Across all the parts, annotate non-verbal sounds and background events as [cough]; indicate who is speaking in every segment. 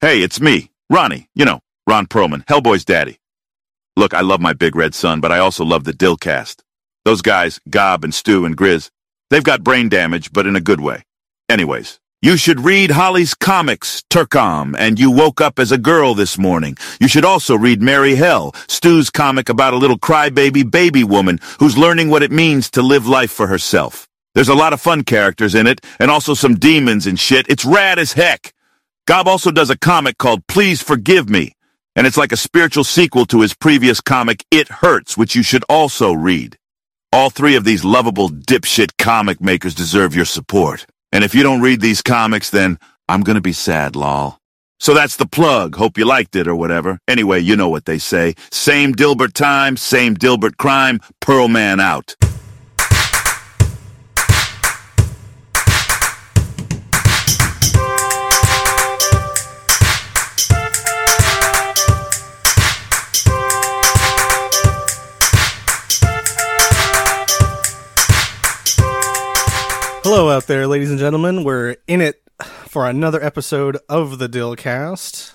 Speaker 1: Hey, it's me, Ronnie. You know, Ron Perlman, Hellboy's daddy. Look, I love my big red son, but I also love the Dillcast. Those guys, Gob and Stu and Grizz, they've got brain damage, but in a good way. Anyways, you should read Holly's comics, Turcom, and You Woke Up as a Girl this morning. You should also read Mary Hell, Stu's comic about a little crybaby baby woman who's learning what it means to live life for herself. There's a lot of fun characters in it, and also some demons and shit. It's rad as heck. Gob also does a comic called Please Forgive Me, and it's like a spiritual sequel to his previous comic It Hurts, which you should also read. All three of these lovable dipshit comic makers deserve your support. And if you don't read these comics, then I'm gonna be sad, lol. So that's the plug. Hope you liked it or whatever. Anyway, you know what they say. Same Dilbert time, same Dilbert crime, Pearl Man out.
Speaker 2: Hello out there, ladies and gentlemen. We're in it for another episode of the Dillcast.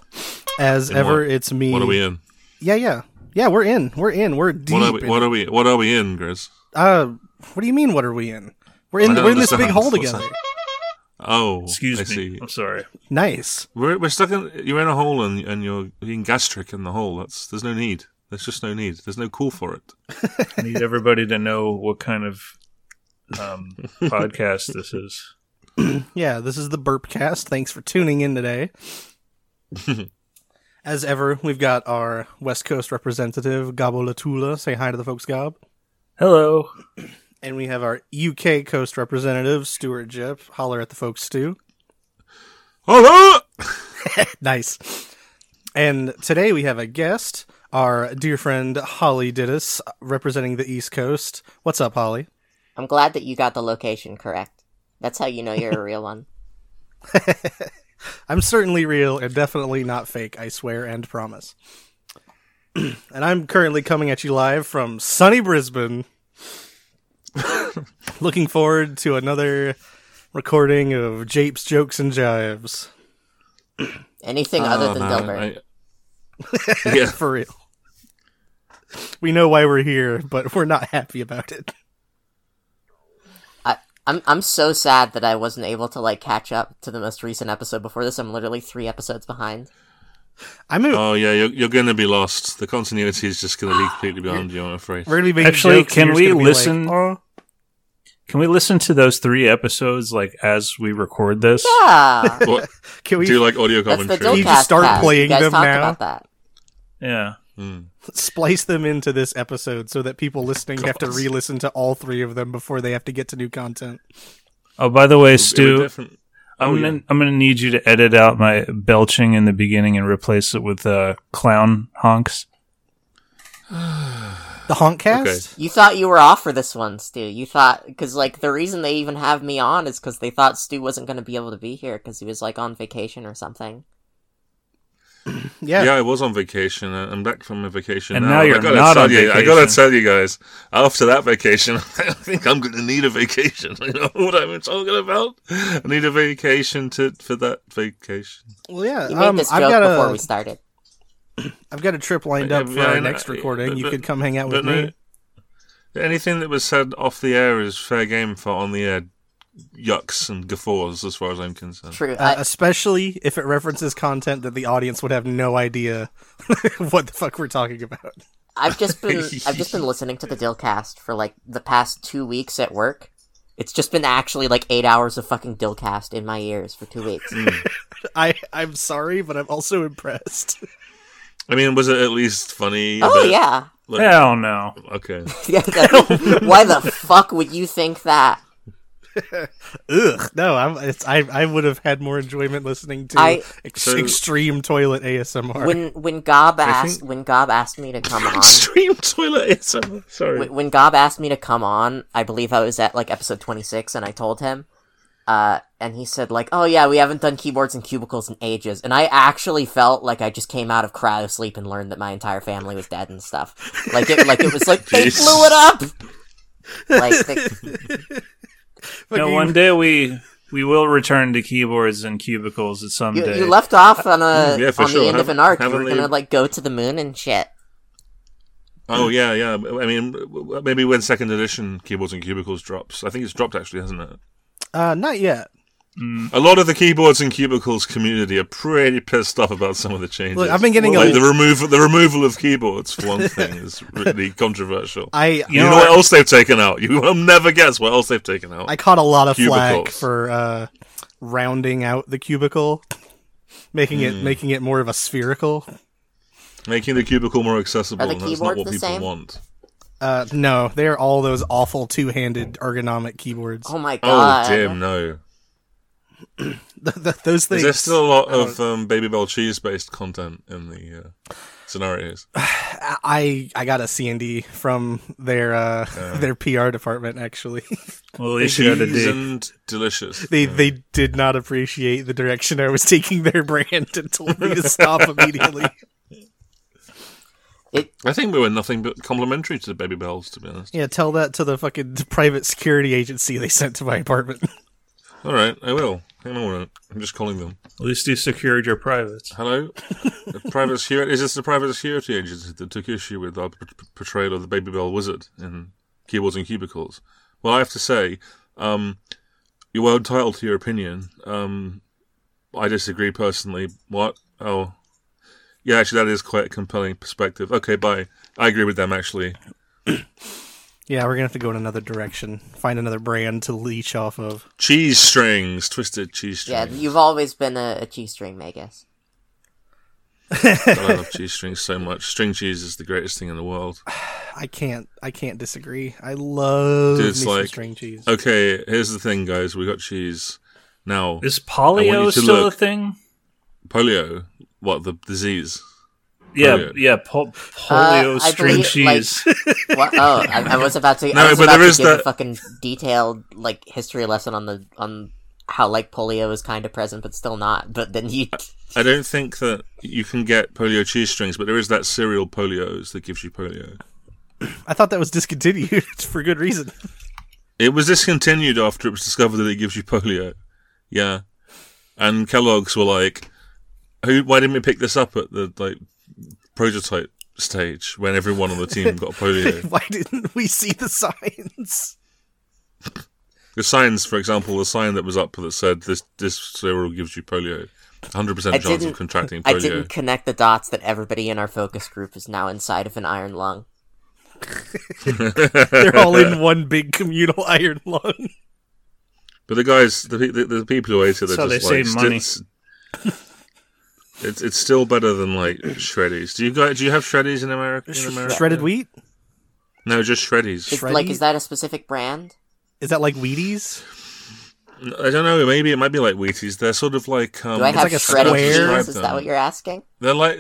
Speaker 2: As
Speaker 3: And
Speaker 2: ever,
Speaker 3: what-
Speaker 2: it's me.
Speaker 3: What are we in?
Speaker 2: Yeah, yeah, yeah. We're in. We're in. We're deep.
Speaker 3: What are we?
Speaker 2: in-
Speaker 3: What are we? What are we in, Grizz?
Speaker 2: uh, what do you mean? What are we in? We're
Speaker 3: I
Speaker 2: in.
Speaker 3: don't
Speaker 2: We're in this big
Speaker 3: understand.
Speaker 2: hole
Speaker 3: What's
Speaker 2: together.
Speaker 3: that? Oh,
Speaker 4: Excuse
Speaker 3: I
Speaker 4: me.
Speaker 3: See.
Speaker 4: I'm sorry.
Speaker 2: Nice.
Speaker 3: We're we're stuck in. You're in a hole and and you're being gastric in the hole. That's there's no need. There's just no need. There's no call for it. [laughs]
Speaker 4: I need everybody to know what kind of um, podcast this is.
Speaker 2: Yeah, this is the Burpcast. Thanks for tuning in
Speaker 3: [laughs]
Speaker 2: today. As ever, we've got our West Coast representative, Gabo Latula. Say hi to the folks, Gob.
Speaker 4: Hello.
Speaker 2: And we have our UK coast representative, Stuart Jip. Holler at the folks, Stu.
Speaker 3: Hello.
Speaker 2: Nice. And today we have a guest, our dear friend Holly Didis, representing the East Coast. What's up, Holly?
Speaker 5: I'm glad that you got the location correct. That's how you know you're a real
Speaker 2: [laughs]
Speaker 5: one.
Speaker 2: I'm certainly real and definitely not fake, I swear and promise. [clears throat] and I'm currently coming at you live from sunny Brisbane. [laughs] Looking forward to another recording of Japes, Jokes, and Jives.
Speaker 5: Anything other
Speaker 3: Oh,
Speaker 5: than
Speaker 3: no,
Speaker 5: Dilbert.
Speaker 3: I- yeah.
Speaker 2: For real. We know why we're here, but we're not happy about it.
Speaker 5: I, I'm I'm so sad that I wasn't able to like catch up to the most recent episode before this. I'm literally three
Speaker 2: [laughs]
Speaker 5: episodes behind.
Speaker 2: I'm a,
Speaker 3: Oh yeah. You're you're gonna be lost. The continuity is just gonna be
Speaker 5: [gasps]
Speaker 3: completely behind you. I'm afraid.
Speaker 2: we're gonna be making
Speaker 4: Actually,
Speaker 2: jokes, and
Speaker 4: can
Speaker 2: you're
Speaker 4: we
Speaker 2: just gonna be
Speaker 4: listen?
Speaker 2: like,
Speaker 4: Can we listen to those three episodes like as we record this?
Speaker 5: Yeah, [laughs]
Speaker 3: What,
Speaker 2: can we
Speaker 3: do you like audio
Speaker 5: that's the
Speaker 3: commentary?
Speaker 5: Dilcast.
Speaker 2: You just start
Speaker 5: cast.
Speaker 2: playing
Speaker 5: you guys
Speaker 2: them
Speaker 5: talked
Speaker 2: now?
Speaker 5: About that.
Speaker 4: Yeah.
Speaker 3: Hmm.
Speaker 2: [laughs] splice them into this episode so that people listening have to re-listen to all three of them before they have to get to new content?
Speaker 4: Oh, by the way,
Speaker 3: It would
Speaker 4: Stu,
Speaker 3: definitely-
Speaker 4: I'm
Speaker 3: oh, yeah.
Speaker 4: gonna I'm gonna need you to edit out my belching in the beginning and replace it with uh, clown honks.
Speaker 2: The Honkcast.
Speaker 5: You thought you were off for this one, Stu. You thought because like the reason they even have me on is because they thought Stu wasn't going to be able to be here because he was like on vacation or something.
Speaker 2: Yeah.
Speaker 3: Yeah, I was on vacation. I- I'm back from my vacation,
Speaker 4: And now
Speaker 3: I
Speaker 4: you're
Speaker 3: gotta
Speaker 4: not
Speaker 3: tell
Speaker 4: on
Speaker 3: you, I
Speaker 4: vacation.
Speaker 3: gotta tell you guys, after that vacation, [laughs] I think I'm gonna need a vacation. [laughs] You know what I'm talking about? I need a vacation to for that vacation.
Speaker 2: Well, yeah.
Speaker 5: You made
Speaker 2: Um,
Speaker 5: this
Speaker 2: I've
Speaker 5: joke
Speaker 2: got
Speaker 5: before
Speaker 2: a
Speaker 5: we started.
Speaker 2: have got a trip lined up
Speaker 3: Yeah,
Speaker 2: for
Speaker 3: yeah,
Speaker 2: our
Speaker 3: I know.
Speaker 2: next recording.
Speaker 3: But-
Speaker 2: you
Speaker 3: but-
Speaker 2: could come hang out with
Speaker 3: but no-
Speaker 2: me.
Speaker 3: Anything that was said off the air is fair game for on the air yucks and guffaws, as far as I'm concerned.
Speaker 5: True.
Speaker 2: Uh,
Speaker 5: I,
Speaker 2: especially if it references content that the audience would have no idea [laughs] what the fuck we're talking about.
Speaker 5: I've just been I've just been listening to the Dillcast for like the past two weeks at work. It's just been actually like eight hours of fucking Dillcast in my ears for two weeks.
Speaker 2: I I'm sorry, but I'm also impressed.
Speaker 3: I mean, was it at least funny? a
Speaker 5: oh
Speaker 3: bit?
Speaker 5: yeah, [laughs]
Speaker 3: Like,
Speaker 4: Hell no.
Speaker 3: Okay.
Speaker 5: yeah. that- why the fuck would you think that?
Speaker 2: Ugh, no, I'm, it's, I I would have had more enjoyment listening to
Speaker 5: I-
Speaker 2: ex-
Speaker 3: So-
Speaker 2: extreme toilet ASMR.
Speaker 5: When when Gob
Speaker 3: think-
Speaker 5: asked when Gob asked me to come on.
Speaker 3: Extreme toilet ASMR. Sorry.
Speaker 5: When, when Gob asked me to come on, I believe I was at like episode 26 and I told him. Uh, and he said like, "Oh yeah, we haven't done keyboards and cubicles in ages." And I actually felt like I just came out of cryo sleep and learned that my entire family was dead and stuff. Like it, like it was like they
Speaker 3: Jesus. [laughs]
Speaker 5: blew it up. Like the,
Speaker 4: No,
Speaker 2: Fucking-
Speaker 4: one day we We will return to keyboards and cubicles at some
Speaker 5: You,
Speaker 4: day.
Speaker 5: you left off on a
Speaker 3: [laughs] yeah, for
Speaker 5: on
Speaker 3: sure.
Speaker 5: the end of an
Speaker 3: Haven't-
Speaker 5: arc. You were
Speaker 3: haven't
Speaker 5: gonna
Speaker 3: they-
Speaker 5: like go to the moon and shit.
Speaker 3: Oh yeah, yeah. I mean, maybe when second edition keyboards and cubicles drops, I think it's dropped actually, hasn't it?
Speaker 2: Uh, not yet.
Speaker 3: A lot of the keyboards and cubicles community are pretty pissed off about some of the changes.
Speaker 2: Look, I've been getting
Speaker 3: like
Speaker 2: a.
Speaker 3: the removal the removal of keyboards for one
Speaker 2: [laughs]
Speaker 3: thing is really controversial.
Speaker 2: I
Speaker 3: you know what else they've taken out? You will never guess what else they've taken out.
Speaker 2: I caught a lot of flack
Speaker 3: Cubicles.
Speaker 2: for uh, rounding out the cubicle, making
Speaker 3: Hmm.
Speaker 2: it making it more of a spherical.
Speaker 3: Making the cubicle more accessible.
Speaker 5: Are the
Speaker 3: and that's not
Speaker 5: keyboards
Speaker 3: what
Speaker 5: the
Speaker 3: people
Speaker 5: same?
Speaker 3: want.
Speaker 2: Uh, no, they are all those awful two-handed ergonomic keyboards.
Speaker 5: Oh my
Speaker 3: Oh
Speaker 5: god!
Speaker 3: damn, no.
Speaker 2: Th- [laughs] th- those
Speaker 3: Is
Speaker 2: things.
Speaker 3: there still a lot of um, baby bell cheese based content in the uh, scenarios?
Speaker 2: I I got a C and D from their uh, their PR department. Actually, [laughs]
Speaker 4: Well, at least you got a D.
Speaker 3: Seasoned delicious.
Speaker 2: they they did not appreciate the direction I was taking their brand and told me to stop immediately.
Speaker 3: I think we were nothing but complimentary to the baby bells, to be honest.
Speaker 2: Yeah, tell that to the fucking private security agency they sent to my apartment.
Speaker 3: All right, I will. Hang on a minute. I'm just calling them.
Speaker 4: At least you secured your privates.
Speaker 3: Hello, the private security. Is this the private security agency that took issue with our p- p- portrayal of the baby bell wizard in keyboards and cubicles? Well, I have to say, um, you're well entitled to your opinion. Um, I disagree personally. What? Oh, yeah. Actually, that is quite a compelling perspective. Okay, bye. I agree with them. Actually,
Speaker 2: [laughs] Yeah, we're gonna have to go in another direction, find another brand to leech off of.
Speaker 3: cheese strings, twisted cheese
Speaker 5: Yeah,
Speaker 3: strings.
Speaker 5: you've always been a, a cheese string, Magus.
Speaker 3: God, I love cheese strings so much. String cheese is the greatest thing in the world.
Speaker 2: I can't I can't disagree. I love
Speaker 3: Dude, it's
Speaker 2: me some
Speaker 3: like-
Speaker 2: string cheese.
Speaker 3: Uh, Okay, here's the thing, guys. We got cheese. Now,
Speaker 4: Is
Speaker 3: I want you
Speaker 4: polio
Speaker 3: to
Speaker 4: still
Speaker 3: look.
Speaker 4: a thing?
Speaker 3: polio. What the disease?
Speaker 4: Yeah,
Speaker 3: Polio.
Speaker 4: yeah. Po-
Speaker 5: Uh,
Speaker 4: polio
Speaker 5: I
Speaker 4: string
Speaker 5: believe, like-
Speaker 4: cheese.
Speaker 5: What? Oh, I, I was about to.
Speaker 3: No,
Speaker 5: I was
Speaker 3: but
Speaker 5: about
Speaker 3: there
Speaker 5: to
Speaker 3: is
Speaker 5: give
Speaker 3: that-
Speaker 5: a fucking detailed like history lesson on the on how like polio is kind of present but still not. But
Speaker 3: [laughs]
Speaker 5: then you,
Speaker 3: I don't think that you can get polio cheese strings, but there is that cereal polios that gives you polio.
Speaker 2: I thought that was discontinued [laughs] for good reason.
Speaker 3: It was discontinued after it was discovered that it gives you polio. Yeah, and Kellogg's were like, "Who? Why didn't we pick this up at the like prototype stage when everyone on the team
Speaker 5: [laughs]
Speaker 3: got
Speaker 2: [laughs]
Speaker 3: polio?"
Speaker 2: Why didn't we see the signs?
Speaker 3: The signs, for example, the sign that was up that said this this cereal gives you polio, 100%
Speaker 5: I
Speaker 3: chance of
Speaker 5: didn't-
Speaker 3: contracting
Speaker 5: I
Speaker 3: polio.
Speaker 5: didn't connect the dots that everybody in our focus group is now inside of an iron lung.
Speaker 2: They're all in one big communal [laughs] iron lung.
Speaker 3: But the guys, the, pe- the, the people who ate it, they're
Speaker 4: So
Speaker 3: just
Speaker 4: they
Speaker 3: like
Speaker 4: save
Speaker 3: sti-
Speaker 4: money.
Speaker 3: s- It's it's still better than like shreddies. Do you guys do you have shreddies in America? In America?
Speaker 2: Shredded wheat?
Speaker 3: No, just shreddies.
Speaker 5: Is, like,
Speaker 2: Shreddy?
Speaker 5: is that a specific brand?
Speaker 2: Is that like Wheaties?
Speaker 3: I don't know. Maybe it might be like Wheaties. They're sort of like um,
Speaker 5: Do I have
Speaker 2: like a
Speaker 5: shredded
Speaker 2: square.
Speaker 5: cheese? Is
Speaker 3: Describe
Speaker 5: that
Speaker 3: them.
Speaker 5: what you're asking?
Speaker 3: They're like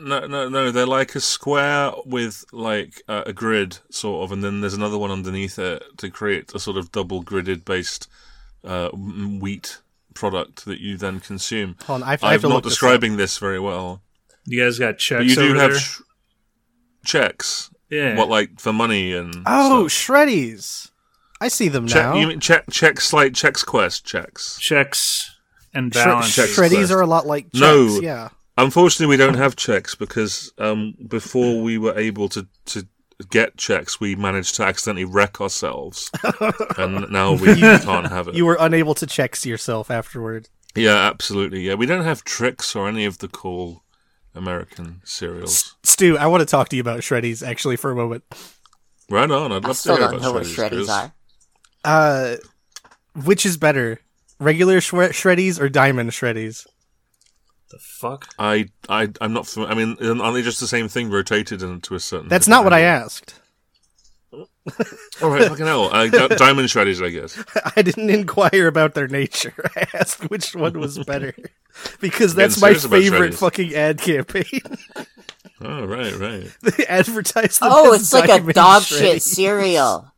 Speaker 3: no, no, no. They're like a square with like uh, a grid sort of, and then there's another one underneath it to create a sort of double gridded based uh, m- wheat product that you then consume.
Speaker 2: Hold on, I have to, I have to
Speaker 3: I'm not
Speaker 2: look this up.
Speaker 3: describing this, very well,
Speaker 4: [laughs] You guys got
Speaker 3: but
Speaker 4: checks
Speaker 3: you do
Speaker 4: over
Speaker 3: have
Speaker 4: there?
Speaker 3: sh- checks.
Speaker 4: yeah.
Speaker 3: What like for money and
Speaker 2: Oh,
Speaker 3: stuff.
Speaker 2: Shreddies! I see them
Speaker 3: Check-
Speaker 2: now.
Speaker 3: you mean check check slight checks quest checks.
Speaker 4: checks and
Speaker 2: Shre-
Speaker 4: balance.
Speaker 3: Checks
Speaker 2: Shreddies
Speaker 3: first.
Speaker 2: are a lot like checks.
Speaker 3: No.
Speaker 2: Yeah,
Speaker 3: Unfortunately, we don't have checks because um, before we were able to, to get checks, we managed to accidentally wreck
Speaker 2: [laughs]
Speaker 3: ourselves, and now we [laughs] can't have it.
Speaker 2: you were unable to checks yourself afterward.
Speaker 3: yeah, absolutely. Yeah, we don't have tricks or any of the cool American cereals.
Speaker 2: Stu, I want to talk to you about Shreddies actually for a moment.
Speaker 3: Right on. I'd love
Speaker 5: I
Speaker 3: to
Speaker 5: still
Speaker 3: hear
Speaker 5: don't
Speaker 3: about
Speaker 5: know what
Speaker 3: Shreddies,
Speaker 5: shreddies
Speaker 3: Chris.
Speaker 5: are.
Speaker 2: Uh, which is better, regular shre- Shreddies or Diamond Shreddies?
Speaker 4: the fuck?
Speaker 3: I, I, I'm not. Fam- I mean, aren't they just the same thing rotated into a certain?
Speaker 2: That's not what I asked. [laughs]
Speaker 3: All right, fucking hell. Uh, di- diamond shreddies, I guess.
Speaker 2: I didn't inquire about their nature. [laughs] I asked which one
Speaker 3: [laughs]
Speaker 2: was better because
Speaker 3: Getting
Speaker 2: that's my
Speaker 3: serious about
Speaker 2: favorite
Speaker 3: Shreddies.
Speaker 2: fucking ad campaign. [laughs]
Speaker 3: Oh, right, right.
Speaker 2: they advertise them.
Speaker 5: Oh,
Speaker 2: as
Speaker 5: it's like a
Speaker 2: Diamond
Speaker 5: dog
Speaker 2: Shreddies.
Speaker 5: shit cereal.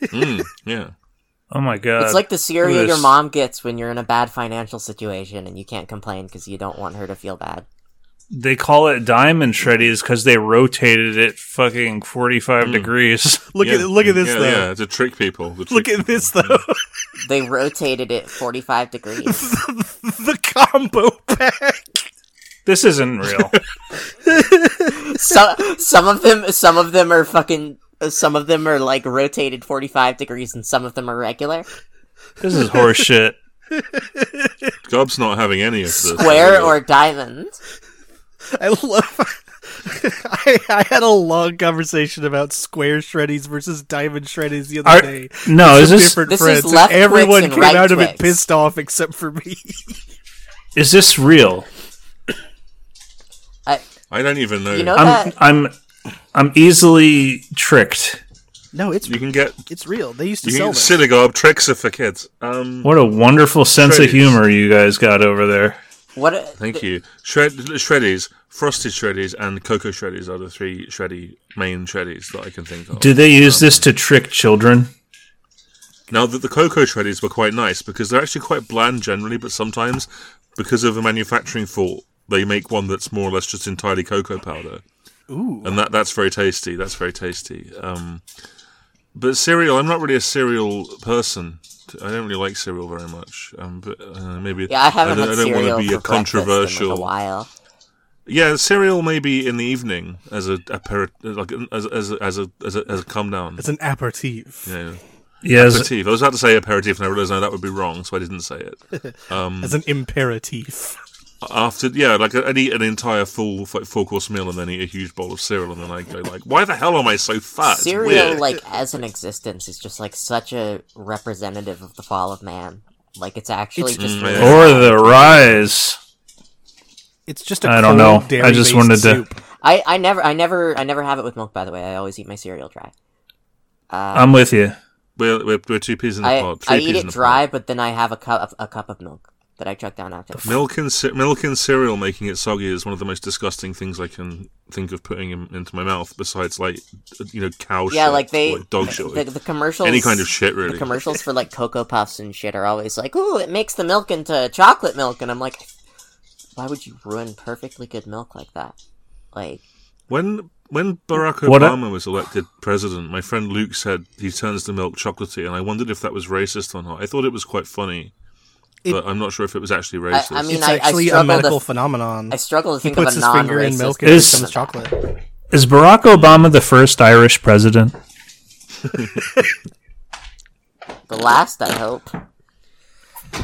Speaker 3: Mm, yeah.
Speaker 4: Oh my
Speaker 3: Uh,
Speaker 4: god!
Speaker 5: It's like the cereal
Speaker 4: this-
Speaker 5: your mom gets when you're in a bad financial situation and you can't complain because you don't want her to feel bad.
Speaker 4: they call it diamond shreddies because they rotated it fucking 45
Speaker 3: Mm.
Speaker 4: degrees. [laughs]
Speaker 2: Look
Speaker 3: Yeah.
Speaker 2: at look at this
Speaker 3: yeah,
Speaker 2: though.
Speaker 3: Yeah, to trick people. to
Speaker 2: Look
Speaker 3: trick
Speaker 2: at this
Speaker 3: people.
Speaker 2: though.
Speaker 3: [laughs]
Speaker 5: They rotated it 45 [laughs] degrees.
Speaker 2: the combo pack.
Speaker 4: this isn't
Speaker 3: [laughs]
Speaker 4: real.
Speaker 5: some some of them some of them are fucking some of them are like rotated 45 degrees and some of them are regular.
Speaker 4: this is horse shit.
Speaker 3: Gob's not having any of this.
Speaker 5: Square or diamond.
Speaker 2: I love. I, I had a long conversation about square shreddies versus diamond shreddies the other
Speaker 4: Are-
Speaker 2: day.
Speaker 4: No, is
Speaker 2: With
Speaker 4: this
Speaker 2: different
Speaker 5: This is
Speaker 2: friends, and
Speaker 5: left clicks
Speaker 2: everyone
Speaker 5: and
Speaker 2: came
Speaker 5: right
Speaker 2: out of it
Speaker 5: clicks.
Speaker 2: pissed off except for me.
Speaker 4: is this real?
Speaker 5: I,
Speaker 3: I don't even know.
Speaker 5: Uh, you know
Speaker 4: I'm
Speaker 5: that
Speaker 4: I'm I'm easily tricked.
Speaker 2: [laughs] No, it's
Speaker 3: You can get
Speaker 2: it's real. They used to
Speaker 3: you
Speaker 2: sell
Speaker 3: can get
Speaker 2: them.
Speaker 3: Synagogue tricks are for kids. Um,
Speaker 4: What a wonderful sense
Speaker 3: Shreddies.
Speaker 4: of humor you guys got over there.
Speaker 5: what a-
Speaker 3: Thank you. Shred shreddies, frosted shreddies, and cocoa shreddies are the three shreddy main shreddies that I can think of.
Speaker 4: Do they use this to trick children?
Speaker 3: Now that the cocoa shreddies were quite nice because they're actually quite bland generally, but sometimes because of a manufacturing fault, they make one that's more or less just entirely cocoa powder. Ooh. And that that's very tasty. That's very tasty. Um, but cereal, I'm not really a cereal person. I don't really like cereal very much. Um, but uh, maybe
Speaker 5: yeah, I haven't
Speaker 3: don't,
Speaker 5: had
Speaker 3: I don't
Speaker 5: cereal
Speaker 3: want to be
Speaker 5: for
Speaker 3: a
Speaker 5: breakfast in, like,
Speaker 3: controversial.
Speaker 5: a while.
Speaker 3: Yeah, cereal maybe in the evening as a aperi- like as as as a as a, as a come down.
Speaker 2: It's an aperitif,
Speaker 3: Yeah.
Speaker 4: Yes.
Speaker 3: Aperitif. I was about to say aperitif, and I realised no, that would be wrong, so I didn't say it.
Speaker 4: Mm.
Speaker 2: as an imperatif.
Speaker 3: After yeah, like I'd eat an entire full like, four course meal and then eat a huge bowl of cereal, and then I go like, why the hell am I so fat? Ah, It's
Speaker 5: Cereal,
Speaker 3: weird.
Speaker 5: like as an existence, is just like such a representative of the fall of man. Like it's actually just
Speaker 3: Mm,
Speaker 5: really
Speaker 3: yeah.
Speaker 4: Or the rise.
Speaker 2: It's just a
Speaker 4: I
Speaker 2: cold
Speaker 4: don't know.
Speaker 2: dairy
Speaker 4: I just wanted to.
Speaker 2: soup.
Speaker 5: I, I never I never I never have it with milk. By the way, I always eat my cereal dry.
Speaker 4: I'm with you.
Speaker 3: we're, we're, we're two peas in a
Speaker 5: I,
Speaker 3: pod. Three
Speaker 5: I
Speaker 3: peas
Speaker 5: eat
Speaker 3: in
Speaker 5: it
Speaker 3: a pod.
Speaker 5: dry, but then I have a cup of, a cup of milk that I chug down after.
Speaker 3: Milk and ce- milk and cereal making it soggy is one of the most disgusting things I can think of putting in, into my mouth. Besides, like you know, cow shit,
Speaker 5: yeah, like they
Speaker 3: or, like dog shit, or
Speaker 5: The, the commercials,
Speaker 3: any kind of shit really.
Speaker 5: The commercials
Speaker 3: [laughs]
Speaker 5: for like Cocoa Puffs and shit are always like, "Ooh, it makes the milk into chocolate milk," and I'm like, "Why would you ruin perfectly good milk like that?" Like,
Speaker 3: When when Barack
Speaker 4: What a-
Speaker 3: Obama was elected president, my friend Luke said he turns the milk chocolatey, and I wondered if that was racist or not. I thought it was quite funny,
Speaker 2: It-
Speaker 3: but I'm not sure if it was actually racist.
Speaker 5: I mean,
Speaker 2: It's actually a
Speaker 5: struggle to
Speaker 2: medical
Speaker 5: f-
Speaker 2: phenomenon.
Speaker 5: I struggle to
Speaker 2: He
Speaker 5: think
Speaker 2: puts
Speaker 5: of a
Speaker 2: his finger in
Speaker 5: non-racist.
Speaker 2: milk and
Speaker 5: reason
Speaker 2: it becomes
Speaker 4: Is-
Speaker 5: for
Speaker 2: chocolate.
Speaker 4: Is Barack Obama the first Irish president?
Speaker 5: that. The last, I hope.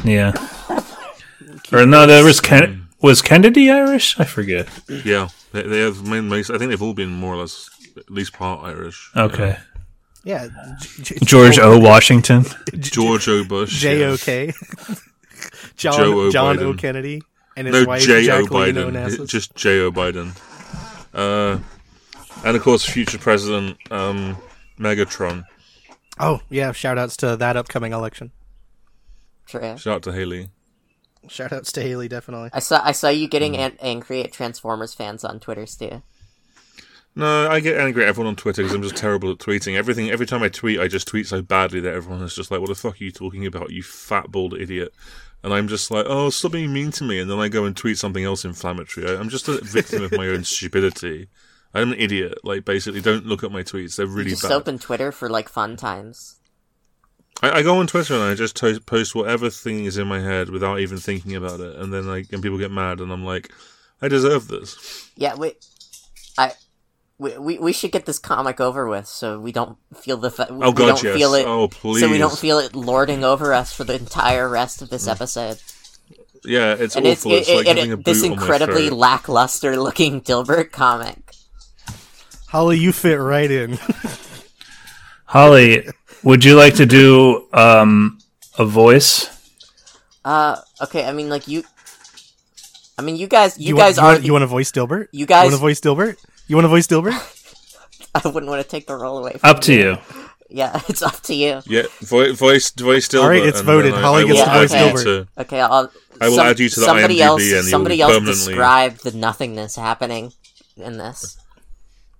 Speaker 4: Yeah. Or no, there was Ken- was Kennedy Irish? I forget.
Speaker 3: yeah, they, they have. Main, I think they've all been more or less at least part Irish.
Speaker 4: Okay.
Speaker 2: Yeah, J- J-
Speaker 4: George O. Washington.
Speaker 3: George O. Bush,
Speaker 2: J
Speaker 3: yeah.
Speaker 2: O K. [laughs] John
Speaker 3: Joe O.
Speaker 2: John O
Speaker 3: Biden.
Speaker 2: Kennedy and his
Speaker 3: no
Speaker 2: wife
Speaker 3: J O
Speaker 2: Jacqueline
Speaker 3: Biden,
Speaker 2: Onassis.
Speaker 3: It- just J O Biden, uh, and of course future president um, Megatron.
Speaker 2: Oh yeah, shout outs to that upcoming election.
Speaker 5: True.
Speaker 3: Shout out to Haley.
Speaker 2: Shout outs to Haley definitely.
Speaker 5: I saw I saw you getting
Speaker 3: Hmm.
Speaker 5: an- angry at Transformers fans on Twitter, Stu.
Speaker 3: No, I get angry at everyone on Twitter because I'm just terrible at tweeting. Everything, every time I tweet, I just tweet so badly that everyone is just like, "What the fuck are you talking about, you fat bald idiot?" And I'm just like, "Oh, stop being mean to me!" And then I go and tweet something else inflammatory. I, I'm just a victim of
Speaker 5: [laughs]
Speaker 3: my own stupidity. I'm an idiot. Like, basically, don't look at my tweets; they're really
Speaker 5: Just
Speaker 3: bad.
Speaker 5: open Twitter for like fun times.
Speaker 3: I, I go on Twitter and I just to- post whatever thing is in my head without even thinking about it, and then like, and people get mad, and I'm like, "I deserve this."
Speaker 5: Yeah, we, I, we, we, we should get this comic over with so we don't feel the fa- we,
Speaker 3: Oh
Speaker 5: we
Speaker 3: God,
Speaker 5: don't
Speaker 3: yes.
Speaker 5: feel it.
Speaker 3: Oh please.
Speaker 5: So we don't feel it lording over us for the entire rest of this episode.
Speaker 3: yeah, it's
Speaker 5: and it's,
Speaker 3: awful.
Speaker 5: it,
Speaker 3: It's, like
Speaker 5: it-
Speaker 3: having a
Speaker 5: it- this
Speaker 3: boot on my
Speaker 5: incredibly
Speaker 3: throat.
Speaker 5: lackluster looking [laughs] Dilbert comic.
Speaker 2: Holly, you fit right in.
Speaker 4: Holly, would you like to do um, a voice?
Speaker 5: Uh, okay, I mean, like you, I mean, you guys, you,
Speaker 2: you
Speaker 5: guys
Speaker 2: want,
Speaker 5: are,
Speaker 2: you, want, you want to voice Dilbert?
Speaker 5: You guys-
Speaker 2: want to voice Dilbert? You want to voice Dilbert?
Speaker 5: [laughs] I wouldn't want to take the role away. From
Speaker 4: Up to you.
Speaker 5: Yeah, [laughs] it's up to you.
Speaker 3: Yeah, vo- voice, voice Dilbert.
Speaker 2: All right, it's
Speaker 3: and
Speaker 2: voted.
Speaker 3: then
Speaker 2: Holly
Speaker 3: will
Speaker 2: gets
Speaker 5: to
Speaker 3: add
Speaker 5: voice
Speaker 3: you
Speaker 5: Dilbert.
Speaker 3: to-
Speaker 5: Okay, I'll.
Speaker 3: I will add you to the
Speaker 5: somebody
Speaker 3: IMDb
Speaker 5: else,
Speaker 3: and you will be
Speaker 5: somebody else
Speaker 3: permanently-
Speaker 5: describe the nothingness happening in this.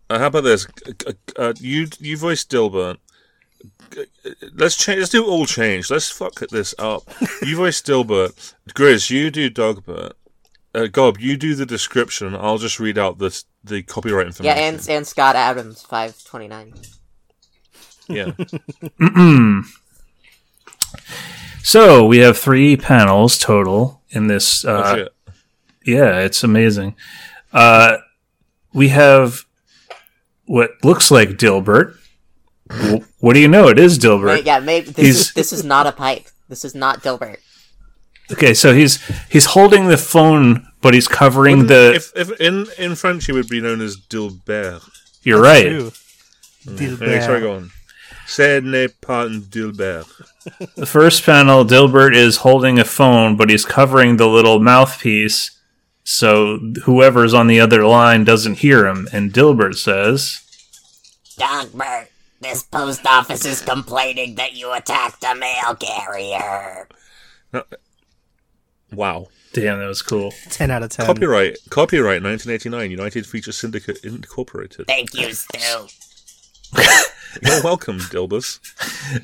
Speaker 3: uh, how about this? Uh, uh, you you voice Dilbert. uh, Let's change. Let's do all change. Let's fuck this up. You voice Dilbert. Grizz, you do Dogbert. uh, Gob, you do the description. I'll just read out the the copyright
Speaker 5: Yeah,
Speaker 3: information.
Speaker 5: and and Scott Adams, five twenty nine. [laughs]
Speaker 3: yeah.
Speaker 4: So we have three panels total in this.
Speaker 3: That's
Speaker 4: Uh,
Speaker 3: it.
Speaker 4: yeah, it's amazing. Uh, we have what looks like Dilbert. W- What do you know? It is Dilbert.
Speaker 5: Yeah, maybe this is,
Speaker 4: He's-
Speaker 5: this is not a pipe. This is not Dilbert.
Speaker 4: Okay, so he's he's holding the phone, but he's covering the.
Speaker 3: if, if in in French, he would be known as Dilbert.
Speaker 4: you're right.
Speaker 2: Ooh.
Speaker 3: Anyway,
Speaker 2: Dilbert.
Speaker 3: sorry, go on. Ce n'est pas un Dilbert.
Speaker 4: The first panel, Dilbert is holding a phone, but he's covering the little mouthpiece, so whoever's on the other line doesn't hear him. And Dilbert says,
Speaker 5: Dilbert, this post office is complaining that you attacked a mail carrier.
Speaker 3: Wow.
Speaker 4: "Damn, that was cool."
Speaker 2: Ten out of ten.
Speaker 3: Copyright copyright 1989 United Feature Syndicate
Speaker 5: [laughs]
Speaker 3: Incorporated.
Speaker 5: Thank you, Stu.
Speaker 3: You're welcome, Dilbers.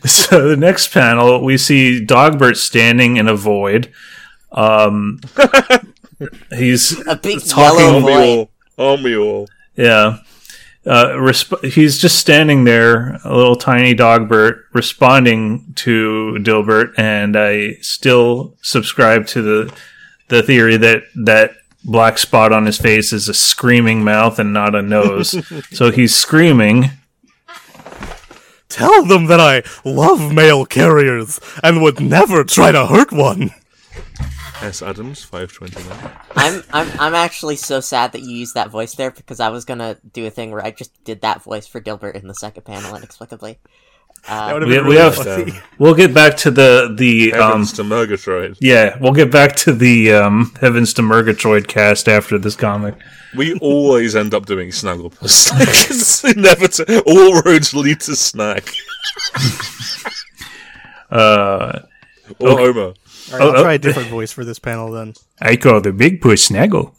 Speaker 4: [laughs] So the next panel, we see Dogbert standing in a void. Um, he's
Speaker 5: A big
Speaker 4: Talking
Speaker 5: yellow
Speaker 3: Aren't we
Speaker 5: boy.
Speaker 3: all? Aren't we all?
Speaker 4: yeah. Uh, resp- he's just standing there, a little tiny Dogbert, responding to Dilbert, and I still subscribe to the the theory that that black spot on his face is a screaming mouth and not a nose. so he's screaming.
Speaker 2: Tell them that I love mail carriers and would never try to hurt one.
Speaker 3: S. Adams, 529.
Speaker 5: I'm I'm I'm actually so sad that you used that voice there because I was gonna do a thing where I just did that voice for Dilbert in the second panel inexplicably.
Speaker 2: That would've
Speaker 4: We,
Speaker 2: been
Speaker 4: we
Speaker 2: really
Speaker 4: have
Speaker 2: funny.
Speaker 4: we'll get back to the the um,
Speaker 3: Evans to Murgatroyd.
Speaker 4: Yeah, we'll get back to the um, Heavens to Murgatroyd cast after this comic.
Speaker 3: We always end up doing Snagglepuss.
Speaker 5: [laughs]
Speaker 3: [laughs] it's inevitable. All roads lead to Snag.
Speaker 4: Uh,
Speaker 3: Or Homer.
Speaker 2: All right, I'll
Speaker 4: Oh, oh.
Speaker 2: try a different voice for this panel then.
Speaker 4: I call the big push snaggle.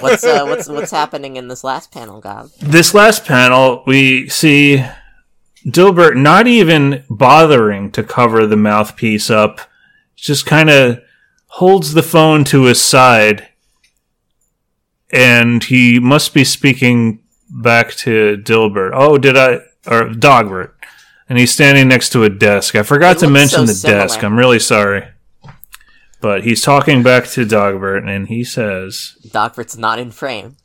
Speaker 5: What's uh, what's what's happening in this last panel, Gob?
Speaker 4: This last panel, we see Dilbert not even bothering to cover the mouthpiece up, just kind of holds the phone to his side, and he must be speaking back to Dilbert. Oh, did I? Or Dogbert. And he's standing next to a desk. I forgot
Speaker 5: They
Speaker 4: to
Speaker 5: look
Speaker 4: mention
Speaker 5: so
Speaker 4: the
Speaker 5: similar.
Speaker 4: desk. I'm really sorry. But he's talking back to Dogbert, and he says,
Speaker 5: Dogbert's not in frame.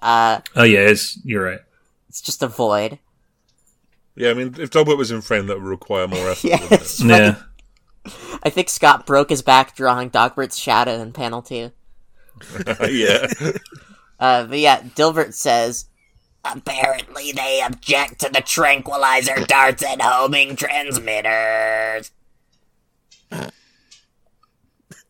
Speaker 5: Uh,
Speaker 4: Oh, yeah, it's, you're right.
Speaker 5: it's just a void.
Speaker 3: Yeah, I mean, if Dogbert was in frame, that would require more
Speaker 5: [laughs]
Speaker 3: effort.
Speaker 5: Yeah,
Speaker 3: wouldn't it?
Speaker 5: it's funny.
Speaker 4: Yeah.
Speaker 5: I think Scott broke his back drawing Dogbert's shadow in panel two.
Speaker 3: [laughs] yeah.
Speaker 5: Uh, but yeah, Dilbert says. Apparently, they object to the tranquilizer darts and homing transmitters.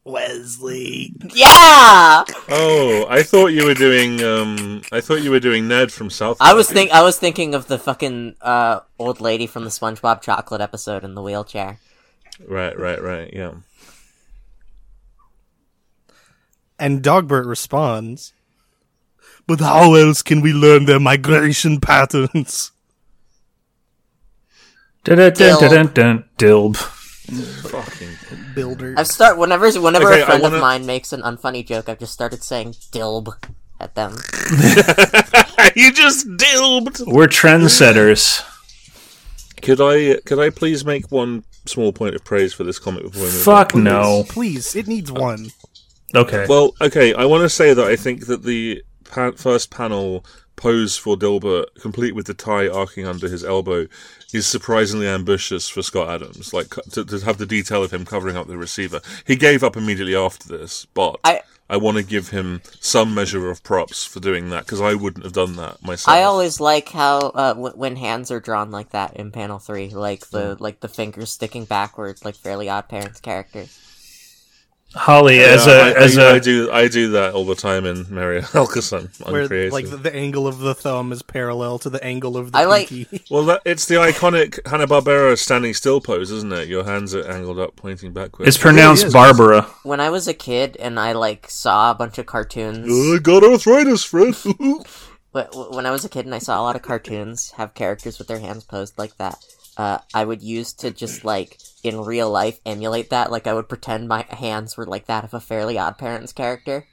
Speaker 2: Wesley.
Speaker 5: Yeah,
Speaker 3: Oh, I thought you were doing. Um, I thought you were doing Ned from South.
Speaker 5: I was think I was thinking of the fucking uh, old lady from the SpongeBob chocolate episode in the wheelchair.
Speaker 3: Right, right, right. Yeah.
Speaker 2: And Dogbert responds, But how else can we learn their migration patterns? [laughs]
Speaker 4: Dun-dun-dun-dun-dun-dun. Dilb.
Speaker 3: Fucking.
Speaker 2: Builder.
Speaker 5: I've start whenever whenever
Speaker 3: Okay,
Speaker 5: a
Speaker 3: I
Speaker 5: friend
Speaker 3: wanna-
Speaker 5: of mine makes an unfunny joke, I've just started saying "dilb" at them.
Speaker 3: you just dilbed.
Speaker 4: We're trendsetters.
Speaker 3: Could I? Could I please make one small point of praise for this comic before we move on?
Speaker 4: Fuck no.
Speaker 2: Please, it
Speaker 3: Uh,
Speaker 2: needs one.
Speaker 4: Okay.
Speaker 3: Well, okay, I want to say that I think that the pa- first panel pose for Dilbert, complete with the tie arcing under his elbow, is surprisingly ambitious for Scott Adams. Like co- to, to have the detail of him covering up the receiver. He gave up immediately after this, but I,
Speaker 5: I-
Speaker 3: want to give him some measure of props for doing that because I wouldn't have done that myself.
Speaker 5: I always like how uh, w- when hands are drawn like that in panel three, like the like the fingers sticking backwards, like Fairly Odd Parents characters.
Speaker 4: Holly, as
Speaker 3: Yeah,
Speaker 4: a
Speaker 3: I- I-
Speaker 4: as
Speaker 3: I
Speaker 4: a
Speaker 3: do I do that all the time in Mario [laughs] Helgeson on
Speaker 2: Where
Speaker 3: creative.
Speaker 2: like the, the angle of the thumb is parallel to the angle of the
Speaker 5: I like-
Speaker 2: pinky. [laughs]
Speaker 3: Well, that, it's the iconic Hanna Barbera standing still pose, isn't it? Your hands are angled up, pointing backwards.
Speaker 4: it's pronounced
Speaker 2: is.
Speaker 4: Barbara.
Speaker 5: When I was a kid and I like saw a bunch of cartoons,
Speaker 3: I Uh, got arthritis, [laughs] Fred.
Speaker 5: But w- when I was a kid and I saw a lot of cartoons have characters with their hands posed like that, uh, I would use to just like in real life emulate that. Like I would pretend my hands were like that of a Fairly Odd Parents character.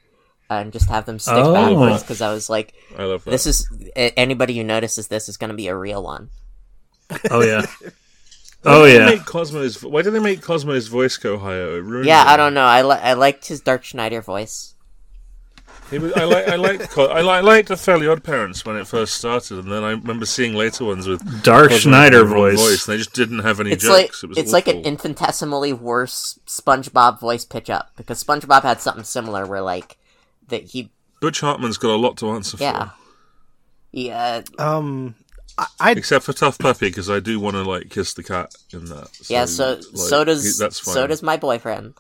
Speaker 5: and just have them stick
Speaker 4: Oh.
Speaker 5: backwards because I was like,
Speaker 3: I love that.
Speaker 5: this is a- anybody who notices this is going to be a real one.
Speaker 3: [laughs]
Speaker 4: Oh yeah. Oh
Speaker 3: Why did they
Speaker 4: yeah.
Speaker 3: make Cosmo's- why did they make Cosmo's voice go higher? It ruined
Speaker 5: Yeah,
Speaker 3: it.
Speaker 5: I don't know. I li- I liked his Dark Schneider voice.
Speaker 3: He was, I like I like Co- I like I liked the Fairly Odd Parents when it first started, and then I remember seeing later ones with
Speaker 4: Dark
Speaker 3: Cosmo's
Speaker 4: Schneider
Speaker 3: wrong
Speaker 4: voice.
Speaker 3: and they just didn't have any
Speaker 5: It's
Speaker 3: jokes. it
Speaker 5: like
Speaker 3: was
Speaker 5: it's like an
Speaker 3: awful.
Speaker 5: infinitesimally worse SpongeBob voice pitch up because SpongeBob had something similar where like that he
Speaker 3: Butch Hartman's got a lot to answer
Speaker 5: yeah uh,
Speaker 3: for,
Speaker 5: yeah
Speaker 2: Um, I, I
Speaker 3: except for Tough Puppy, because I do want to like kiss the cat in that. So,
Speaker 5: yeah so
Speaker 3: like,
Speaker 5: so does
Speaker 3: he- that's fine.
Speaker 5: so does my boyfriend.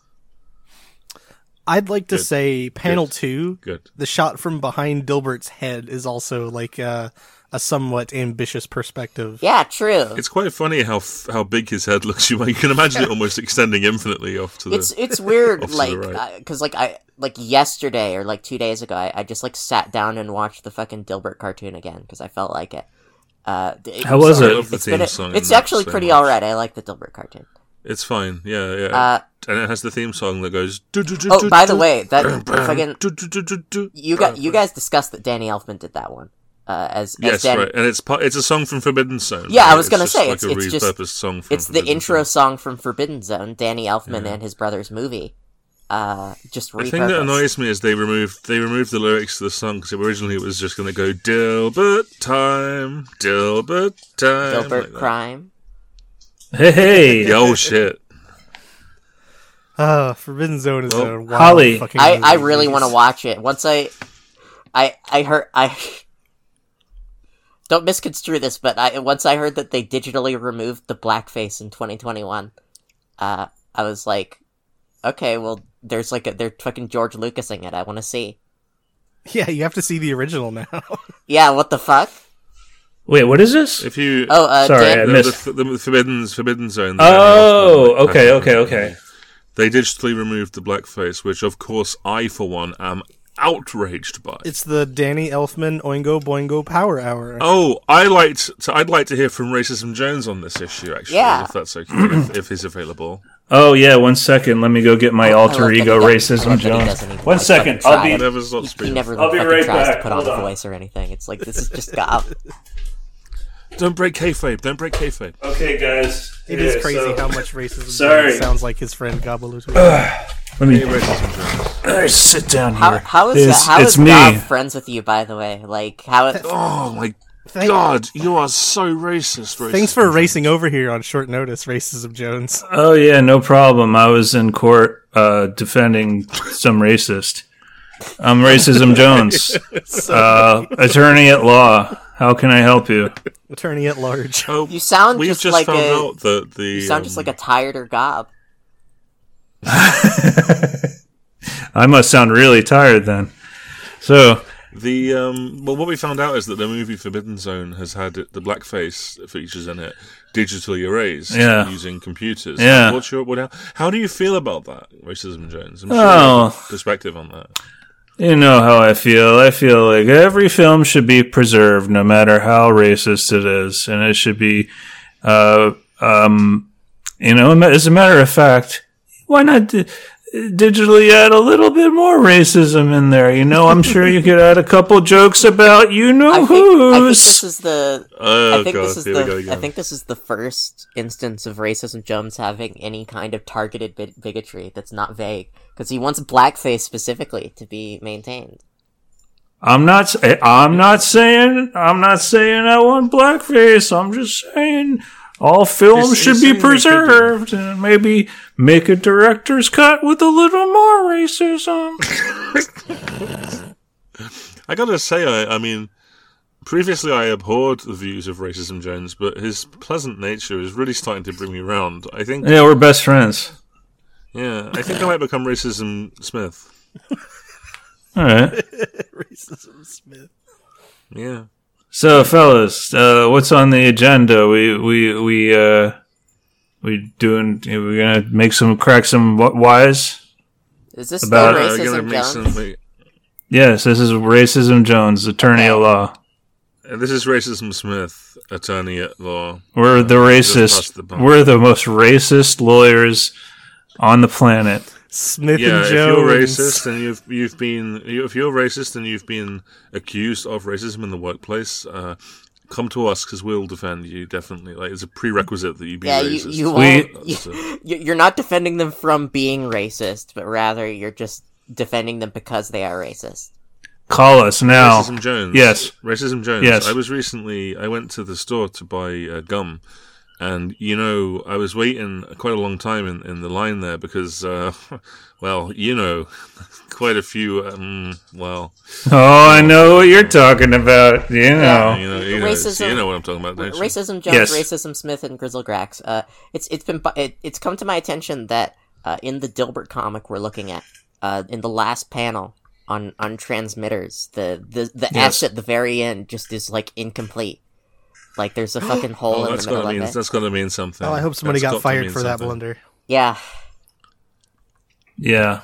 Speaker 2: I'd like to
Speaker 3: Good.
Speaker 2: say panel
Speaker 3: Good.
Speaker 2: two.
Speaker 3: good.
Speaker 2: The shot from behind Dilbert's head is also like uh, a somewhat ambitious perspective.
Speaker 5: Yeah, true. It's
Speaker 3: It's quite funny how f- how big his head looks. [laughs] You, you can imagine it almost extending infinitely off to the.
Speaker 5: it's,
Speaker 3: [laughs]
Speaker 5: weird
Speaker 3: Off to
Speaker 5: like
Speaker 3: the right.
Speaker 5: because like I like yesterday or like two days ago I, I just like sat down and watched the fucking Dilbert cartoon again because I felt like it. Uh, it
Speaker 4: How was
Speaker 3: I
Speaker 4: it?
Speaker 3: love the
Speaker 5: It's,
Speaker 3: theme
Speaker 5: been a-
Speaker 3: song. in
Speaker 5: it's
Speaker 3: that
Speaker 5: actually
Speaker 3: so
Speaker 5: pretty
Speaker 3: much.
Speaker 5: alright. I like the Dilbert cartoon.
Speaker 3: It's fine. Yeah, yeah.
Speaker 5: Uh,
Speaker 3: and it has the theme song that goes.
Speaker 5: oh, by
Speaker 3: [clears throat]
Speaker 5: the way, that fucking you got you guys discussed that Danny Elfman did that one. Uh, as, as
Speaker 3: Yes,
Speaker 5: Danny,
Speaker 3: right, and it's part, it's a song from Forbidden Zone.
Speaker 5: Yeah, I
Speaker 3: right?
Speaker 5: was gonna
Speaker 3: just
Speaker 5: say,
Speaker 3: like
Speaker 5: it's-
Speaker 3: a
Speaker 5: it's just-
Speaker 3: repurposed song. From
Speaker 5: it's the
Speaker 3: Forbidden
Speaker 5: intro
Speaker 3: Zone.
Speaker 5: song from Forbidden Zone, Danny Elfman and his brother's movie. Uh, just repurposed.
Speaker 3: The thing that annoys me is they removed they removed the lyrics to the song because originally it was just gonna go Dilbert time, Dilbert time,
Speaker 5: Dilbert
Speaker 3: like that.
Speaker 5: crime.
Speaker 4: Hey hey.
Speaker 3: Yeah, oh shit!
Speaker 2: Uh, Forbidden Zone is a
Speaker 3: Well,
Speaker 2: wild
Speaker 4: Holly.
Speaker 2: fucking
Speaker 5: I,
Speaker 2: movie.
Speaker 5: I really want to watch it. Once I, I I heard I. Don't misconstrue this, but I once I heard that they digitally removed the blackface in 2021, uh, I was like, okay, well, there's like a they're fucking George Lucasing it. I want to see.
Speaker 2: [laughs] Yeah, you have to see the original now.
Speaker 5: Yeah, what the fuck?
Speaker 4: Wait, what is this?
Speaker 3: If you
Speaker 5: Oh, uh,
Speaker 4: Sorry,
Speaker 5: Dan-
Speaker 4: I
Speaker 3: the,
Speaker 4: missed.
Speaker 3: the, the, the Forbidden Forbidden Zone. the Danny Elfman,
Speaker 4: Oh,
Speaker 3: like,
Speaker 4: okay,
Speaker 3: pattern,
Speaker 4: okay, okay.
Speaker 3: They digitally removed the blackface, which of course I, for one, am outraged by.
Speaker 2: It's the Danny Elfman Oingo Boingo Power Hour.
Speaker 3: Oh, I liked. So I'd like to hear from Racism Jones on this issue, actually,
Speaker 5: Yeah.
Speaker 3: if that's okay, if, if he's available.
Speaker 4: Oh yeah, one second. Let me go get my alter
Speaker 5: love Oh, that he
Speaker 4: ego
Speaker 5: doesn't- I
Speaker 4: racism
Speaker 5: love that he
Speaker 4: Jones.
Speaker 5: doesn't even,
Speaker 4: One
Speaker 5: like,
Speaker 4: second.
Speaker 5: fucking
Speaker 4: I'll
Speaker 5: try
Speaker 4: be
Speaker 5: it.
Speaker 3: Never stops
Speaker 5: He, he
Speaker 3: speaking.
Speaker 5: never
Speaker 4: I'll be
Speaker 5: fucking
Speaker 4: right
Speaker 5: tries
Speaker 4: back.
Speaker 5: to put on
Speaker 4: Hold
Speaker 5: a
Speaker 4: on.
Speaker 5: voice or anything. It's like this is just
Speaker 4: [laughs]
Speaker 5: gob.
Speaker 3: Don't break kayfabe. Don't break kayfabe.
Speaker 4: Okay, guys.
Speaker 2: It is crazy how much
Speaker 4: [laughs]
Speaker 2: racism
Speaker 4: Sorry.
Speaker 2: sounds like his friend Gobbledygook.
Speaker 4: Let me
Speaker 3: Racism Jones.
Speaker 4: Guys, sit down here.
Speaker 5: How, how is
Speaker 4: This-
Speaker 5: that? How
Speaker 4: it's
Speaker 5: is
Speaker 4: me.
Speaker 5: Gob friends with you? By the way, like how it,
Speaker 3: Oh my
Speaker 2: Thank-
Speaker 3: god, you are so racist. racist.
Speaker 2: Thanks for racing over here on short notice, racism Jones.
Speaker 4: Oh yeah, no problem. I was in court uh, defending some racist. I'm racism Jones, uh, attorney at law. How can I help you?
Speaker 2: Attorney at large. [laughs]
Speaker 3: Oh,
Speaker 5: You sound
Speaker 3: we've
Speaker 5: just
Speaker 3: just,
Speaker 5: like
Speaker 3: found
Speaker 5: a-
Speaker 3: out that the
Speaker 5: you sound just like a tireder Gob.
Speaker 4: I must sound really tired then. So
Speaker 3: the um. Well, what we found out is that the movie Forbidden Zone has had it, the blackface features in it digitally erased
Speaker 4: Yeah.
Speaker 3: using computers.
Speaker 4: Yeah.
Speaker 3: What's your what? How, how do you feel about that, racism Jones? I'm sure
Speaker 4: Oh.
Speaker 3: you have a perspective on that.
Speaker 4: you know how I feel. I feel like every film should be preserved, no matter how racist it is, and it should be, uh, um, you know, as a matter of fact, why not di- digitally add a little bit more racism in there? You know, I'm sure you could add a couple jokes about you
Speaker 5: I
Speaker 4: know
Speaker 5: think, I think
Speaker 4: who's.
Speaker 5: this is the.
Speaker 3: Oh
Speaker 5: I think
Speaker 3: god,
Speaker 5: this is
Speaker 3: here we go
Speaker 5: the.
Speaker 3: again.
Speaker 5: I think this is the first instance of racism Jones having any kind of targeted bi- bigotry that's not vague because he wants blackface specifically to be maintained.
Speaker 4: I'm not. s- I'm not saying. I'm not saying I want blackface. I'm just saying all films
Speaker 3: He's-
Speaker 4: should
Speaker 3: he's
Speaker 4: be
Speaker 3: saying they should do.
Speaker 4: preserved, and maybe make a director's cut with a little more racism.
Speaker 3: I gotta say, I, I mean, previously I abhorred the views of racism Jones, but his pleasant nature is really starting to bring me round. I think,
Speaker 4: yeah, we're best friends.
Speaker 3: yeah, I think I might become racism Smith.
Speaker 4: All right.
Speaker 2: racism Smith.
Speaker 3: Yeah,
Speaker 4: So, fellas, uh, what's on the agenda? We we we uh, we doing? We're gonna make some crack some wi- wise.
Speaker 5: Is this
Speaker 4: About-
Speaker 3: Uh,
Speaker 5: still
Speaker 3: gonna
Speaker 5: racism
Speaker 3: make
Speaker 5: Jones?
Speaker 3: some- wait,
Speaker 4: Yes, this is racism Jones, attorney at law.
Speaker 3: uh, this is racism Smith, attorney at
Speaker 4: [laughs]
Speaker 3: law.
Speaker 4: We're the
Speaker 3: just
Speaker 4: racist.
Speaker 3: bust the bump.
Speaker 4: we're the most racist lawyers on the planet.
Speaker 2: Smith
Speaker 3: yeah,
Speaker 2: and
Speaker 3: if
Speaker 2: Jones.
Speaker 3: you're racist and you've you've been you- if you're racist and you've been accused of racism in the workplace, uh, come to us because we'll defend you. Definitely, like it's a prerequisite that you be
Speaker 5: Yeah, you,
Speaker 3: racist.
Speaker 5: you
Speaker 4: We-
Speaker 5: won't. [laughs] You, [laughs] you're not defending them from being racist, but rather you're just defending them because they are racist.
Speaker 4: Call us now.
Speaker 3: Racism Jones.
Speaker 4: Yes.
Speaker 3: Racism Jones.
Speaker 4: Yes.
Speaker 3: I was recently. I went to the store to buy uh, gum, and you know, I was waiting quite a long time in, in the line there because, uh, [laughs] well, you know, [laughs] quite a few. Um, well,
Speaker 4: [laughs] Oh, I know what you're talking about. You know.
Speaker 3: you know, you know,
Speaker 5: Racism-
Speaker 3: you know what I'm talking about. Don't you?
Speaker 5: Racism Jones,
Speaker 4: Yes.
Speaker 5: racism Smith, and Grizzlegrax. Uh, it's it's been bu- it, it's come to my attention that uh, in the Dilbert comic we're looking at, uh, in the last panel on on transmitters, the the the
Speaker 4: Yes.
Speaker 5: S at the very end just is like incomplete. Like
Speaker 3: [gasps]
Speaker 5: there's a fucking hole
Speaker 3: Oh,
Speaker 5: in
Speaker 3: that's
Speaker 5: the middle
Speaker 3: gonna mean
Speaker 5: of it.
Speaker 3: that's gonna mean something.
Speaker 2: Oh, I hope somebody got
Speaker 3: That's to mean
Speaker 2: fired for that
Speaker 3: something.
Speaker 2: blunder.
Speaker 5: Yeah,
Speaker 4: Yeah.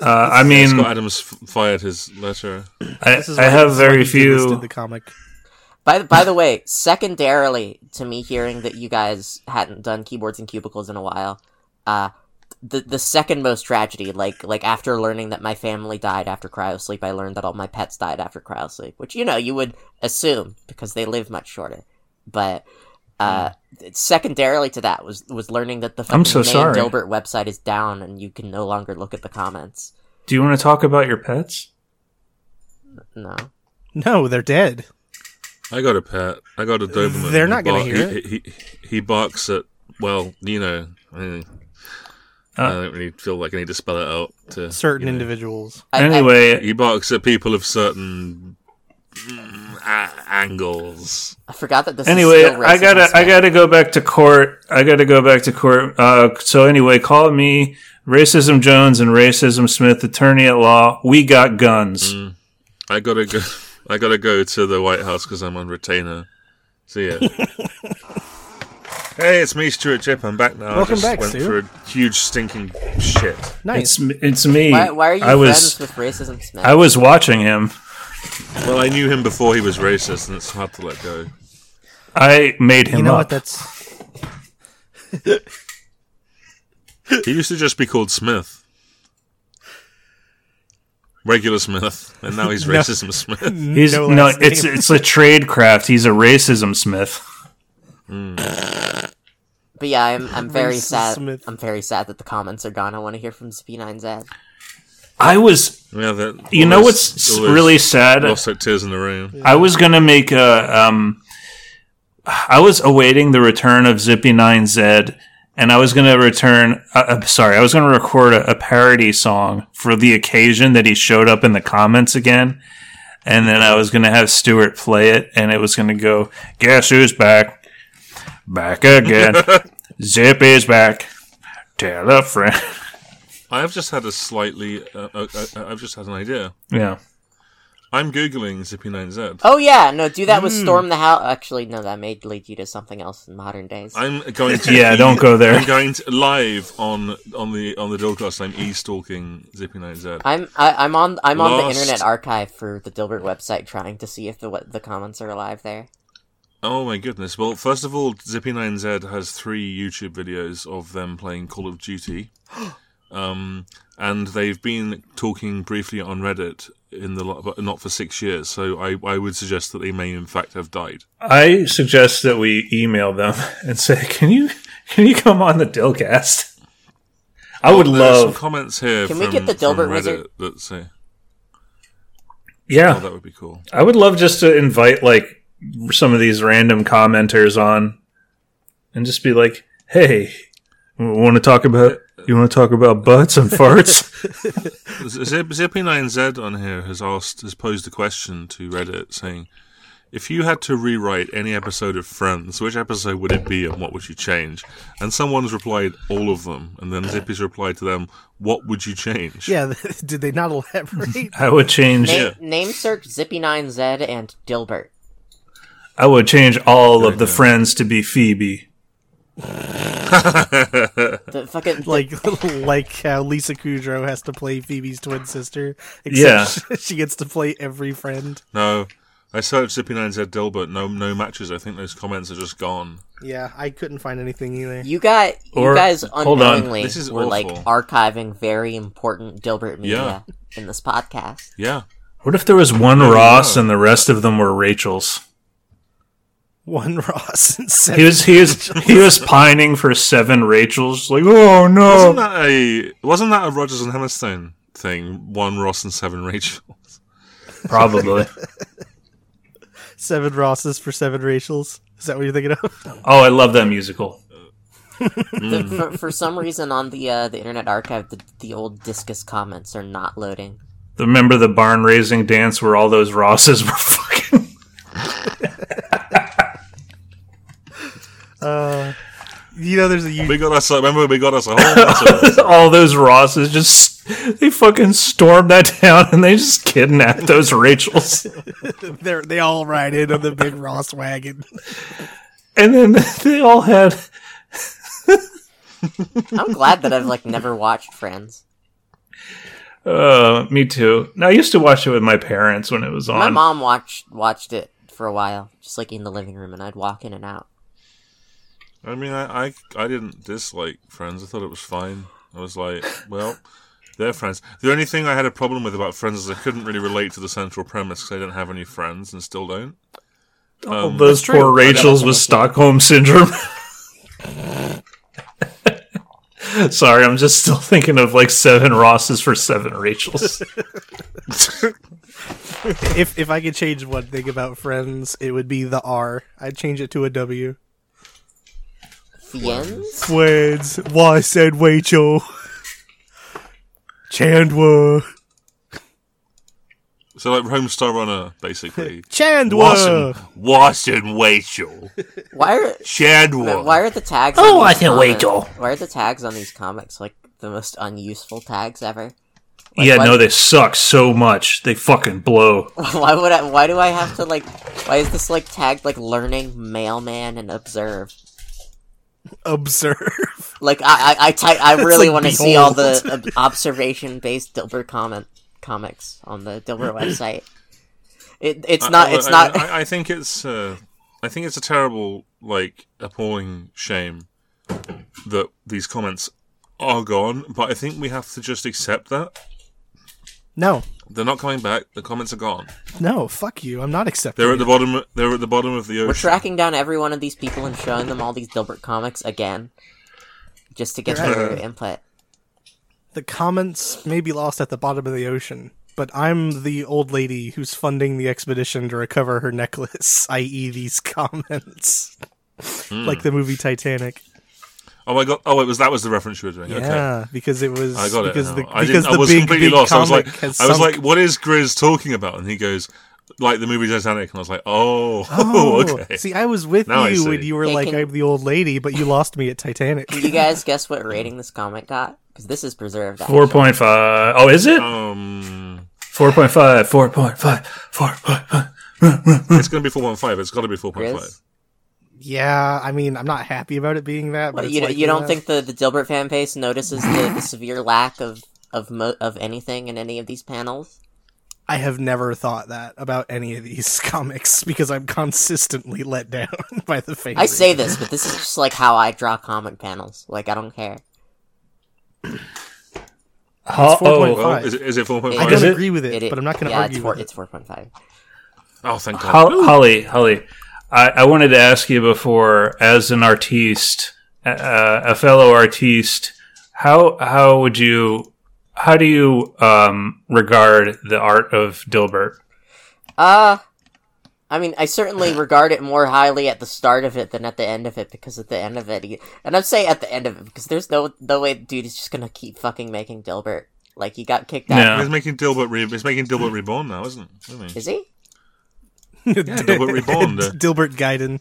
Speaker 4: Uh, I mean,
Speaker 3: Scott Adams f- fired his letter.
Speaker 4: I,
Speaker 2: This is
Speaker 4: I
Speaker 2: why-
Speaker 4: have
Speaker 2: this is why
Speaker 4: very
Speaker 2: you delisted
Speaker 4: few.
Speaker 2: The comic.
Speaker 5: By the, by the way, secondarily to me hearing that you guys hadn't done keyboards and cubicles in a while, uh, the the second most tragedy, like like after learning that my family died after cryosleep, I learned that all my pets died after cryosleep, which you know you would assume because they live much shorter. But uh, secondarily to that was was learning that the
Speaker 4: Hmm. I'm so
Speaker 5: fucking
Speaker 4: sorry.
Speaker 5: main Dilbert website is down and you can no longer look at the comments.
Speaker 4: Do you want to talk about your pets?
Speaker 5: No,
Speaker 2: No, they're dead.
Speaker 3: I got a pet. I got a Doberman.
Speaker 2: Uh, They're
Speaker 3: He
Speaker 2: not gonna
Speaker 3: bark-
Speaker 2: hear
Speaker 3: he, He, he, he barks at. Well, you know, eh, I don't really feel like I need to spell it out. To
Speaker 2: Certain
Speaker 3: you know.
Speaker 2: individuals.
Speaker 5: I- I-
Speaker 4: anyway,
Speaker 3: He barks at people of certain mm, a- angles.
Speaker 5: I forgot that this.
Speaker 4: anyway,
Speaker 5: is still
Speaker 4: I
Speaker 5: racism
Speaker 4: gotta I
Speaker 5: spec.
Speaker 4: gotta go back to court. I gotta go back to court. Uh, so anyway, call me Racism Jones and Racism Smith, attorney at law. We got guns.
Speaker 2: Mm.
Speaker 3: I gotta go. I gotta go to the White House because I'm on retainer. See
Speaker 4: [laughs]
Speaker 3: ya. hey, it's me, Stuart Chip. I'm back now.
Speaker 2: Welcome
Speaker 3: I just
Speaker 2: back,
Speaker 3: went
Speaker 2: Stu.
Speaker 3: for a huge stinking shit.
Speaker 2: Nice.
Speaker 4: It's it's me.
Speaker 5: Why, why are you
Speaker 4: I
Speaker 5: friends
Speaker 4: was
Speaker 5: with racism Smith?
Speaker 4: I was watching him.
Speaker 3: Well, I knew him before he was racist, and it's hard to let go.
Speaker 4: I made him
Speaker 2: you know
Speaker 4: up.
Speaker 2: what? That's
Speaker 3: He used to just be called Smith. Regular Smith, and now
Speaker 4: [laughs]
Speaker 3: he's racism Smith.
Speaker 4: He's
Speaker 2: no
Speaker 4: no,
Speaker 2: last
Speaker 4: it's
Speaker 2: name.
Speaker 4: it's a trade craft. He's a racism Smith.
Speaker 5: But yeah, I'm I'm very
Speaker 2: Racist
Speaker 5: sad.
Speaker 2: Smith.
Speaker 5: I'm very sad that the comments are gone. I want to hear from P9's ad.
Speaker 4: I was.
Speaker 3: Yeah, that,
Speaker 4: You
Speaker 3: all
Speaker 4: know
Speaker 3: those-
Speaker 4: what's
Speaker 3: all those
Speaker 4: really sad?
Speaker 3: lost like tears in the room.
Speaker 4: I was gonna make a. Um, I was awaiting the return of Zippy Nine Z, and I was gonna return. Uh, uh, sorry, I was gonna record a, a parody song for the occasion that he showed up in the comments again, and then I was gonna have Stuart play it, and it was gonna go, "Guess who's back? Back again. Zippy's back. Tell a friend."
Speaker 3: I have just had a slightly. Uh, uh, uh, I've just had an idea.
Speaker 4: yeah.
Speaker 3: I'm googling Zippy9Z.
Speaker 5: Oh yeah, no, do that with
Speaker 2: Hmm.
Speaker 5: Storm the House. Actually, no, that may lead you to something else in modern days.
Speaker 3: I'm going to.
Speaker 4: [laughs] Yeah, don't go there.
Speaker 3: I'm going to, live on on the on the Dillcast. I'm e stalking Zippy9Z.
Speaker 5: I'm I, I'm on I'm on the
Speaker 3: Lost.
Speaker 5: Internet Archive for the Dilbert website, trying to see if the what the comments are alive there.
Speaker 3: Oh my goodness! Well, first of all, Zippy9Z has three YouTube videos of them playing Call of
Speaker 4: [gasps]
Speaker 3: Duty, um, and they've been talking briefly on Reddit in the lo- but not for six years. So I, I would suggest that they may in fact have died.
Speaker 4: I suggest that we email them [laughs] and say, "Can you can you come on the Dillcast?" I would
Speaker 3: There are some
Speaker 4: love,
Speaker 3: comments here.
Speaker 5: Can we
Speaker 3: from,
Speaker 5: get the
Speaker 3: from
Speaker 5: Dilbert
Speaker 3: Reddit
Speaker 5: wizard?
Speaker 3: that say, "Oh,
Speaker 4: yeah,
Speaker 3: that would be cool."
Speaker 4: I would love just to invite like some of these random commenters on, and just be like, "Hey, want to talk about you want to talk about butts
Speaker 3: [laughs]
Speaker 4: and farts?"
Speaker 3: Zip, Zippy9Z on here has asked, has posed a question to Reddit saying, if you had to rewrite any episode of Friends, which episode would it be and what would you change? And someone's replied, all of them. And then Zippy's replied to them, what would you change?
Speaker 2: [laughs] yeah. [laughs] Did they not elaborate?
Speaker 4: I would change.
Speaker 5: Name, name search Zippy9Z and Dilbert.
Speaker 4: I would change all of the friends to be Phoebe.
Speaker 5: The fucking
Speaker 2: like like [laughs] how Lisa Kudrow has to play Phoebe's twin sister.
Speaker 4: Yeah.
Speaker 2: [laughs] Except yeah, she gets to play every friend.
Speaker 3: No. I searched Zippy Nine Z Dilbert. No, no matches. I think those comments are just gone.
Speaker 2: Yeah, I couldn't find anything either.
Speaker 5: You got
Speaker 4: Or-
Speaker 5: you guys
Speaker 4: hold on,
Speaker 5: unknowingly
Speaker 3: this is
Speaker 5: were like
Speaker 3: awful.
Speaker 5: archiving very important Dilbert media in this podcast.
Speaker 3: Yeah,
Speaker 4: What if there was one
Speaker 3: don't
Speaker 4: Ross
Speaker 3: know.
Speaker 4: and the rest of them were Rachel's?
Speaker 2: One Ross and
Speaker 4: [laughs] He
Speaker 2: seven.
Speaker 4: was he was
Speaker 3: [laughs]
Speaker 4: he was pining for seven Rachels. Like, oh
Speaker 3: wasn't
Speaker 4: no,
Speaker 3: that a wasn't that a Rogers and Hammerstein thing? One Ross and seven Rachel. [laughs]
Speaker 4: probably.
Speaker 2: Seven Rosses for seven Rachels. Is that what you're thinking of?
Speaker 4: [laughs] Oh, I love that musical.
Speaker 5: The- for, for some reason, on the uh, the Internet Archive, the, the old discus comments are not loading.
Speaker 4: Remember the barn raising dance where all those Rosses were [laughs] fucking.
Speaker 2: [laughs] You know, there's a you-
Speaker 3: We got us. Remember, we got us a whole. bunch of-
Speaker 4: all those Rosses just they fucking stormed that [laughs] town and they just kidnapped those Rachels.
Speaker 2: they're, they all ride in on the big Ross wagon.
Speaker 4: And then they all had
Speaker 5: I'm glad that I've like never watched Friends.
Speaker 4: uh me too. No, I used to watch it with my parents when it was on.
Speaker 5: My mom watched watched it for a while, just like in the living room, and I'd walk in and out.
Speaker 3: I mean, I, I I didn't dislike Friends. I thought it was fine. I was like, well, they're friends. The only thing I had a problem with about Friends is I couldn't really relate to the central premise because I didn't have any friends and still don't.
Speaker 4: All those
Speaker 5: true.
Speaker 4: poor Rachels with Stockholm syndrome. [laughs] Sorry, I'm just still thinking of like seven Rosses for seven Rachels.
Speaker 2: [laughs] If if I could change one thing about Friends, it would be the R. I'd change it to a W.
Speaker 5: Fiends?
Speaker 2: Friends, why said Rachel? [laughs] Chandwa.
Speaker 3: So like Homestar Runner, basically.
Speaker 2: Chandwa.
Speaker 3: Watson Rachel.
Speaker 5: Why are
Speaker 3: Chadwa.
Speaker 5: why are the tags? Oh, I can't wait, Why are the tags on these comics like the most unuseful tags ever? [laughs]
Speaker 4: yeah,
Speaker 5: what?
Speaker 4: no, they suck so much. They fucking blow.
Speaker 3: Oh,
Speaker 5: Why would I? Why do I have to like? Why is this like tagged like learning mailman and observe?
Speaker 2: Observe.
Speaker 5: Like I I I, type, I really
Speaker 2: like,
Speaker 5: want to see all the
Speaker 2: behold.
Speaker 5: ob- observation based Dilbert comment comics on the Dilbert website. It, [laughs] it's
Speaker 3: I-
Speaker 5: not
Speaker 3: I-
Speaker 5: it's
Speaker 3: I,
Speaker 5: not [laughs]
Speaker 3: I, I think it's. Uh, I think it's a terrible, like, appalling shame that these comments are gone. But I think we have to just accept that
Speaker 2: No,
Speaker 3: they're not coming back. The comments are gone.
Speaker 2: no, fuck you. I'm not accepting.
Speaker 3: They're at the bottom. They're at the bottom of the
Speaker 5: we're
Speaker 3: ocean.
Speaker 5: tracking down every one of these people and showing them all these Dilbert comics again, just to get their input.
Speaker 2: the comments may be lost at the bottom of the ocean, but I'm the old lady who's funding the expedition to recover her necklace, [laughs] i.e., these comments.
Speaker 3: Hmm.
Speaker 2: like the movie Titanic.
Speaker 3: oh my god! Oh, it was that was the reference you were doing. Okay.
Speaker 2: Yeah, because it was.
Speaker 3: I got it.
Speaker 2: because
Speaker 3: now.
Speaker 2: The,
Speaker 3: I,
Speaker 2: because
Speaker 3: didn't,
Speaker 2: the
Speaker 3: I was
Speaker 2: big,
Speaker 3: completely
Speaker 2: big
Speaker 3: lost. I was
Speaker 2: comic
Speaker 3: like, I
Speaker 2: has
Speaker 3: was
Speaker 2: sunk.
Speaker 3: like, what is Grizz talking about? And he goes, like the movie Titanic. And I was like, oh,
Speaker 2: Oh,
Speaker 3: [laughs] okay.
Speaker 2: See, I was with
Speaker 3: Now I
Speaker 2: you
Speaker 3: see.
Speaker 2: when you were
Speaker 5: They
Speaker 2: like,
Speaker 5: can-
Speaker 2: "I'm the old lady," but you lost me at
Speaker 5: [laughs]
Speaker 2: Titanic.
Speaker 5: Can you guys guess what rating this comic got? Because this is preserved.
Speaker 4: Four point five. Oh, is it?
Speaker 3: um,
Speaker 4: Four point five. Four point five. Four point five.
Speaker 3: it's going to be four one five. It's got to be four point five.
Speaker 5: Grizz?
Speaker 2: yeah, I mean, I'm not happy about it being that, but
Speaker 5: But
Speaker 2: it's uh,
Speaker 5: you,
Speaker 2: likely
Speaker 5: you don't
Speaker 2: that.
Speaker 5: think the, the Dilbert fan base notices the, the severe lack of of mo- of anything in any of these panels?
Speaker 2: I have never thought that about any of these [laughs] comics because I'm consistently let down [laughs] by the fans.
Speaker 5: I say this, but this is just like how I draw comic panels. Like I don't care.
Speaker 3: Well,
Speaker 2: 4.5.
Speaker 3: is, it- is it four point
Speaker 5: I
Speaker 2: I
Speaker 5: Is
Speaker 2: don't
Speaker 3: five?
Speaker 4: it?
Speaker 2: agree with it,
Speaker 5: It-
Speaker 2: but I'm not going to
Speaker 5: yeah,
Speaker 2: argue
Speaker 5: It's four,
Speaker 2: with it.
Speaker 5: it's four point five.
Speaker 3: Oh, thank God.
Speaker 4: Hol- Holly, Holly, I, I wanted to ask you before, as an artiste, uh, a fellow artiste, how how would you how do you um, regard the art of Dilbert?
Speaker 5: Uh I mean,
Speaker 2: [laughs]
Speaker 5: I certainly regard it more highly at the start of it than at the end of it because at the end of it, he- and I'm saying at the end of it because there's no no way, the dude is just gonna keep fucking making Dilbert. Like he got kicked out.
Speaker 4: Yeah.
Speaker 3: He's making Dilbert. Re- he's making Dilbert reborn now, isn't he? Isn't he?
Speaker 5: Is he?
Speaker 2: [laughs]
Speaker 5: [laughs]
Speaker 3: Dilbert Reborn, uh,
Speaker 2: Dilbert Gaiden.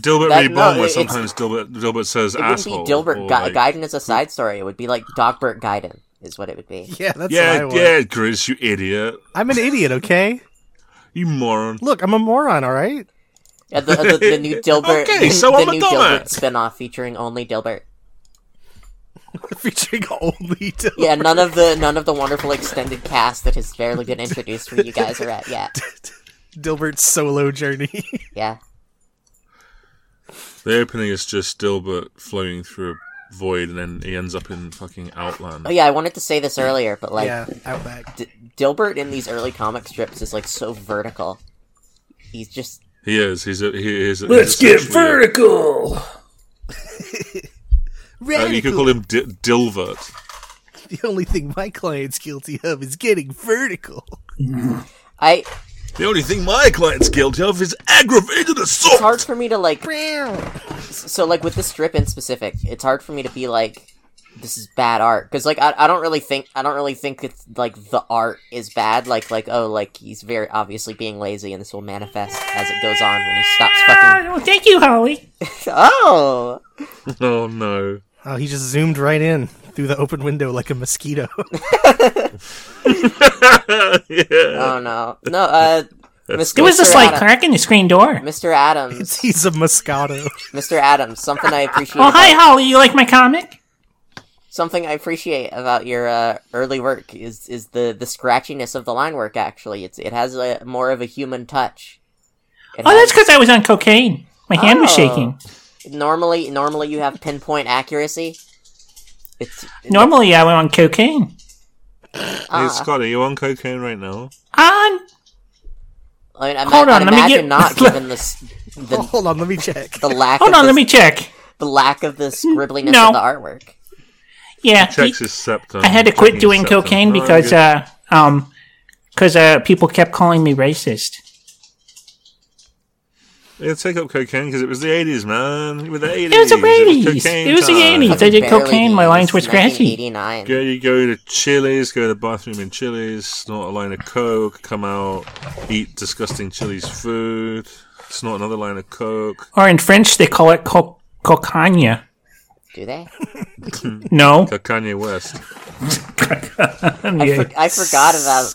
Speaker 3: Dilbert
Speaker 5: That-
Speaker 3: reborn,
Speaker 5: no,
Speaker 3: where
Speaker 5: it-
Speaker 3: sometimes Dilbert, Dilbert says
Speaker 5: It wouldn't be
Speaker 3: asshole.
Speaker 5: Dilbert
Speaker 3: or
Speaker 5: Ga-
Speaker 3: like-
Speaker 5: Gaiden as a side story. It would be like Dogbert Gaiden is what it would be.
Speaker 2: [laughs] Yeah, that's what I
Speaker 3: Yeah,
Speaker 2: want.
Speaker 3: yeah, Grizz, you idiot,
Speaker 2: I'm an idiot, okay?
Speaker 3: you moron.
Speaker 2: Look, I'm a moron, all right?
Speaker 5: Yeah, the, the,
Speaker 3: [laughs]
Speaker 5: the new Dilbert,
Speaker 3: Okay, so
Speaker 5: the
Speaker 3: I'm a
Speaker 5: new
Speaker 3: dumbass.
Speaker 5: Dilbert spin-off featuring only Dilbert.
Speaker 2: [laughs] Featuring only Dilbert.
Speaker 5: Yeah, none of the none of the wonderful extended cast that has barely been introduced for you guys are at yet.
Speaker 2: Dilbert's solo journey.
Speaker 5: Yeah.
Speaker 3: The opening is just Dilbert floating through a void, and then he ends up in fucking Outland.
Speaker 5: Oh yeah, I wanted to say this earlier, but [laughs] like
Speaker 2: yeah, Outback.
Speaker 5: D- Dilbert in these early comic strips is like so vertical. He's just
Speaker 3: He is. He's. A, he is.
Speaker 4: Let's
Speaker 3: he's
Speaker 4: get
Speaker 3: essentially
Speaker 4: vertical.
Speaker 3: A, uh, you could call him D- Dilvert.
Speaker 2: the only thing my client's guilty of is getting vertical.
Speaker 5: I
Speaker 3: The only thing my client's guilty of is aggravated
Speaker 5: it's
Speaker 3: assault.
Speaker 5: hard for me to like so like with this strip in specific, it's hard for me to be like this is bad art because like I, I don't really think I don't really think it's like the art is bad like like oh like he's very obviously being lazy and this will manifest as it goes on when he stops fucking
Speaker 6: Oh, thank you, Holly.
Speaker 5: oh
Speaker 3: Oh no.
Speaker 2: Oh, he just zoomed right in through the open window like a mosquito. [laughs]
Speaker 3: yeah.
Speaker 5: oh no no uh Mr.
Speaker 6: There was a
Speaker 5: Mr.
Speaker 6: slight
Speaker 5: Adam-
Speaker 6: crack in the screen door.
Speaker 5: Mr. Adams
Speaker 2: [laughs] He's a Moscato.
Speaker 5: Mr. Adams something I appreciate
Speaker 6: Oh, hi,
Speaker 5: about-
Speaker 6: Holly. You like my comic?
Speaker 5: something I appreciate about your uh, early work is is the the scratchiness of the line work. Actually, it's it has a more of a human touch. It
Speaker 6: Oh, that's
Speaker 5: has-
Speaker 6: because I was on cocaine. My hand was
Speaker 5: Oh.
Speaker 6: shaking.
Speaker 5: normally normally you have pinpoint accuracy. It's
Speaker 6: Normally, I went on cocaine. uh,
Speaker 3: Hey, Scott, are you on cocaine right now?
Speaker 6: On.
Speaker 5: I mean, I
Speaker 6: Hold
Speaker 5: ma-
Speaker 6: on,
Speaker 5: I'd
Speaker 6: [laughs] let me
Speaker 5: imagine
Speaker 6: get-
Speaker 5: not given the s- the,
Speaker 2: Hold on, let me check.
Speaker 5: the lack
Speaker 6: Hold
Speaker 5: of
Speaker 6: on,
Speaker 5: the,
Speaker 6: let me check.
Speaker 5: the lack of the scribbliness
Speaker 6: No.
Speaker 5: of the artwork.
Speaker 6: Yeah,
Speaker 3: Checks
Speaker 6: he-
Speaker 3: his septum.
Speaker 6: I had to quit doing
Speaker 3: Oh,
Speaker 6: cocaine because uh, um, because uh, people kept calling me racist.
Speaker 3: Yeah, take up cocaine because it was the 80s, man. It was the 80s.
Speaker 6: It was the
Speaker 3: It was,
Speaker 6: eighties.
Speaker 3: cocaine
Speaker 6: It was the
Speaker 3: time.
Speaker 6: eighties. I did
Speaker 5: Barely
Speaker 6: cocaine. My
Speaker 5: the
Speaker 6: lines were
Speaker 5: since
Speaker 6: scratchy.
Speaker 5: 1989.
Speaker 3: Go, you go to Chili's, go to the bathroom in Chili's, snort a line of coke, come out, eat disgusting Chili's food, snort another line of coke,
Speaker 6: Or in French, they call it co- cocagne.
Speaker 5: Do
Speaker 6: [laughs]
Speaker 5: they?
Speaker 6: No,
Speaker 3: go Kanye West.
Speaker 5: I, for- I forgot about.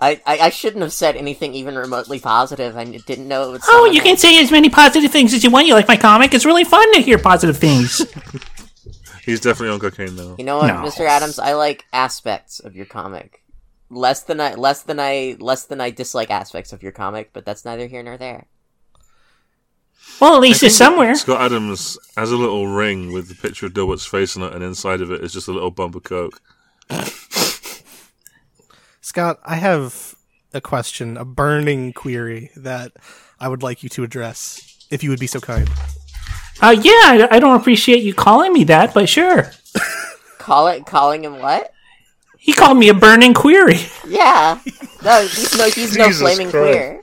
Speaker 5: I, I, I shouldn't have said anything even remotely positive. I didn't know it would.
Speaker 6: Oh,
Speaker 5: sound
Speaker 6: you
Speaker 5: like-
Speaker 6: can say as many positive things as you want. You like my comic? It's really fun to hear positive things.
Speaker 3: He's definitely on cocaine now.
Speaker 5: You know what,
Speaker 6: No.
Speaker 5: Mr. Adams? I like aspects of your comic. Less than I less than I less than I dislike aspects of your comic, but that's neither here nor there.
Speaker 6: Well, at least it's somewhere.
Speaker 3: Scott Adams has a little ring with the picture of Dilbert's face on it, and inside of it is just a little bump of coke.
Speaker 2: Scott, I have a question, a burning query that I would like you to address, if you would be so kind.
Speaker 6: Uh, yeah, I, I don't appreciate you calling me that, but sure.
Speaker 5: Call it calling him what?
Speaker 6: He called me a burning query. [laughs]
Speaker 5: Yeah. No, he's no he's no
Speaker 3: Jesus
Speaker 5: flaming
Speaker 3: Christ.
Speaker 5: queer.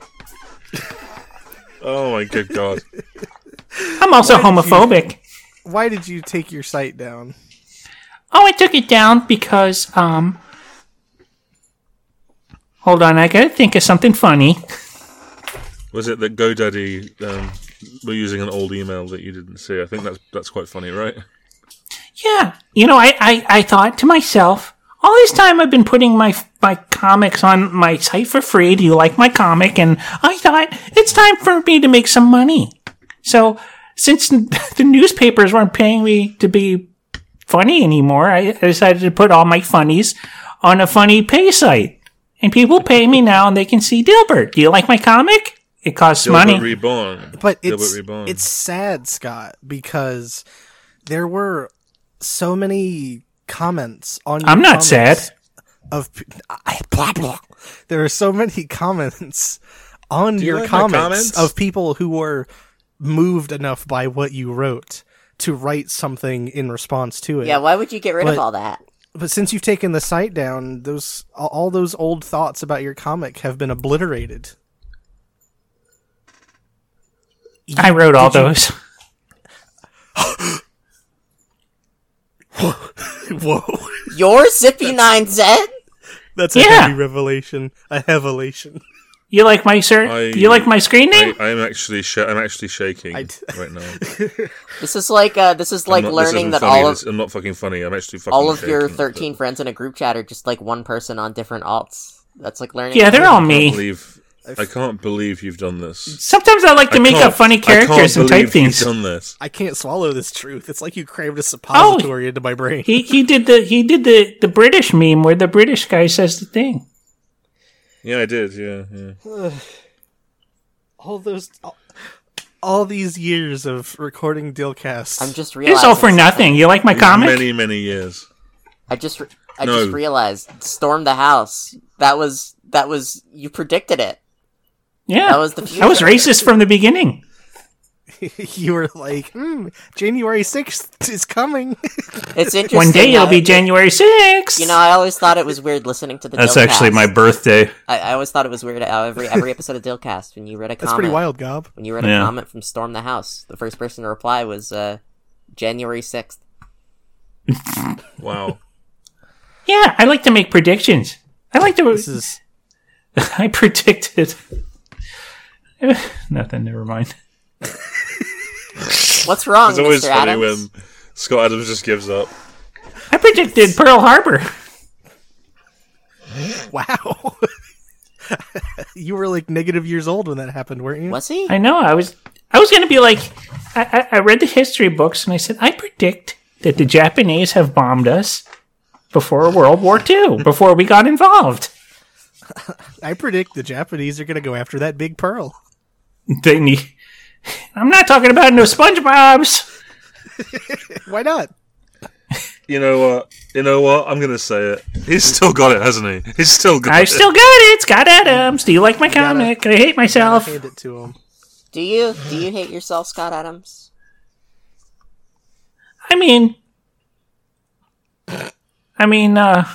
Speaker 3: Oh my good god.
Speaker 6: I'm also homophobic.
Speaker 2: Why did you take your site down?
Speaker 6: Oh, I took it down because um. Hold on, I gotta think of something funny.
Speaker 3: Was it that GoDaddy um, were using an old email that you didn't see? I think that's that's quite funny, right?
Speaker 6: Yeah, you know, I, I, I thought to myself, all this time I've been putting my my comics on my site for free. Do you like my comic? And I thought it's time for me to make some money. So since [laughs] the newspapers weren't paying me to be funny anymore, I decided to put all my funnies on a funny pay site. And people pay me now, and they can see Dilbert. Do you like my comic? It costs money.
Speaker 3: Dilbert Reborn.
Speaker 2: But
Speaker 3: Dilbert
Speaker 2: it's
Speaker 3: Reborn.
Speaker 2: it's sad, Scott, because there were so many comments on.
Speaker 6: I'm
Speaker 2: your
Speaker 6: not
Speaker 2: comments
Speaker 6: sad.
Speaker 2: Of p- I, blah blah. There are so many [laughs] comments on
Speaker 3: you
Speaker 2: your
Speaker 3: like my
Speaker 2: comments,
Speaker 3: comments?
Speaker 2: of people who were moved enough by what you wrote to write something in response to it.
Speaker 5: Yeah, why would you get rid of
Speaker 2: But-
Speaker 5: all that?
Speaker 2: but since you've taken the site down, those all- all those old thoughts about your comic have been obliterated.
Speaker 6: I wrote all those.
Speaker 2: [laughs] Whoa.
Speaker 5: Your Zippy Nine Z?
Speaker 2: That's a
Speaker 6: Yeah.
Speaker 2: heavy revelation. A hevelation.
Speaker 6: You like my sir?
Speaker 3: I-
Speaker 6: you like my screen name?
Speaker 3: I, I'm actually sh- I'm actually shaking
Speaker 2: I d-
Speaker 3: [laughs] right
Speaker 5: [laughs]
Speaker 3: now.
Speaker 5: This is like uh this is like
Speaker 3: I'm not- this
Speaker 5: learning
Speaker 3: isn't
Speaker 5: that
Speaker 3: funny,
Speaker 5: all of
Speaker 3: this- I'm not fucking funny. I'm actually fucking.
Speaker 5: all of your
Speaker 3: shaking, but
Speaker 5: thirteen friends in a group chat are just like one person on different alts. That's like learning
Speaker 6: yeah, they're all
Speaker 3: I can't
Speaker 6: me.
Speaker 3: believe I can't believe you've done this.
Speaker 6: Sometimes I like to make up
Speaker 3: can't-
Speaker 6: funny
Speaker 3: I can't
Speaker 6: characters and type
Speaker 3: believe you've
Speaker 6: things.
Speaker 3: Done this.
Speaker 2: I can't swallow this truth. It's like you crammed a suppository into my brain.
Speaker 6: Oh. He he did the he did the the British meme where the British guy says the thing.
Speaker 3: Yeah, I did. Yeah, yeah.
Speaker 2: all those all, all these years of recording Dillcasts.
Speaker 5: I'm just realizing.
Speaker 6: It's all for nothing. You like my comic?
Speaker 3: Many, many years.
Speaker 5: I just, re- I
Speaker 3: No.
Speaker 5: just realized. Storm the house. That was that was you predicted it.
Speaker 6: yeah.
Speaker 5: That was the future.
Speaker 6: I was racist from the beginning.
Speaker 2: [laughs] you were like, mm, January sixth is coming. [laughs]
Speaker 5: It's interesting.
Speaker 6: One day
Speaker 5: how
Speaker 6: it'll be
Speaker 5: it-
Speaker 6: January 6th.
Speaker 5: You know, I always thought it was weird listening to the.
Speaker 4: That's
Speaker 5: Dillcast.
Speaker 4: actually my birthday.
Speaker 5: I, I always thought it was weird how every every episode of Dillcast when you read a comment.
Speaker 2: That's pretty wild, Gob.
Speaker 5: When you read a
Speaker 4: Yeah.
Speaker 5: comment from Storm the House, the first person to reply was uh, January sixth. [laughs]
Speaker 3: Wow.
Speaker 6: yeah, I like to make predictions. I like to.
Speaker 2: This is
Speaker 6: [laughs] I predicted. [laughs] Nothing, never mind.
Speaker 5: What's wrong,
Speaker 3: It's always
Speaker 5: Mr.
Speaker 3: funny
Speaker 5: Adams?
Speaker 3: when Scott Adams just gives up.
Speaker 6: I predicted Pearl Harbor.
Speaker 2: wow. [laughs] you were like negative years old when that happened, weren't you?
Speaker 5: Was he?
Speaker 6: I know. I was I was going to be like, I, I, I read the history books and I said I predict that the Japanese have bombed us before World War II, before we got involved. [laughs]
Speaker 2: I predict the Japanese are gonna go after that big pearl.
Speaker 6: They need. I'm not talking about no SpongeBob's.
Speaker 2: Why not?
Speaker 3: You know what? You know what? I'm gonna say it. He's still got it, hasn't he? He's still got
Speaker 6: I
Speaker 3: it.
Speaker 6: still got it. It's got Adams. Do you like my comic? I hate myself.
Speaker 2: Hand it to him.
Speaker 5: Do you do you hate yourself, Scott Adams?
Speaker 6: I mean, I mean, uh,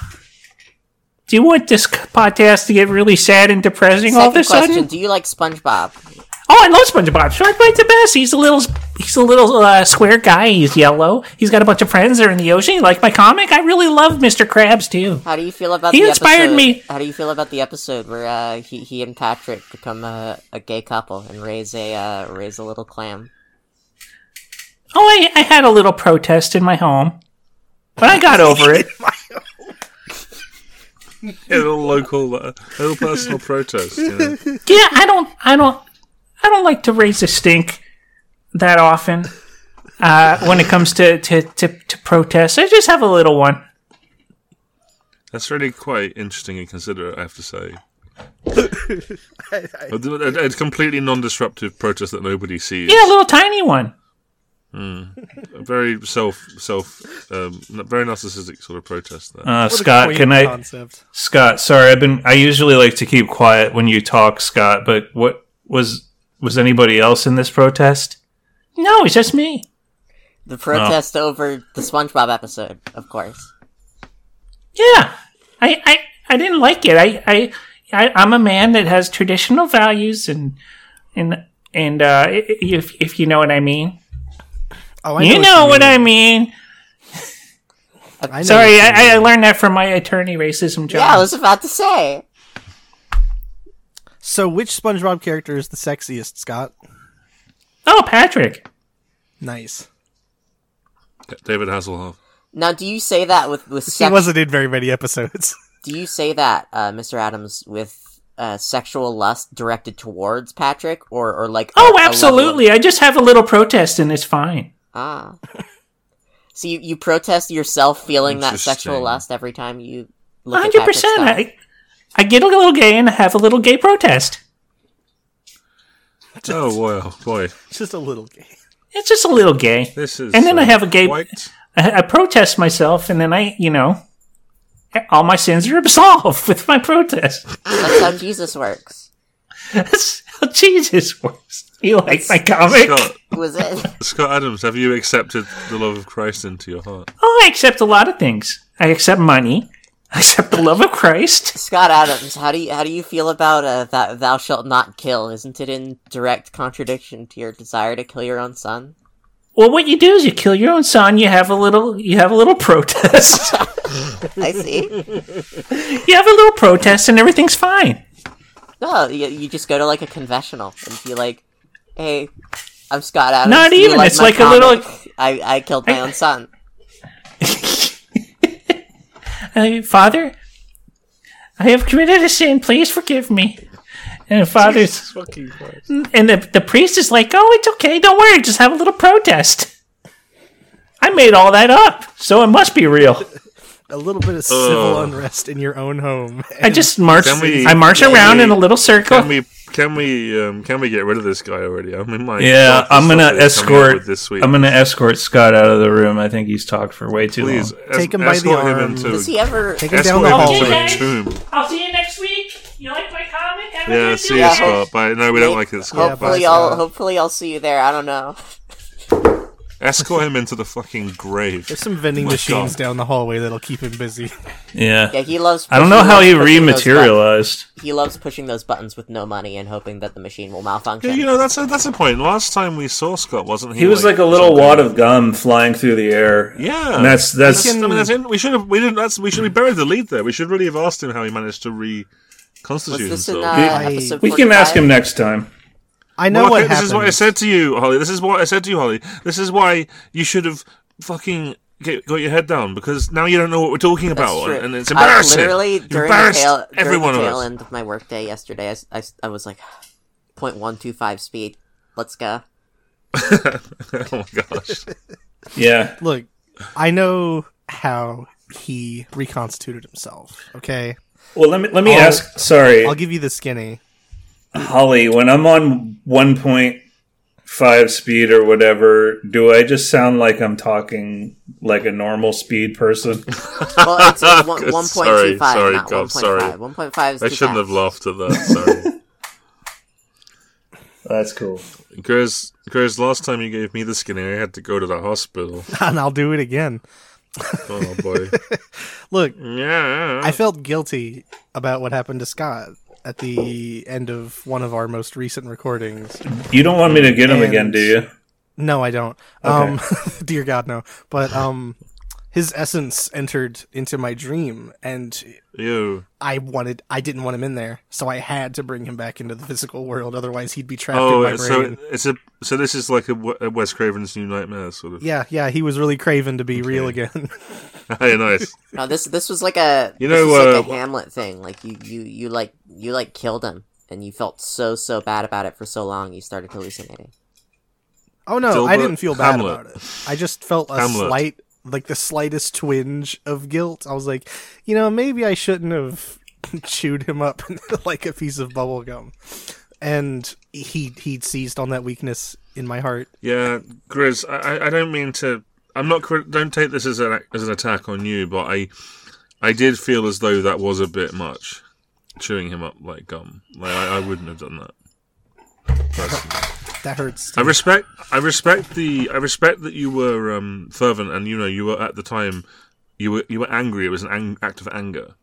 Speaker 6: do you want this podcast to get really sad and depressing all of a
Speaker 5: Second question:
Speaker 6: sudden?
Speaker 5: Do you like SpongeBob?
Speaker 6: Oh, I love SpongeBob. SpongeBob's the best. He's a little, he's a little uh, square guy. He's yellow. He's got a bunch of friends. They're in the ocean. You like my comic? I really love Mr. Krabs too.
Speaker 5: How do you feel about
Speaker 6: He
Speaker 5: the
Speaker 6: inspired
Speaker 5: episode?
Speaker 6: me.
Speaker 5: How do you feel about the episode where uh, he he and Patrick become a, a gay couple and raise a uh, raise a little clam?
Speaker 6: Oh, I, I had a little protest in my home, but I got over
Speaker 2: [laughs]
Speaker 6: it.
Speaker 3: a little local, uh, little personal protest. You know?
Speaker 6: Yeah, I don't, I don't, I don't like to raise a stink that often uh, when it comes to to, to to protests. I just have a little one.
Speaker 3: That's really quite interesting and considerate, I have
Speaker 2: [laughs]
Speaker 3: to say. a, a- a completely non-disruptive protest that nobody sees.
Speaker 6: Yeah, a little tiny one.
Speaker 3: Very self, self, um, n- very narcissistic sort of protest. There.
Speaker 4: Uh,
Speaker 2: What a
Speaker 4: Scott,
Speaker 2: quaint
Speaker 4: can I?
Speaker 2: Concept.
Speaker 4: Scott, sorry, I've been. I usually like to keep quiet when you talk, Scott. But what was was anybody else in this protest?
Speaker 6: No, it's just me.
Speaker 5: The protest over the SpongeBob episode, of course.
Speaker 6: Yeah, I, I, I didn't like it. I, I, I, I'm a man that has traditional values, and and and uh, i- i- if if you know what I mean,
Speaker 2: Oh, I
Speaker 6: you know what I mean.
Speaker 2: I know what
Speaker 6: Sorry,
Speaker 2: you mean.
Speaker 6: I, I learned that from my attorney racism job.
Speaker 5: Yeah, I was about to say.
Speaker 2: So, which SpongeBob character is the sexiest, Scott?
Speaker 6: oh, Patrick.
Speaker 2: Nice.
Speaker 3: David Hasselhoff.
Speaker 5: Now, do you say that with with
Speaker 2: He
Speaker 5: sex-
Speaker 2: wasn't in very many episodes. [laughs]
Speaker 5: Do you say that, uh, Mr. Adams, with uh, sexual lust directed towards Patrick, or or like? a- a
Speaker 6: Oh,
Speaker 5: level of-
Speaker 6: absolutely. I just have a little protest, and it's fine.
Speaker 5: ah. So you, you protest yourself feeling that sexual
Speaker 3: Interesting.
Speaker 5: lust every time you look at
Speaker 6: Hundred
Speaker 5: Patrick's
Speaker 6: percent.
Speaker 5: stuff.
Speaker 6: I, I get a little gay and have a little gay protest.
Speaker 3: Oh wow, boy,
Speaker 2: Just a little gay.
Speaker 6: It's just a little gay.
Speaker 3: this is. um,
Speaker 6: And then I have a gay-
Speaker 3: Quite,
Speaker 6: I, I protest myself, and then I, you know, all my sins are absolved [laughs] with my protest.
Speaker 5: That's how Jesus works.
Speaker 6: That's how Jesus works. You like my comic?
Speaker 3: Scott,
Speaker 5: Was it?
Speaker 3: Scott Adams, have you accepted the love of Christ into your heart?
Speaker 6: Oh, I accept a lot of things. I accept money. [laughs] I accept the love of Christ.
Speaker 5: Scott Adams, how do you how do you feel about uh, that thou shalt not kill? Isn't it in direct contradiction to your desire to kill your own son?
Speaker 6: Well, what you do is you kill your own son. You have a little. You have a little [laughs] protest.
Speaker 5: [laughs] I see.
Speaker 6: you have a little protest, and everything's fine.
Speaker 5: no, you, you just go to like a confessional and be like, "Hey, I'm Scott Adams."
Speaker 6: Not
Speaker 5: Do you
Speaker 6: even, it's
Speaker 5: my
Speaker 6: like a little-
Speaker 5: comic? I I killed my own son.
Speaker 6: Uh, Father, I have committed a sin. Please forgive me. And father's and the, the priest is like, "Oh, it's okay. Don't worry. Just have a little protest." I made all that up, so it must be real.
Speaker 2: A little bit of civil
Speaker 3: Ugh.
Speaker 2: unrest in your own home.
Speaker 6: I just marched.
Speaker 3: Can we-
Speaker 6: I march
Speaker 3: can
Speaker 6: around
Speaker 3: we-
Speaker 6: in a little circle.
Speaker 3: Can we Can we um, can we get rid of this guy already? I'm in my
Speaker 4: Yeah,
Speaker 3: darkest
Speaker 4: I'm
Speaker 3: stuff that he's coming
Speaker 4: gonna
Speaker 3: up
Speaker 4: escort.
Speaker 3: with this week.
Speaker 4: I'm gonna escort Scott out of the room. I think he's talked for way too
Speaker 3: Please
Speaker 4: long.
Speaker 3: es-
Speaker 2: Take him by the
Speaker 3: escort him
Speaker 2: arm.
Speaker 3: into
Speaker 5: Does he ever?
Speaker 2: Take him down
Speaker 3: escort
Speaker 2: the
Speaker 3: him
Speaker 2: hall.
Speaker 3: into a
Speaker 6: Okay.
Speaker 3: tomb.
Speaker 6: I'll see you next week. You like my comic? Have a
Speaker 3: Yeah,
Speaker 6: good
Speaker 3: see
Speaker 6: day.
Speaker 3: you, Scott. Bye. No, we don't like this. Scott.
Speaker 5: Hopefully,
Speaker 2: Yeah,
Speaker 5: I'll
Speaker 2: but-
Speaker 5: hopefully I'll see you there. I don't know.
Speaker 3: Escort him into the fucking grave.
Speaker 2: There's some vending
Speaker 3: My
Speaker 2: machines
Speaker 3: God.
Speaker 2: down the hallway that'll keep him busy.
Speaker 4: Yeah.
Speaker 5: Yeah, he loves.
Speaker 4: I don't know
Speaker 5: he
Speaker 4: how
Speaker 5: loves
Speaker 4: he
Speaker 5: pushing those buttons.
Speaker 4: rematerialized.
Speaker 5: He loves pushing those buttons with no money and hoping that the machine will malfunction.
Speaker 3: Yeah, you know that's a that's a point. Last time we saw Scott, wasn't he?
Speaker 4: He was like a little wad of gum flying through the air.
Speaker 3: Yeah,
Speaker 4: And that's that's
Speaker 3: I mean, that's in, we should have we didn't. That's we should we buried the lead there. We should really have asked him how he managed to
Speaker 5: Was
Speaker 3: reconstitute
Speaker 5: this
Speaker 3: himself.
Speaker 5: in uh,
Speaker 2: He-
Speaker 5: episode
Speaker 4: we can ask
Speaker 5: 45?
Speaker 4: him next time.
Speaker 2: [laughs] I know
Speaker 3: Well,
Speaker 2: what
Speaker 3: okay,
Speaker 2: happens.
Speaker 3: This is what I said to you, Holly. This is what I said to you, Holly. This is why you should have fucking get, got your head down because now you don't know what we're talking
Speaker 5: That's
Speaker 3: about,
Speaker 5: true.
Speaker 3: and it's
Speaker 5: I
Speaker 3: embarrassing.
Speaker 5: literally,
Speaker 3: You
Speaker 5: during the
Speaker 3: embarrassed
Speaker 5: tail, during
Speaker 3: every one
Speaker 5: the
Speaker 3: of
Speaker 5: tail
Speaker 3: us.
Speaker 5: end of my workday yesterday, I, s- I s- I was like, [sighs] 0.125 speed. Let's go.
Speaker 3: [laughs] oh my gosh!
Speaker 4: Yeah.
Speaker 2: Look, I know how he reconstituted himself. Okay,
Speaker 4: Well, let me let me
Speaker 2: I'll-
Speaker 4: ask. Sorry,
Speaker 2: I'll give you the skinny. [laughs]
Speaker 4: Holly. When I'm on 1.5 speed or whatever, do I just sound like I'm talking like a normal speed person?
Speaker 5: Well,
Speaker 3: [laughs]
Speaker 5: it's, it's one,
Speaker 3: Good.
Speaker 5: 1.25,
Speaker 3: Sorry, sorry,
Speaker 5: not
Speaker 3: Gob,
Speaker 5: 1.5.
Speaker 3: sorry.
Speaker 5: 1.5 is
Speaker 3: I
Speaker 5: too
Speaker 3: shouldn't have
Speaker 5: fast.
Speaker 3: laughed at that.
Speaker 2: [laughs]
Speaker 3: Sorry,
Speaker 4: that's cool.
Speaker 3: Chris. Chris, last time you gave me the skinny, I had to go to the hospital.
Speaker 2: and I'll do it again.
Speaker 3: Oh boy!
Speaker 2: [laughs] Look,
Speaker 3: yeah.
Speaker 2: I felt guilty about what happened to Scott at the end of one of our most recent recordings.
Speaker 4: You don't want me to get him
Speaker 2: And-
Speaker 4: again, do you?
Speaker 2: No, I don't. Um [laughs] dear god no. But um his essence entered into my dream and
Speaker 3: Ew.
Speaker 2: I wanted I didn't want him in there, so I had to bring him back into the physical world otherwise he'd be trapped in my
Speaker 3: Oh, so
Speaker 2: brain.
Speaker 3: it- it's a so this is like a, W- a Wes Craven's New Nightmare sort of.
Speaker 2: yeah, yeah, he was really craving to be real again.
Speaker 3: [laughs]
Speaker 2: [laughs]
Speaker 3: Hey, nice.
Speaker 5: No, this this was like a
Speaker 3: You
Speaker 5: you
Speaker 3: know,
Speaker 5: know this was like
Speaker 3: uh,
Speaker 5: a Hamlet thing. Like you you you like you like killed him, and you felt so so bad about it for so long. You started hallucinating.
Speaker 2: Oh no,
Speaker 3: Dilbert
Speaker 2: I didn't feel bad
Speaker 3: Hamlet.
Speaker 2: about it. I just felt a
Speaker 3: Hamlet.
Speaker 2: slight, like the slightest twinge of guilt. I was like, you know, maybe I shouldn't have [laughs] chewed him up [laughs] into, like a piece of bubble gum. And he he seized on that weakness in my heart.
Speaker 3: Yeah, Grizz, I, I- I don't mean to. I'm not. cri- Don't take this as an as an attack on you, but I, I did feel as though that was a bit much, chewing him up like gum. Like I, I wouldn't have done that. Personally.
Speaker 2: That hurts.
Speaker 3: I respect. I respect the. I respect that you were um, fervent, and you know you were at the time. You were you were angry. It was an ang- act of anger.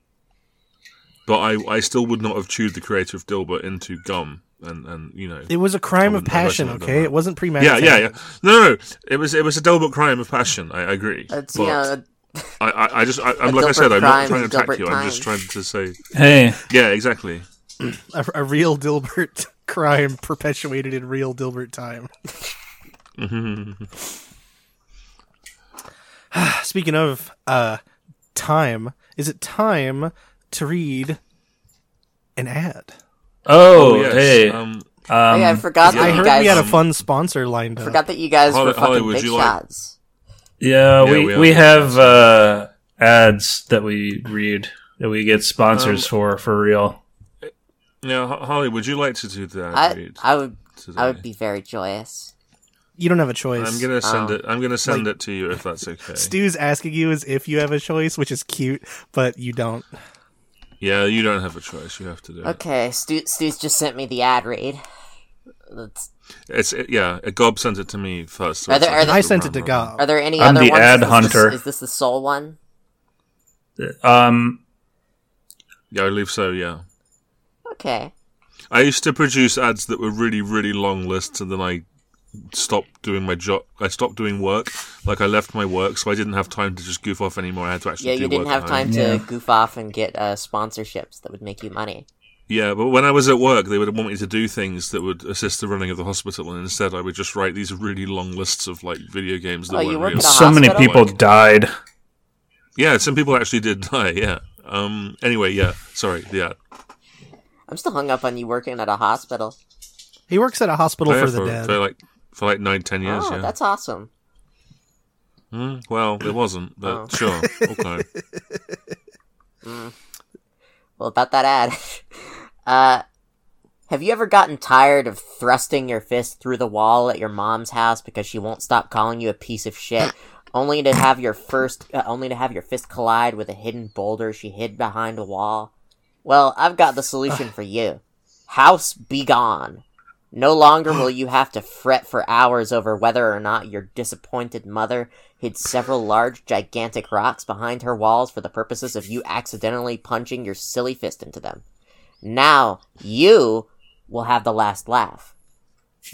Speaker 3: But I, I still would not have chewed the creator of Dilbert into gum, and, and you know
Speaker 2: It was a crime of
Speaker 3: wouldn't- I wish I
Speaker 2: passion.
Speaker 3: would've done
Speaker 2: Okay,
Speaker 3: that.
Speaker 2: it wasn't
Speaker 3: yeah,
Speaker 2: premeditated.
Speaker 3: yeah, yeah. No, no, no. It was it was a deliberate crime of passion. I, I agree.
Speaker 5: It's
Speaker 3: but
Speaker 5: you know
Speaker 3: I, I, I just, I, I'm
Speaker 5: a
Speaker 3: like I said, I'm
Speaker 5: deliberate
Speaker 3: not
Speaker 5: crime
Speaker 3: trying to
Speaker 5: is
Speaker 3: attack
Speaker 5: deliberate
Speaker 3: you. I'm just
Speaker 5: crime.
Speaker 3: trying to say,
Speaker 4: Hey,
Speaker 3: yeah, exactly.
Speaker 2: A, a real Dilbert [laughs] crime perpetuated in real Dilbert time. [sighs] Speaking of uh, time, is it time to read an ad?
Speaker 4: oh,
Speaker 3: yes,
Speaker 4: hey,
Speaker 3: Um,
Speaker 5: oh, yeah, I forgot
Speaker 3: yeah.
Speaker 2: I
Speaker 5: that you
Speaker 2: heard
Speaker 5: guys
Speaker 2: we had a fun sponsor lined up.
Speaker 5: forgot that you guys
Speaker 3: Holly-
Speaker 5: were
Speaker 3: Holly,
Speaker 5: fucking
Speaker 3: would
Speaker 5: big
Speaker 3: you like-
Speaker 5: shots.
Speaker 4: yeah,
Speaker 3: Yeah,
Speaker 4: we
Speaker 3: we
Speaker 4: we,
Speaker 3: have-
Speaker 4: have uh, ads that we read that we get
Speaker 2: Um,
Speaker 4: sponsors for for real.
Speaker 3: now, Ho- Holly, would you like to do that?
Speaker 5: I
Speaker 3: read
Speaker 5: I would
Speaker 3: today?
Speaker 5: I would be very joyous.
Speaker 2: You don't have a choice.
Speaker 3: I'm gonna send
Speaker 5: Oh.
Speaker 3: it. I'm gonna send it to you if that's okay.
Speaker 2: Stu's asking you as if you have a choice, which is cute, but you don't.
Speaker 3: yeah, you don't have a choice. You have to do it.
Speaker 5: Okay, Stu Stu's just sent me the ad read. Let's,
Speaker 3: It's it, yeah. Gob sent it to me first. so
Speaker 5: Are
Speaker 3: it's
Speaker 5: there-
Speaker 3: like
Speaker 5: are
Speaker 3: a
Speaker 2: I
Speaker 3: sort of
Speaker 2: sent it to
Speaker 3: run-run.
Speaker 2: Gob.
Speaker 5: are there any
Speaker 4: I'm
Speaker 5: other
Speaker 4: the
Speaker 5: ones?
Speaker 4: ad
Speaker 5: Is this-
Speaker 4: hunter.
Speaker 5: Is this the sole one?
Speaker 4: Um,
Speaker 3: Yeah, I believe so. Yeah.
Speaker 5: Okay.
Speaker 3: I used to produce ads that were really, really long lists, and then I stopped doing my job. I stopped doing work. Like I left my work, so I didn't have time to just goof off anymore. I had to actually
Speaker 5: Yeah,
Speaker 3: do
Speaker 5: you didn't
Speaker 3: work at
Speaker 5: have time
Speaker 3: home.
Speaker 5: to
Speaker 4: Yeah.
Speaker 5: goof off and get uh, sponsorships that would make you money.
Speaker 3: Yeah, but when I was at work, they would want me to do things that would assist the running of the hospital, and instead I would just write these really long lists of like video games that
Speaker 5: Oh,
Speaker 3: weren't
Speaker 5: you
Speaker 3: real.
Speaker 5: worked at a
Speaker 4: so many
Speaker 5: hospital?
Speaker 4: people died.
Speaker 3: Yeah, some people actually did [laughs] die. Yeah. Um. Anyway, yeah. Sorry. Yeah.
Speaker 5: I'm still hung up on you working at a hospital.
Speaker 2: He works at a hospital
Speaker 3: Yeah,
Speaker 2: for the dead.
Speaker 3: for like for like nine, ten years.
Speaker 5: oh,
Speaker 3: yeah.
Speaker 5: that's awesome.
Speaker 3: Mm, well, it wasn't,
Speaker 5: Oh.
Speaker 3: but
Speaker 5: [laughs]
Speaker 3: sure. Okay.
Speaker 5: Well, about that ad. [laughs] uh, Have you ever gotten tired of thrusting your fist through the wall at your mom's house because she won't stop calling you a piece of shit, only to have your first, uh, only to have your fist collide with a hidden boulder she hid behind a wall? Well, I've got the solution for you. House be gone. No longer will you have to fret for hours over whether or not your disappointed mother hid several large, gigantic rocks behind her walls for the purposes of you accidentally punching your silly fist into them. Now you will have the last laugh.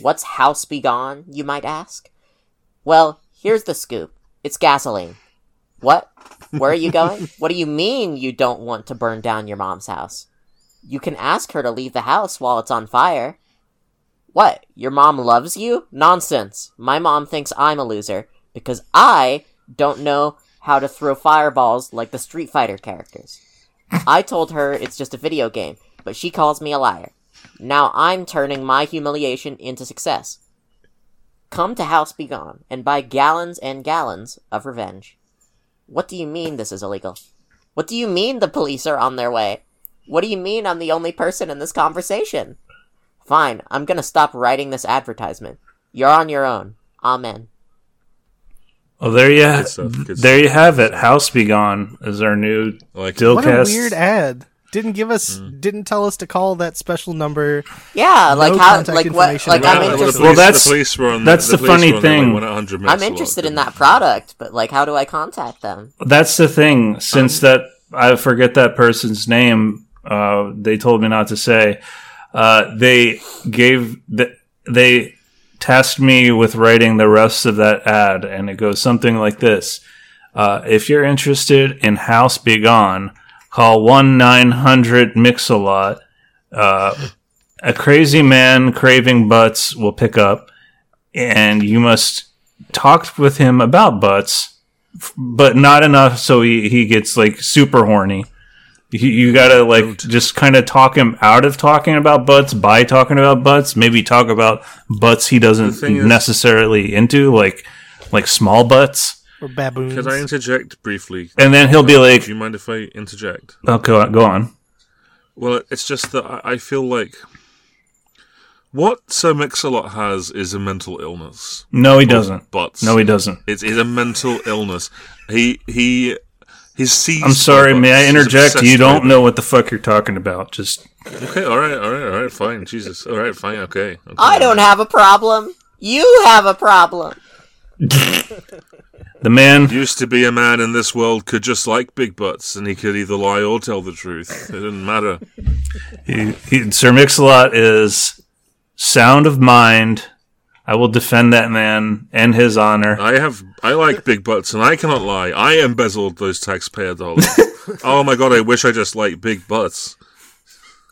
Speaker 5: What's house be gone, you might ask? Well, here's the scoop. It's gasoline. What? Where are you going? what do you mean you don't want to burn down your mom's house? You can ask her to leave the house while it's on fire. What? Your mom loves you? Nonsense. My mom thinks I'm a loser because I don't know how to throw fireballs like the Street Fighter characters. I told her it's just a video game, but she calls me a liar. Now I'm turning my humiliation into success. Come to House Be Gone and buy gallons and gallons of revenge. What do you mean this is illegal? What do you mean the police are on their way? What do you mean I'm the only person in this conversation? Fine, I'm gonna stop writing this advertisement. You're on your own. Amen.
Speaker 4: Well, Oh, there you
Speaker 3: stuff, good
Speaker 4: there you have it. House be gone is our new
Speaker 3: I like it.
Speaker 4: Dillcast.
Speaker 2: What a weird ad. Didn't give us,
Speaker 3: Hmm.
Speaker 2: didn't tell us to call that special number.
Speaker 5: Yeah, like how,
Speaker 2: contact
Speaker 5: like what,
Speaker 2: information
Speaker 5: like
Speaker 2: about
Speaker 3: Well,
Speaker 5: I'm
Speaker 2: it.
Speaker 3: the
Speaker 5: interested.
Speaker 4: Well,
Speaker 3: police-
Speaker 4: that's-
Speaker 3: the police were on
Speaker 4: that's the
Speaker 3: police
Speaker 4: funny
Speaker 3: were on their way
Speaker 4: thing.
Speaker 3: when 100 minutes
Speaker 5: I'm
Speaker 3: a lot,
Speaker 5: interested in
Speaker 3: didn't
Speaker 5: that product, but like, how do I contact them?
Speaker 4: That's the thing.
Speaker 3: Um,
Speaker 4: Since that I forget that person's name, uh, they told me not to say. Uh, they gave th- they tasked me with writing the rest of that ad, and it goes something like this: uh, If you're interested in House Be Gone, call one nine hundred Mix-a-Lot. Uh, a crazy man craving butts will pick up, and you must talk with him about butts but not enough so he, he gets like super horny. You, you gotta like just kind of talk him out of talking about butts by talking about butts. Maybe talk about butts he doesn't
Speaker 3: thing is-
Speaker 4: necessarily into, like like small butts.
Speaker 2: Or baboons.
Speaker 3: Could I interject briefly?
Speaker 4: And then he'll be like,
Speaker 3: Do you mind if I interject?
Speaker 4: "Oh, go on, go on."
Speaker 3: Well, it's just that I- I feel like what Sir Mix-a-Lot has is a mental illness.
Speaker 4: No, he doesn't.
Speaker 3: But
Speaker 4: No, he doesn't.
Speaker 3: It's, it's a mental illness. He he he's seized.
Speaker 4: I'm sorry.
Speaker 3: by
Speaker 4: May I
Speaker 3: books. He's
Speaker 4: interject? You
Speaker 3: obsessed
Speaker 4: don't
Speaker 3: with
Speaker 4: know what the fuck you're talking about. Just
Speaker 3: it. Okay, all right, all right, all right. Fine, Jesus. All right, fine. Okay. okay.
Speaker 5: I don't have a problem. You have a problem.
Speaker 4: the man.
Speaker 3: Used to be a man in this world could just like big butts, and he could either lie or tell the truth. It didn't matter.
Speaker 4: He, he, Sir Mix-a-Lot is sound of mind. I will defend that man and his honor.
Speaker 3: I have I like big butts, and I cannot lie. I embezzled those taxpayer
Speaker 5: [laughs]
Speaker 3: dollars. oh my god! I wish I just liked big butts.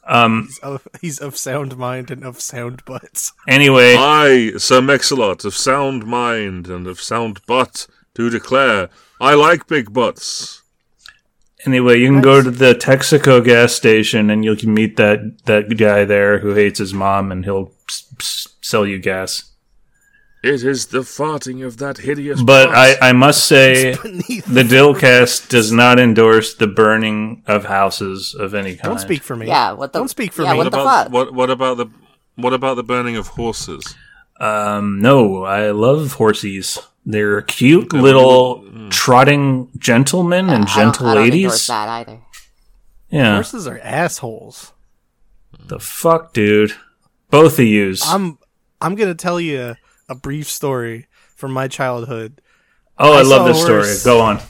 Speaker 4: Um,
Speaker 2: He's of, he's of sound mind and of sound butts.
Speaker 4: Anyway,
Speaker 3: I, Sir Mix-a-Lot, of sound mind and of sound butt, do declare I like big butts.
Speaker 4: anyway, you can go to the Texaco gas station and you can meet that that guy there who hates his mom, and he'll s- s- sell you gas.
Speaker 3: It is the farting of that hideous.
Speaker 4: But
Speaker 3: butt.
Speaker 4: I, I must say,
Speaker 2: [laughs] Beneath.
Speaker 4: the Dillcast does not endorse the burning of houses of any kind.
Speaker 2: Don't speak for me.
Speaker 5: Yeah, what the?
Speaker 2: Don't speak for
Speaker 5: yeah,
Speaker 2: me.
Speaker 5: What the
Speaker 3: about
Speaker 5: fuck?
Speaker 3: what? What about the? What about the burning of horses?
Speaker 4: Um, no, I love horsies. They're cute little trotting gentlemen and
Speaker 5: Uh, I don't,
Speaker 4: gentle
Speaker 5: I don't endorse
Speaker 4: ladies.
Speaker 5: that either.
Speaker 4: Yeah,
Speaker 2: Horses are assholes.
Speaker 4: the fuck, dude. Both of yous.
Speaker 2: I'm I'm gonna tell you a brief story from my childhood. [laughs]
Speaker 4: oh, I,
Speaker 2: I saw
Speaker 4: love
Speaker 2: a
Speaker 4: this story.
Speaker 2: horse.
Speaker 4: Go on.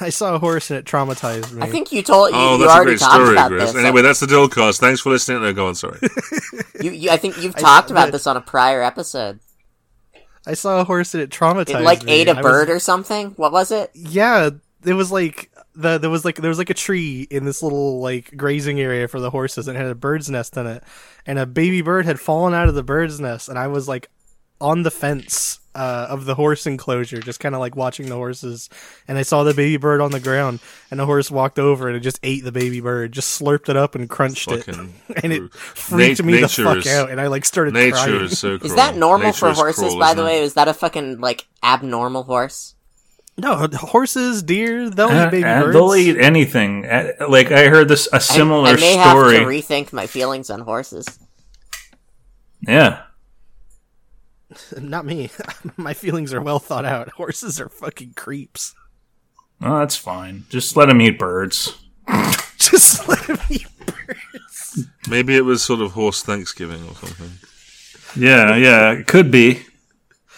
Speaker 2: I saw a horse and it traumatized me.
Speaker 5: I think you told you,
Speaker 3: Oh,
Speaker 5: you
Speaker 3: that's a
Speaker 5: already
Speaker 3: great
Speaker 5: talked
Speaker 3: story,
Speaker 5: about
Speaker 3: Chris.
Speaker 5: this.
Speaker 3: Anyway, that's the Dillcast. Thanks for listening. No, go on. Sorry.
Speaker 5: you, you, I think you've talked about
Speaker 2: that-
Speaker 5: this on a prior episode.
Speaker 2: I saw a horse and it traumatized
Speaker 5: It like
Speaker 2: me.
Speaker 5: ate
Speaker 2: I
Speaker 5: a
Speaker 2: was-
Speaker 5: bird or something. What was it?
Speaker 2: yeah, it was like the there was like there was like a tree in this little like grazing area for the horses and it had a bird's nest in it. And a baby bird had fallen out of the bird's nest and I was like on the fence uh, of the horse enclosure, just kind of like watching the horses, and I saw the baby bird on the ground, and the horse walked over and it just ate the baby bird, just slurped it up and crunched it,
Speaker 3: Fucking-
Speaker 2: [laughs] and it freaked
Speaker 3: Nat-
Speaker 2: me the
Speaker 3: nature
Speaker 2: fuck
Speaker 3: is-
Speaker 2: out, and I like started
Speaker 3: Nature
Speaker 2: crying.
Speaker 3: is so cruel.
Speaker 5: Is that normal
Speaker 3: Nature
Speaker 5: for
Speaker 3: is
Speaker 5: horses?
Speaker 3: cruel,
Speaker 5: by
Speaker 3: isn't
Speaker 5: the
Speaker 3: it?
Speaker 5: way, is that a fucking like abnormal horse?
Speaker 2: No, horses, deer, they'll
Speaker 4: Uh,
Speaker 2: eat Oh, baby
Speaker 4: uh,
Speaker 2: birds.
Speaker 4: They'll eat anything. Uh, Like I heard this a
Speaker 5: I-
Speaker 4: similar
Speaker 5: I, may
Speaker 4: story.
Speaker 5: have to rethink my feelings on horses.
Speaker 4: Yeah.
Speaker 2: Not me. [laughs] My feelings are well thought out. Horses are fucking creeps. [laughs]
Speaker 4: Oh, that's fine. Just let him eat birds.
Speaker 2: Just let them eat birds.
Speaker 3: Maybe it was sort of horse Thanksgiving or something.
Speaker 4: Yeah, yeah. it Could be.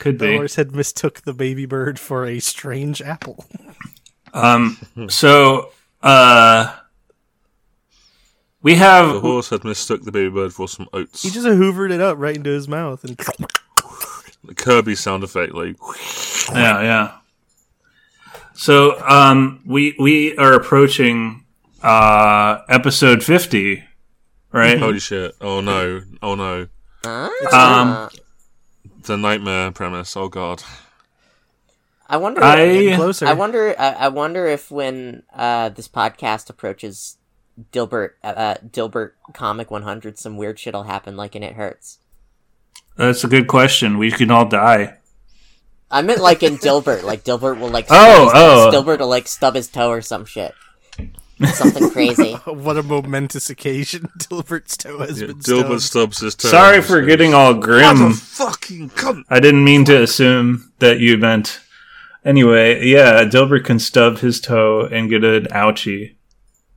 Speaker 4: Could
Speaker 2: The
Speaker 4: be.
Speaker 2: horse had mistook the baby bird for a strange apple.
Speaker 4: So, uh, we
Speaker 3: The
Speaker 4: have.
Speaker 3: horse had mistook the baby bird for some
Speaker 2: [laughs]
Speaker 3: oats.
Speaker 2: He just hoovered it up right into his mouth and [laughs]
Speaker 3: The Kirby sound effect,
Speaker 5: [laughs]
Speaker 3: like
Speaker 4: Yeah, yeah. So, um, we, we are approaching, uh, episode 50, right?
Speaker 3: holy shit! Oh no! Oh no!
Speaker 4: Um,
Speaker 3: The nightmare premise. Oh god!
Speaker 5: I wonder.
Speaker 4: I.
Speaker 2: closer.
Speaker 5: I wonder. I, I wonder if when uh, this podcast approaches Dilbert, uh, Dilbert Comic 100, some weird shit will happen, like in It Hurts.
Speaker 4: That's a good question. We can all die.
Speaker 5: I meant like in Dilbert. Like Dilbert will like.
Speaker 4: [laughs] Oh,
Speaker 5: stub his-
Speaker 4: oh.
Speaker 5: Dilbert will like stub his toe or some shit. Something
Speaker 4: [laughs]
Speaker 5: crazy.
Speaker 2: what a momentous occasion. [laughs] Dilbert's toe has
Speaker 3: Yeah,
Speaker 2: been
Speaker 3: Dilbert
Speaker 2: stoned.
Speaker 3: stubs his toe.
Speaker 4: Sorry for getting all
Speaker 3: What a
Speaker 4: grim.
Speaker 3: fucking cunt!
Speaker 4: I didn't mean to assume that you meant. Anyway, yeah, Dilbert can stub his toe and get an ouchie,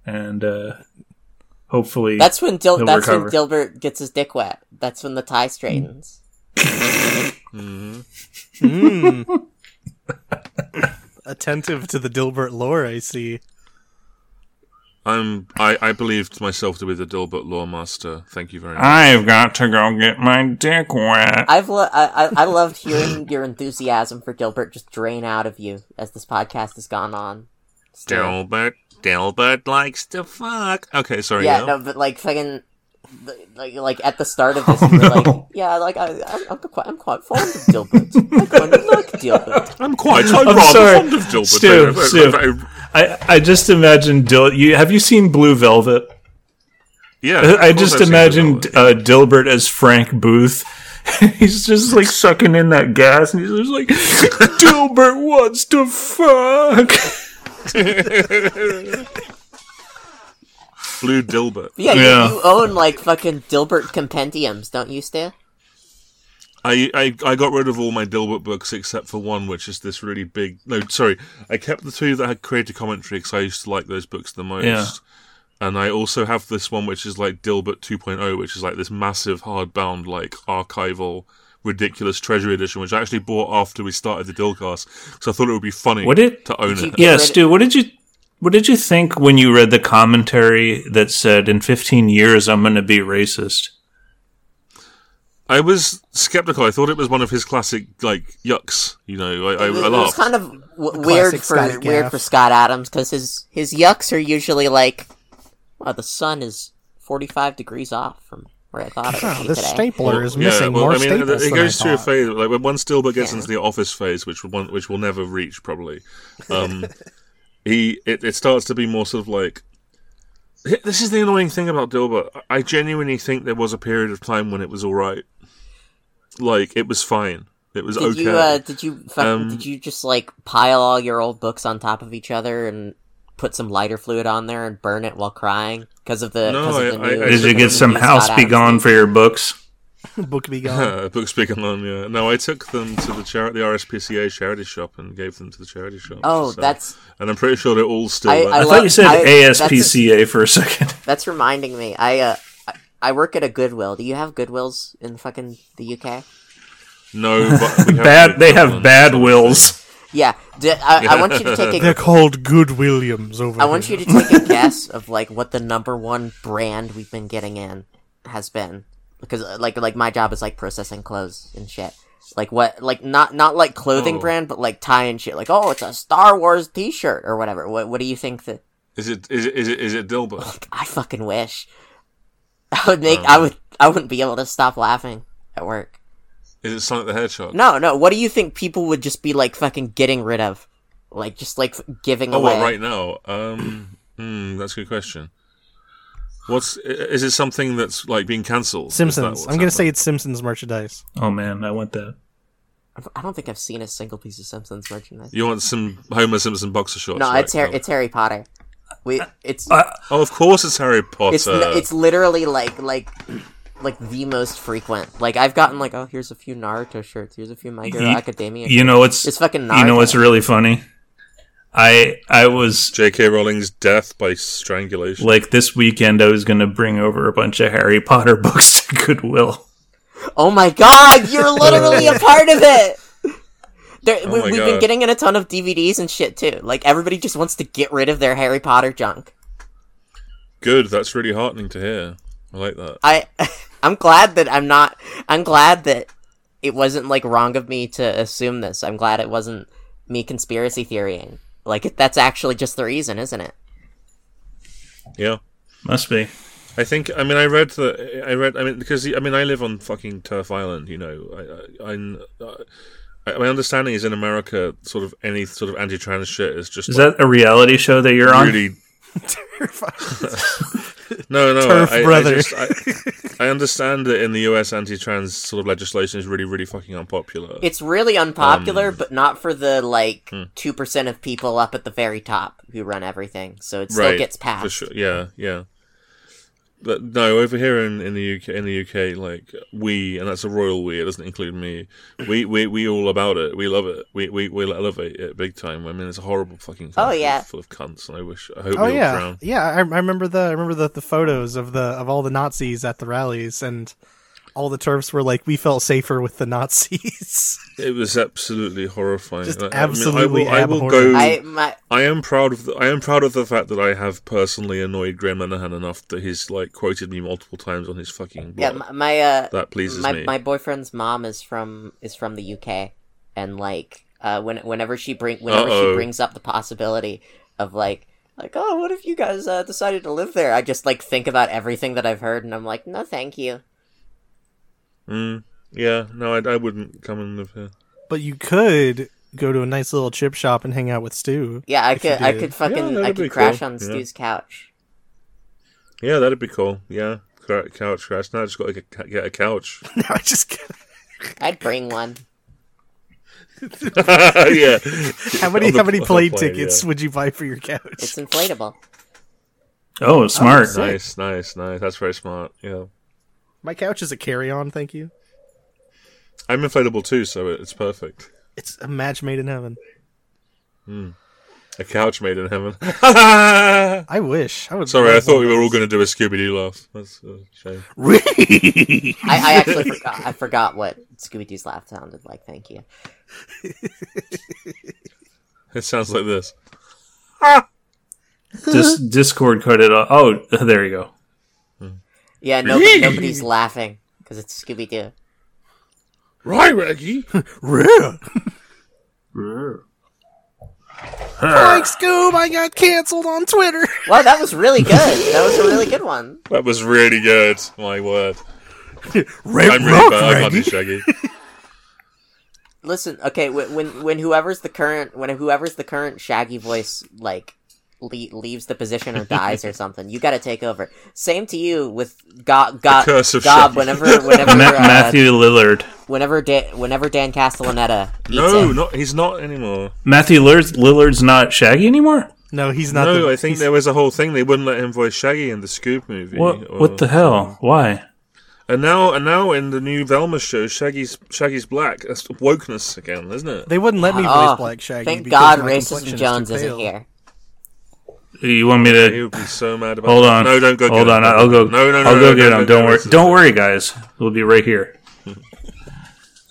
Speaker 4: and uh, hopefully
Speaker 5: That's when Dil-
Speaker 4: He'll
Speaker 5: That's when
Speaker 4: recover.
Speaker 5: Dilbert gets his dick wet. That's when the tie straightens.
Speaker 2: Attentive to the Dilbert lore, I see.
Speaker 3: I'm. I, I believed myself to be the Dilbert Law Master. Thank you very much.
Speaker 4: I've got to go get my dick wet.
Speaker 5: I've lo- I, I I loved hearing your enthusiasm for Dilbert just drain out of you as this podcast has gone on. Still.
Speaker 3: Dilbert. Dilbert likes to fuck. Okay, sorry.
Speaker 5: Yeah,
Speaker 3: now.
Speaker 5: no, but like fucking, th- like, like at the start of this, you were like, yeah, like I, I- I'm quite, I'm quite fond of Dilbert. I kind of like Dilbert.
Speaker 3: I'm quite. I'm,
Speaker 4: [laughs] I'm
Speaker 3: rather
Speaker 4: sorry.
Speaker 3: fond of Dilbert.
Speaker 4: Stu,
Speaker 3: Very- very-
Speaker 4: Stu.
Speaker 3: very-
Speaker 4: I I just imagine Dil. You have you seen Blue Velvet?
Speaker 3: yeah. of
Speaker 4: I
Speaker 3: course I've
Speaker 4: just
Speaker 3: seen
Speaker 4: imagined
Speaker 3: Dilbert.
Speaker 4: uh, Dilbert as Frank Booth. [laughs] he's just like sucking in that gas, and he's just like, [laughs] Dilbert wants to fuck.
Speaker 3: Blue Dilbert.
Speaker 5: Yeah, you-
Speaker 4: Yeah.
Speaker 5: You, own like fucking Dilbert compendiums, don't you, Stu?
Speaker 3: I, I I got rid of all my Dilbert books except for one, which is this really big. No, sorry, I kept the two that had creative commentary because I used to like those books the most.
Speaker 4: Yeah.
Speaker 3: And I also have this one which is like Dilbert 2.0, which is like this massive hardbound, like archival, ridiculous treasury edition, which I actually bought after we started the Dilcast because I thought it would be funny
Speaker 4: Would it-
Speaker 3: to own
Speaker 5: Did you
Speaker 3: it.
Speaker 5: get-
Speaker 4: Yeah,
Speaker 5: rid-
Speaker 4: Stu, what did you what did you think when you read the commentary that said in 15 years I'm going to be racist?
Speaker 3: I was skeptical. I thought it was one of his classic like yucks. You know, I, I,
Speaker 5: It was,
Speaker 3: I
Speaker 5: it was
Speaker 3: laughed.
Speaker 5: kind of w- weird
Speaker 2: classic
Speaker 5: for
Speaker 2: Scott
Speaker 5: weird
Speaker 2: Gaff.
Speaker 5: for Scott Adams because his his yucks are usually like, wow, the sun is 45 degrees off from where I thought it would
Speaker 2: Oh,
Speaker 5: be
Speaker 2: this
Speaker 5: today.
Speaker 2: stapler is missing more staples
Speaker 3: It
Speaker 2: than
Speaker 3: goes
Speaker 2: I
Speaker 3: through a
Speaker 2: thought.
Speaker 3: phase like when one Stilbert gets
Speaker 5: Yeah.
Speaker 3: into the office phase, which one which we'll never reach probably. Um, [laughs] he it, it starts to be more sort of like. This is the annoying thing about Dilbert. I genuinely think there was a period of time when it was all right. Like it was fine. It was
Speaker 5: Did
Speaker 3: okay.
Speaker 5: you uh, did you fu-
Speaker 3: Um,
Speaker 5: did you just like pile all your old books on top of each other and put some lighter fluid on there and burn it while crying because of the?
Speaker 3: No,
Speaker 5: 'cause of the
Speaker 3: I- I-
Speaker 5: new-
Speaker 3: I
Speaker 4: Did you get some
Speaker 5: new
Speaker 4: house
Speaker 5: Scott
Speaker 4: be
Speaker 5: Adams
Speaker 4: gone
Speaker 5: thing?
Speaker 4: for your books?
Speaker 2: [laughs] Book
Speaker 3: [laughs]
Speaker 2: be gone.
Speaker 3: Uh, book speaking on yeah. No, I took them to the charity, the RSPCA charity shop, and gave them to the charity shop.
Speaker 5: Oh,
Speaker 3: so-
Speaker 5: that's
Speaker 3: and I'm pretty sure they're all still.
Speaker 5: I-
Speaker 3: there.
Speaker 5: I
Speaker 4: I
Speaker 5: Well,
Speaker 4: thought you said
Speaker 5: I- that's a-
Speaker 4: ASPCA for a second. [laughs]
Speaker 5: that's reminding me. I uh, I- I work at a Goodwill. Do you have Goodwills in fucking the UK?
Speaker 3: no, but
Speaker 5: [laughs]
Speaker 3: we have
Speaker 4: Bad, they have
Speaker 3: one.
Speaker 4: bad wills.
Speaker 5: Yeah. D I I I want you to take a
Speaker 4: [laughs]
Speaker 2: They're called Good Williams over
Speaker 5: I want you to
Speaker 3: [laughs]
Speaker 5: take a guess of like what the number one brand we've been getting in has been because uh, like like my job is like processing clothes and shit. Like what like not not like clothing
Speaker 3: Oh.
Speaker 5: brand but like tie and shit. Like oh it's a Star Wars T-shirt or whatever. What what do you think that
Speaker 3: Is it is it is it, is it Dilbert?
Speaker 5: I fucking wish [laughs] I would make
Speaker 3: Um.
Speaker 5: I would I wouldn't be able to stop laughing at work.
Speaker 3: Is it Sonic the Hedgehog?
Speaker 5: No no. What do you think people would just be like fucking getting rid of? Like just like f- giving
Speaker 3: Oh,
Speaker 5: away.
Speaker 3: well, right now. Um, hmm, that's a good question. What's i- is it something that's like being cancelled? Is that
Speaker 2: Simpsons.
Speaker 3: what's
Speaker 2: I'm going to say
Speaker 3: happening?
Speaker 2: it's Simpsons [laughs] merchandise.
Speaker 4: Oh man, I want that.
Speaker 5: I don't think I've seen a single piece of Simpsons merchandise.
Speaker 3: you want some Homer Simpson boxer shorts.
Speaker 5: No,
Speaker 3: right?
Speaker 5: it's Harry,
Speaker 3: Come on.
Speaker 5: it's Harry Potter. We it's
Speaker 3: Oh, of course it's Harry Potter.
Speaker 5: it's n- it's literally like like like the most frequent. Like I've gotten like, oh, here's a few Naruto shirts. Here's a few My Hero
Speaker 4: Y-
Speaker 5: Academia.
Speaker 4: You know what's
Speaker 5: It's fucking
Speaker 4: you know
Speaker 5: Naruto.
Speaker 4: what's really funny? I I was
Speaker 3: J.K. Rowling's death by strangulation.
Speaker 4: like this weekend I was gonna bring over a bunch of Harry Potter [laughs] books to Goodwill.
Speaker 5: Oh my god, you're literally a part of it. There, we,
Speaker 3: my
Speaker 5: we've
Speaker 3: God.
Speaker 5: been getting in a ton of DVDs and shit too. Like everybody just wants to get rid of their Harry Potter junk.
Speaker 3: Good, that's really heartening to hear. I like that.
Speaker 5: I, [laughs] I'm glad that I'm not. I'm glad that it wasn't like wrong of me to assume this. I'm glad it wasn't me conspiracy theorying. Like that's actually just the reason, isn't it?
Speaker 3: Yeah.
Speaker 4: Must be.
Speaker 3: I think. I mean, I read the. I read. I mean, because I mean, I live on fucking Turf Island. You know, I. I, I, I my understanding is in America, sort of any sort of anti-trans shit is just
Speaker 4: Is that a reality show that you're on?
Speaker 3: really. No, no,
Speaker 2: Turf
Speaker 3: I, I
Speaker 2: brother.
Speaker 3: just- I, I understand that in the U.S., anti-trans sort of legislation is really, really fucking unpopular.
Speaker 5: It's really unpopular,
Speaker 3: Um,
Speaker 5: but not for the like
Speaker 3: hmm.
Speaker 5: two percent of people up at the very top who run everything. So it still gets passed.
Speaker 3: For sure. Yeah, yeah. But no, over here in, in the UK, in the UK, like we, and that's a royal we. It doesn't include me. We we we all about it. We love it. We we we elevate it big time. I mean, it's a horrible fucking. Thing
Speaker 5: Oh, yeah.
Speaker 3: full of cunts, and I wish. I hope
Speaker 2: Oh
Speaker 3: we all
Speaker 2: yeah,
Speaker 3: drown.
Speaker 2: yeah. I, I remember the I remember the, the photos of the of all the Nazis at the rallies, and all the turfs were like, "We felt safer with the [laughs] Nazis."
Speaker 3: It was absolutely horrifying.
Speaker 2: Just
Speaker 3: And I-
Speaker 2: absolutely
Speaker 3: I, mean, I will, I will
Speaker 2: abhorrent.
Speaker 3: go.
Speaker 5: I my
Speaker 3: I am proud of the, I am proud of the fact that I have personally annoyed Graham Lenihan enough that he's like quoted me multiple times on his fucking
Speaker 5: yeah
Speaker 3: blog.
Speaker 5: my, my uh
Speaker 3: that pleases
Speaker 5: my,
Speaker 3: me.
Speaker 5: my boyfriend's mom is from is from the UK, and like uh, when whenever she bring whenever
Speaker 3: Uh-oh.
Speaker 5: she brings up the possibility of like like oh what if you guys uh, decided to live there, I just like think about everything that I've heard, and I'm like no thank you.
Speaker 3: Mm, yeah, no, I, I wouldn't come and live here.
Speaker 2: but you could go to a nice little chip shop and hang out with Stu. [laughs]
Speaker 5: Yeah, I
Speaker 2: you
Speaker 5: could I
Speaker 2: did.
Speaker 5: could
Speaker 3: Yeah,
Speaker 5: fucking
Speaker 3: that'd
Speaker 5: I
Speaker 3: be
Speaker 5: could crash
Speaker 3: cool.
Speaker 5: on
Speaker 3: Yeah.
Speaker 5: Stu's couch.
Speaker 3: Yeah, that'd be cool. Yeah, Cou- couch crash. Now I just got to get, get a couch.
Speaker 2: [laughs]
Speaker 3: [laughs]
Speaker 2: No, I just kidding.
Speaker 5: I'd bring one.
Speaker 3: yeah.
Speaker 2: how many
Speaker 3: On the-
Speaker 2: how many
Speaker 3: on the
Speaker 2: plane
Speaker 3: plane,
Speaker 2: tickets
Speaker 3: yeah.
Speaker 2: would you buy for your couch?
Speaker 5: It's inflatable.
Speaker 4: Oh, smart.
Speaker 3: Nice, nice, nice. That's very smart. Yeah,
Speaker 2: My couch is a carry on. Thank you.
Speaker 3: I'm inflatable too, so it- it's perfect.
Speaker 2: It's a match made in heaven.
Speaker 3: A couch made in heaven. [laughs]
Speaker 2: I wish. I would.
Speaker 3: Sorry, I
Speaker 2: love
Speaker 3: thought
Speaker 2: one
Speaker 3: we were all
Speaker 2: of those.
Speaker 3: going to do a Scooby Doo laugh. That's a shame. [laughs]
Speaker 5: I, I actually forgot I forgot what Scooby Doo's laugh sounded like. Thank you.
Speaker 3: It sounds like this.
Speaker 5: Oh. [laughs]
Speaker 4: Dis- Discord cut it off. Oh, [laughs] there you go.
Speaker 3: [laughs]
Speaker 5: Yeah, nobody, nobody's laughing because it's Scooby Doo.
Speaker 3: Right, Reggie.
Speaker 2: Thanks, Scoob. I got canceled on Twitter.
Speaker 5: Wow, that was really good. That was a really good one.
Speaker 3: That was really good. My word. I'm really bad. I can't
Speaker 2: [laughs]
Speaker 3: do Shaggy.
Speaker 5: Listen, okay, wh- when when whoever's the current when whoever's the current Shaggy voice like le- leaves the position or dies or something, you got to take over. Same to you with God God
Speaker 3: curse of
Speaker 5: God
Speaker 3: Shaggy. [laughs]
Speaker 5: whenever whenever
Speaker 4: Ma-
Speaker 5: uh,
Speaker 4: Matthew Lillard.
Speaker 5: whenever Dan whenever Dan Castellaneta eats
Speaker 3: No,
Speaker 5: him.
Speaker 3: not he's not anymore.
Speaker 4: Matthew Lillard, Lillard's not Shaggy anymore.
Speaker 2: No, he's not.
Speaker 3: no,
Speaker 2: the,
Speaker 3: I think
Speaker 2: he's-
Speaker 3: there was a whole thing they wouldn't let him voice Shaggy in the Scoob movie.
Speaker 4: What?
Speaker 3: or-
Speaker 4: What the
Speaker 3: Oh.
Speaker 4: hell? Why?
Speaker 3: And now, and now in the new Velma show, Shaggy's Shaggy's black. That's wokeness again, isn't it?
Speaker 2: They wouldn't let me voice
Speaker 5: Oh,
Speaker 2: Black Shaggy.
Speaker 5: Thank
Speaker 2: because
Speaker 5: God,
Speaker 2: my complexion
Speaker 5: racism
Speaker 2: is
Speaker 5: Jones
Speaker 2: too
Speaker 5: isn't
Speaker 2: pale.
Speaker 5: here.
Speaker 4: You want me
Speaker 3: He
Speaker 4: to
Speaker 3: would be so mad about.
Speaker 4: hold
Speaker 3: it.
Speaker 4: on?
Speaker 3: No, don't go.
Speaker 4: Hold
Speaker 3: get
Speaker 4: on.
Speaker 3: him.
Speaker 4: I'll go.
Speaker 3: No, no, no.
Speaker 4: I'll go
Speaker 3: no,
Speaker 4: get
Speaker 3: no,
Speaker 4: him.
Speaker 3: no,
Speaker 4: Don't worry.
Speaker 3: this is-
Speaker 4: Don't worry, guys. We'll be right
Speaker 3: [laughs]
Speaker 4: here.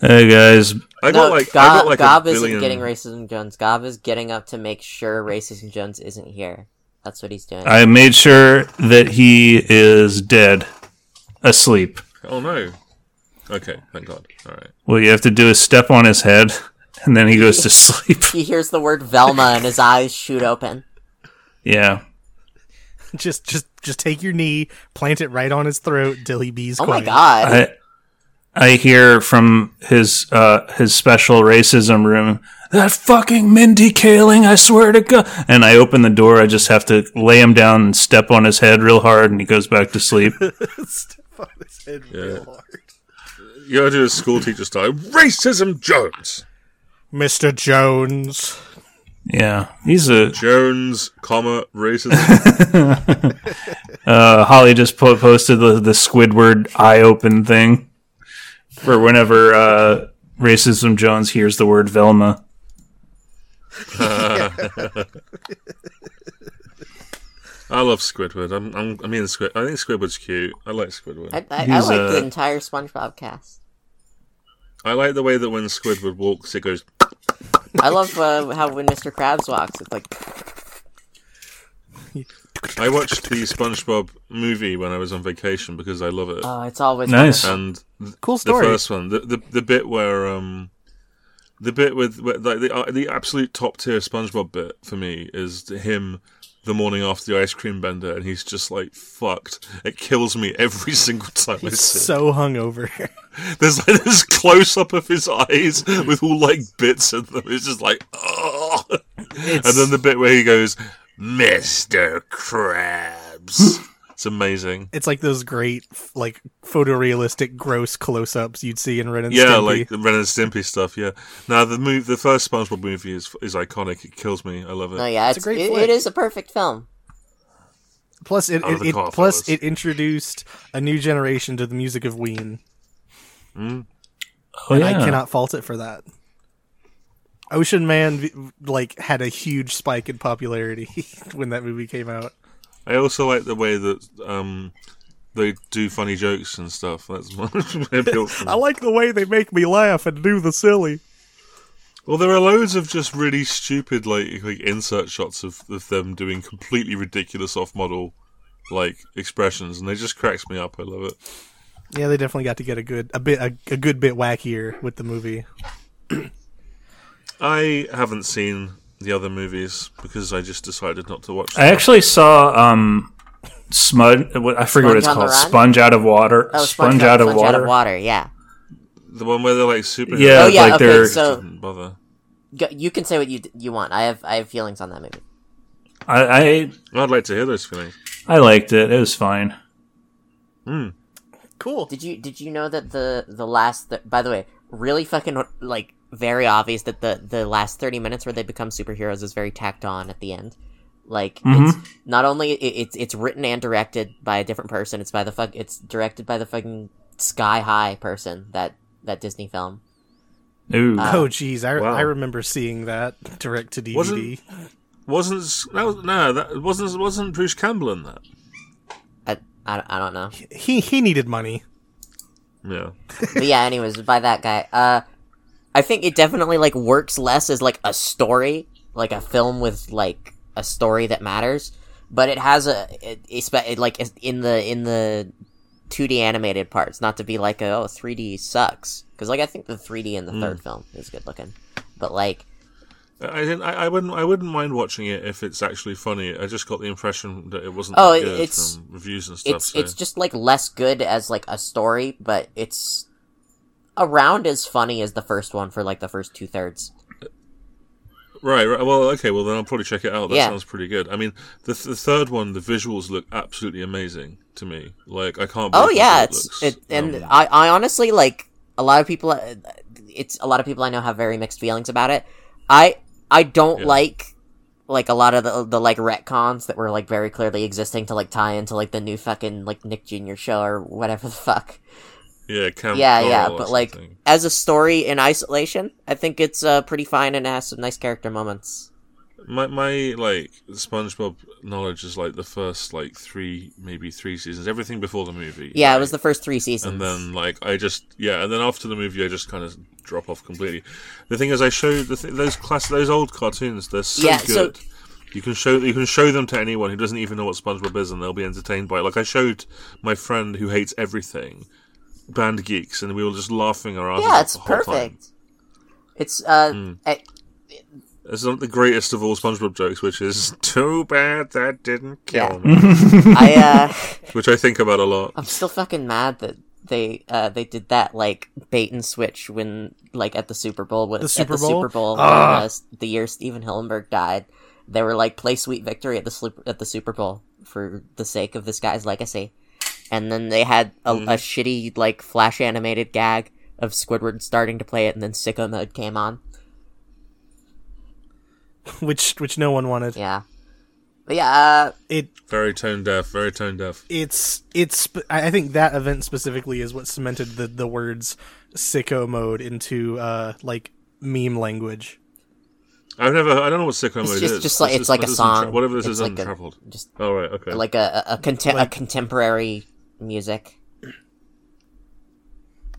Speaker 4: hey guys.
Speaker 3: I got
Speaker 5: No,
Speaker 3: like I
Speaker 5: Gob,
Speaker 3: got like
Speaker 5: Gob
Speaker 3: a
Speaker 5: isn't
Speaker 3: billion.
Speaker 5: getting racism Jones. Gob is getting up to make sure racism Jones isn't here. That's what he's doing.
Speaker 3: Uh,
Speaker 4: I made sure that he is dead, asleep.
Speaker 3: oh no. Okay, thank God. All right.
Speaker 4: What you have to do is step on his head, [laughs] and then he goes to sleep.
Speaker 5: he hears the word Velma and his eyes shoot open.
Speaker 4: Yeah.
Speaker 2: [laughs] Just, just, just take your knee, plant it right on his throat. Dilly B's.
Speaker 5: Oh my
Speaker 2: quiet. [laughs]
Speaker 5: god.
Speaker 4: I I hear from his uh his special racism room that fucking Mindy Kaling, I swear to God. And I open the door. I just have to lay him down and step on his head real hard, and he goes back to sleep.
Speaker 2: Step on his head real hard.
Speaker 3: You gotta do a school teacher style. Racism Jones.
Speaker 2: Mr. Jones.
Speaker 4: Yeah, he's a.
Speaker 3: Jones, comma, racism.
Speaker 5: [laughs]
Speaker 4: Uh, Holly just po- posted the, the Squidward eye open thing for whenever uh, racism Jones hears the word Velma.
Speaker 3: I love Squidward. I'm, I'm, I mean, Squid. I think Squidward's cute. I like Squidward.
Speaker 5: I,
Speaker 3: I,
Speaker 5: I, I
Speaker 4: He's,
Speaker 5: like
Speaker 4: uh,
Speaker 5: the entire SpongeBob cast.
Speaker 3: like the way that when Squidward walks, it goes.
Speaker 5: I love uh, how when Mr. Krabs walks, it's like
Speaker 3: I watched the SpongeBob movie when I was on vacation because I love it.
Speaker 5: oh, it's always
Speaker 4: Nice.
Speaker 3: and th-
Speaker 2: Cool Uh,
Speaker 3: the
Speaker 2: story.
Speaker 3: first one, the, the the bit where um, the bit with where, like the uh, the absolute top tier SpongeBob bit for me is him the morning after the ice cream bender, and he's just like fucked. It kills me every [laughs] single time I
Speaker 2: He's
Speaker 3: see. it.
Speaker 2: so hungover. [laughs]
Speaker 3: There's like this close up of his eyes with all like bits in them. It's just like, oh. And then the bit where he goes, Mr. Krabs.
Speaker 2: [laughs]
Speaker 3: it's amazing.
Speaker 2: It's like those great, f- like photorealistic, gross close-ups you'd see in Ren and
Speaker 3: Yeah,
Speaker 2: Stimpy.
Speaker 3: like the Ren and Stimpy stuff. Yeah. Now the move, the first SpongeBob movie is is iconic. It kills me. I love it.
Speaker 5: No, yeah,
Speaker 2: It's
Speaker 5: it's,
Speaker 2: a great
Speaker 5: it-
Speaker 2: flick.
Speaker 5: it is a perfect film.
Speaker 2: plus, it,
Speaker 3: Out of
Speaker 2: it,
Speaker 3: the
Speaker 2: it-
Speaker 3: car,
Speaker 2: plus
Speaker 3: fellas.
Speaker 2: it introduced a new generation to the music of Ween.
Speaker 4: Oh,
Speaker 2: and
Speaker 4: yeah.
Speaker 2: I cannot fault it for that. Ocean Man v- like had a huge spike in popularity [laughs] when that movie came out.
Speaker 3: I also like the way that um, they do funny jokes and stuff. That's [laughs] my appeal for me.
Speaker 2: like the way they make me laugh and do the silly.
Speaker 3: Well, there are loads of just really stupid, like, like insert shots of, of them doing completely ridiculous off-model, like expressions, and they just cracks me up. I love it.
Speaker 2: Yeah, they definitely got to get a good a bit a, a good bit wackier with the movie.
Speaker 3: I haven't seen the other movies because I just decided not to watch.
Speaker 4: I
Speaker 3: them.
Speaker 4: actually saw um, Smud. what- I forget what it's
Speaker 5: Sponge on
Speaker 4: called.
Speaker 5: the Run?
Speaker 4: Sponge out of water.
Speaker 5: Oh,
Speaker 4: sponge, out, of
Speaker 5: Sponge
Speaker 4: water.
Speaker 5: out of water. Yeah,
Speaker 3: the one where they're like super.
Speaker 4: Yeah,
Speaker 5: Oh, yeah,
Speaker 4: like
Speaker 5: okay,
Speaker 4: they're.
Speaker 5: so-
Speaker 3: didn't bother.
Speaker 5: Go, you can say what you d- you want. I have I have feelings on that movie.
Speaker 4: I, I
Speaker 3: I'd like to hear those feelings.
Speaker 4: I liked it. It was fine.
Speaker 2: Cool.
Speaker 5: Did you did you know that the the last th- by the way really fucking like very obvious that the the last thirty minutes where they become superheroes is very tacked on at the end. Like it's not only it, it's it's written and directed by a different person. It's by the fuck. It's directed by the fucking Sky High person that that Disney film.
Speaker 4: Ooh.
Speaker 5: Uh,
Speaker 4: [laughs]
Speaker 2: Oh jeez, I,
Speaker 3: Wow.
Speaker 2: I remember seeing that direct to DVD.
Speaker 3: Wasn't- Wasn't s- that was, no? That wasn't wasn't Bruce Campbell in that?
Speaker 5: I, I, I don't know.
Speaker 2: He he needed money. [laughs]
Speaker 3: Yeah.
Speaker 5: but yeah, anyways, by that guy. Uh, I think it definitely like works less as like a story, like a film with like a story that matters. But it has a, it, it's spe- it, like it's in the in the 2D animated parts, not to be like a, oh 3D sucks because like I think the 3D in the third film is good looking, but like
Speaker 3: I I didn't. I, I wouldn't. I wouldn't mind watching it if it's actually funny. I just got the impression that it wasn't.
Speaker 5: Oh,
Speaker 3: that
Speaker 5: it-
Speaker 3: good
Speaker 5: it's-
Speaker 3: from reviews and stuff.
Speaker 5: it's
Speaker 3: so.
Speaker 5: it's just like less good as like a story, but it's around as funny as the first one for like the first two thirds.
Speaker 3: Right, right. Well, okay. Well, then I'll probably check it out. That
Speaker 5: Yeah.
Speaker 3: sounds pretty good. I mean, the, th- the third one, the visuals look absolutely amazing to me. Like, I can't.
Speaker 5: Oh
Speaker 3: believe how
Speaker 5: yeah,
Speaker 3: good
Speaker 5: it's
Speaker 3: looks.
Speaker 5: it, and
Speaker 3: Um,
Speaker 5: I, I honestly like a lot of people. uh, It's a lot of people I know have very mixed feelings about it. I I don't
Speaker 3: Yeah.
Speaker 5: like like a lot of the, the like retcons that were like very clearly existing to like tie into like the new fucking like Nick Jr. show or whatever the fuck.
Speaker 3: yeah, Cam
Speaker 5: yeah,
Speaker 3: Coral
Speaker 5: yeah,
Speaker 3: or
Speaker 5: but like
Speaker 3: something.
Speaker 5: as a story in isolation, I think it's uh, pretty fine and it has some nice character moments.
Speaker 3: my my like SpongeBob knowledge is like the first like three, maybe three seasons. Everything before the movie.
Speaker 5: Yeah, it
Speaker 3: right?
Speaker 5: was the first three seasons.
Speaker 3: and then like I just yeah, and then after the movie I just kind of drop off completely. The thing is, I show the th- those class those old cartoons. They're so
Speaker 5: Yeah, so-
Speaker 3: good. you can show you can show them to anyone who doesn't even know what SpongeBob is, and they'll be entertained by it. Like I showed my friend who hates everything, Band Geeks, and we were just laughing our asses
Speaker 5: yeah,
Speaker 3: off
Speaker 5: it's
Speaker 3: the whole time. Hmm.
Speaker 5: perfect. It's uh, I-
Speaker 3: It's not the greatest of all SpongeBob jokes, which is [laughs] too bad that didn't kill me, [laughs]
Speaker 5: I uh.
Speaker 3: which I think about a lot.
Speaker 5: I'm still fucking mad that they uh they did that like bait and switch when like at the Super Bowl with
Speaker 2: The Super
Speaker 5: at the
Speaker 2: Bowl? Ah!
Speaker 5: Super Bowl when, uh, s- the year Steven Hillenberg died. They were like play sweet victory at the slip- at the Super Bowl for the sake of this guy's legacy, and then they had a,
Speaker 2: Mm-hmm.
Speaker 5: a shitty like flash animated gag of Squidward starting to play it, and then sicko mode came on.
Speaker 2: which which no one wanted.
Speaker 5: Yeah. But yeah, uh,
Speaker 2: It
Speaker 3: Very tone deaf. Very tone deaf.
Speaker 2: it's it's sp- I I think that event specifically is what cemented the the words sicko mode into uh like meme language.
Speaker 3: I've never. I don't know what sicko mode
Speaker 5: it's
Speaker 3: it
Speaker 5: just,
Speaker 3: is.
Speaker 5: just like
Speaker 3: This
Speaker 5: it's
Speaker 3: is-
Speaker 5: like a
Speaker 3: this is untra-
Speaker 5: song.
Speaker 3: whatever this
Speaker 5: It's
Speaker 3: is,
Speaker 5: like a-
Speaker 3: untraveled.
Speaker 5: just
Speaker 3: All right. Okay.
Speaker 5: like a a, a, contem- a contemporary music.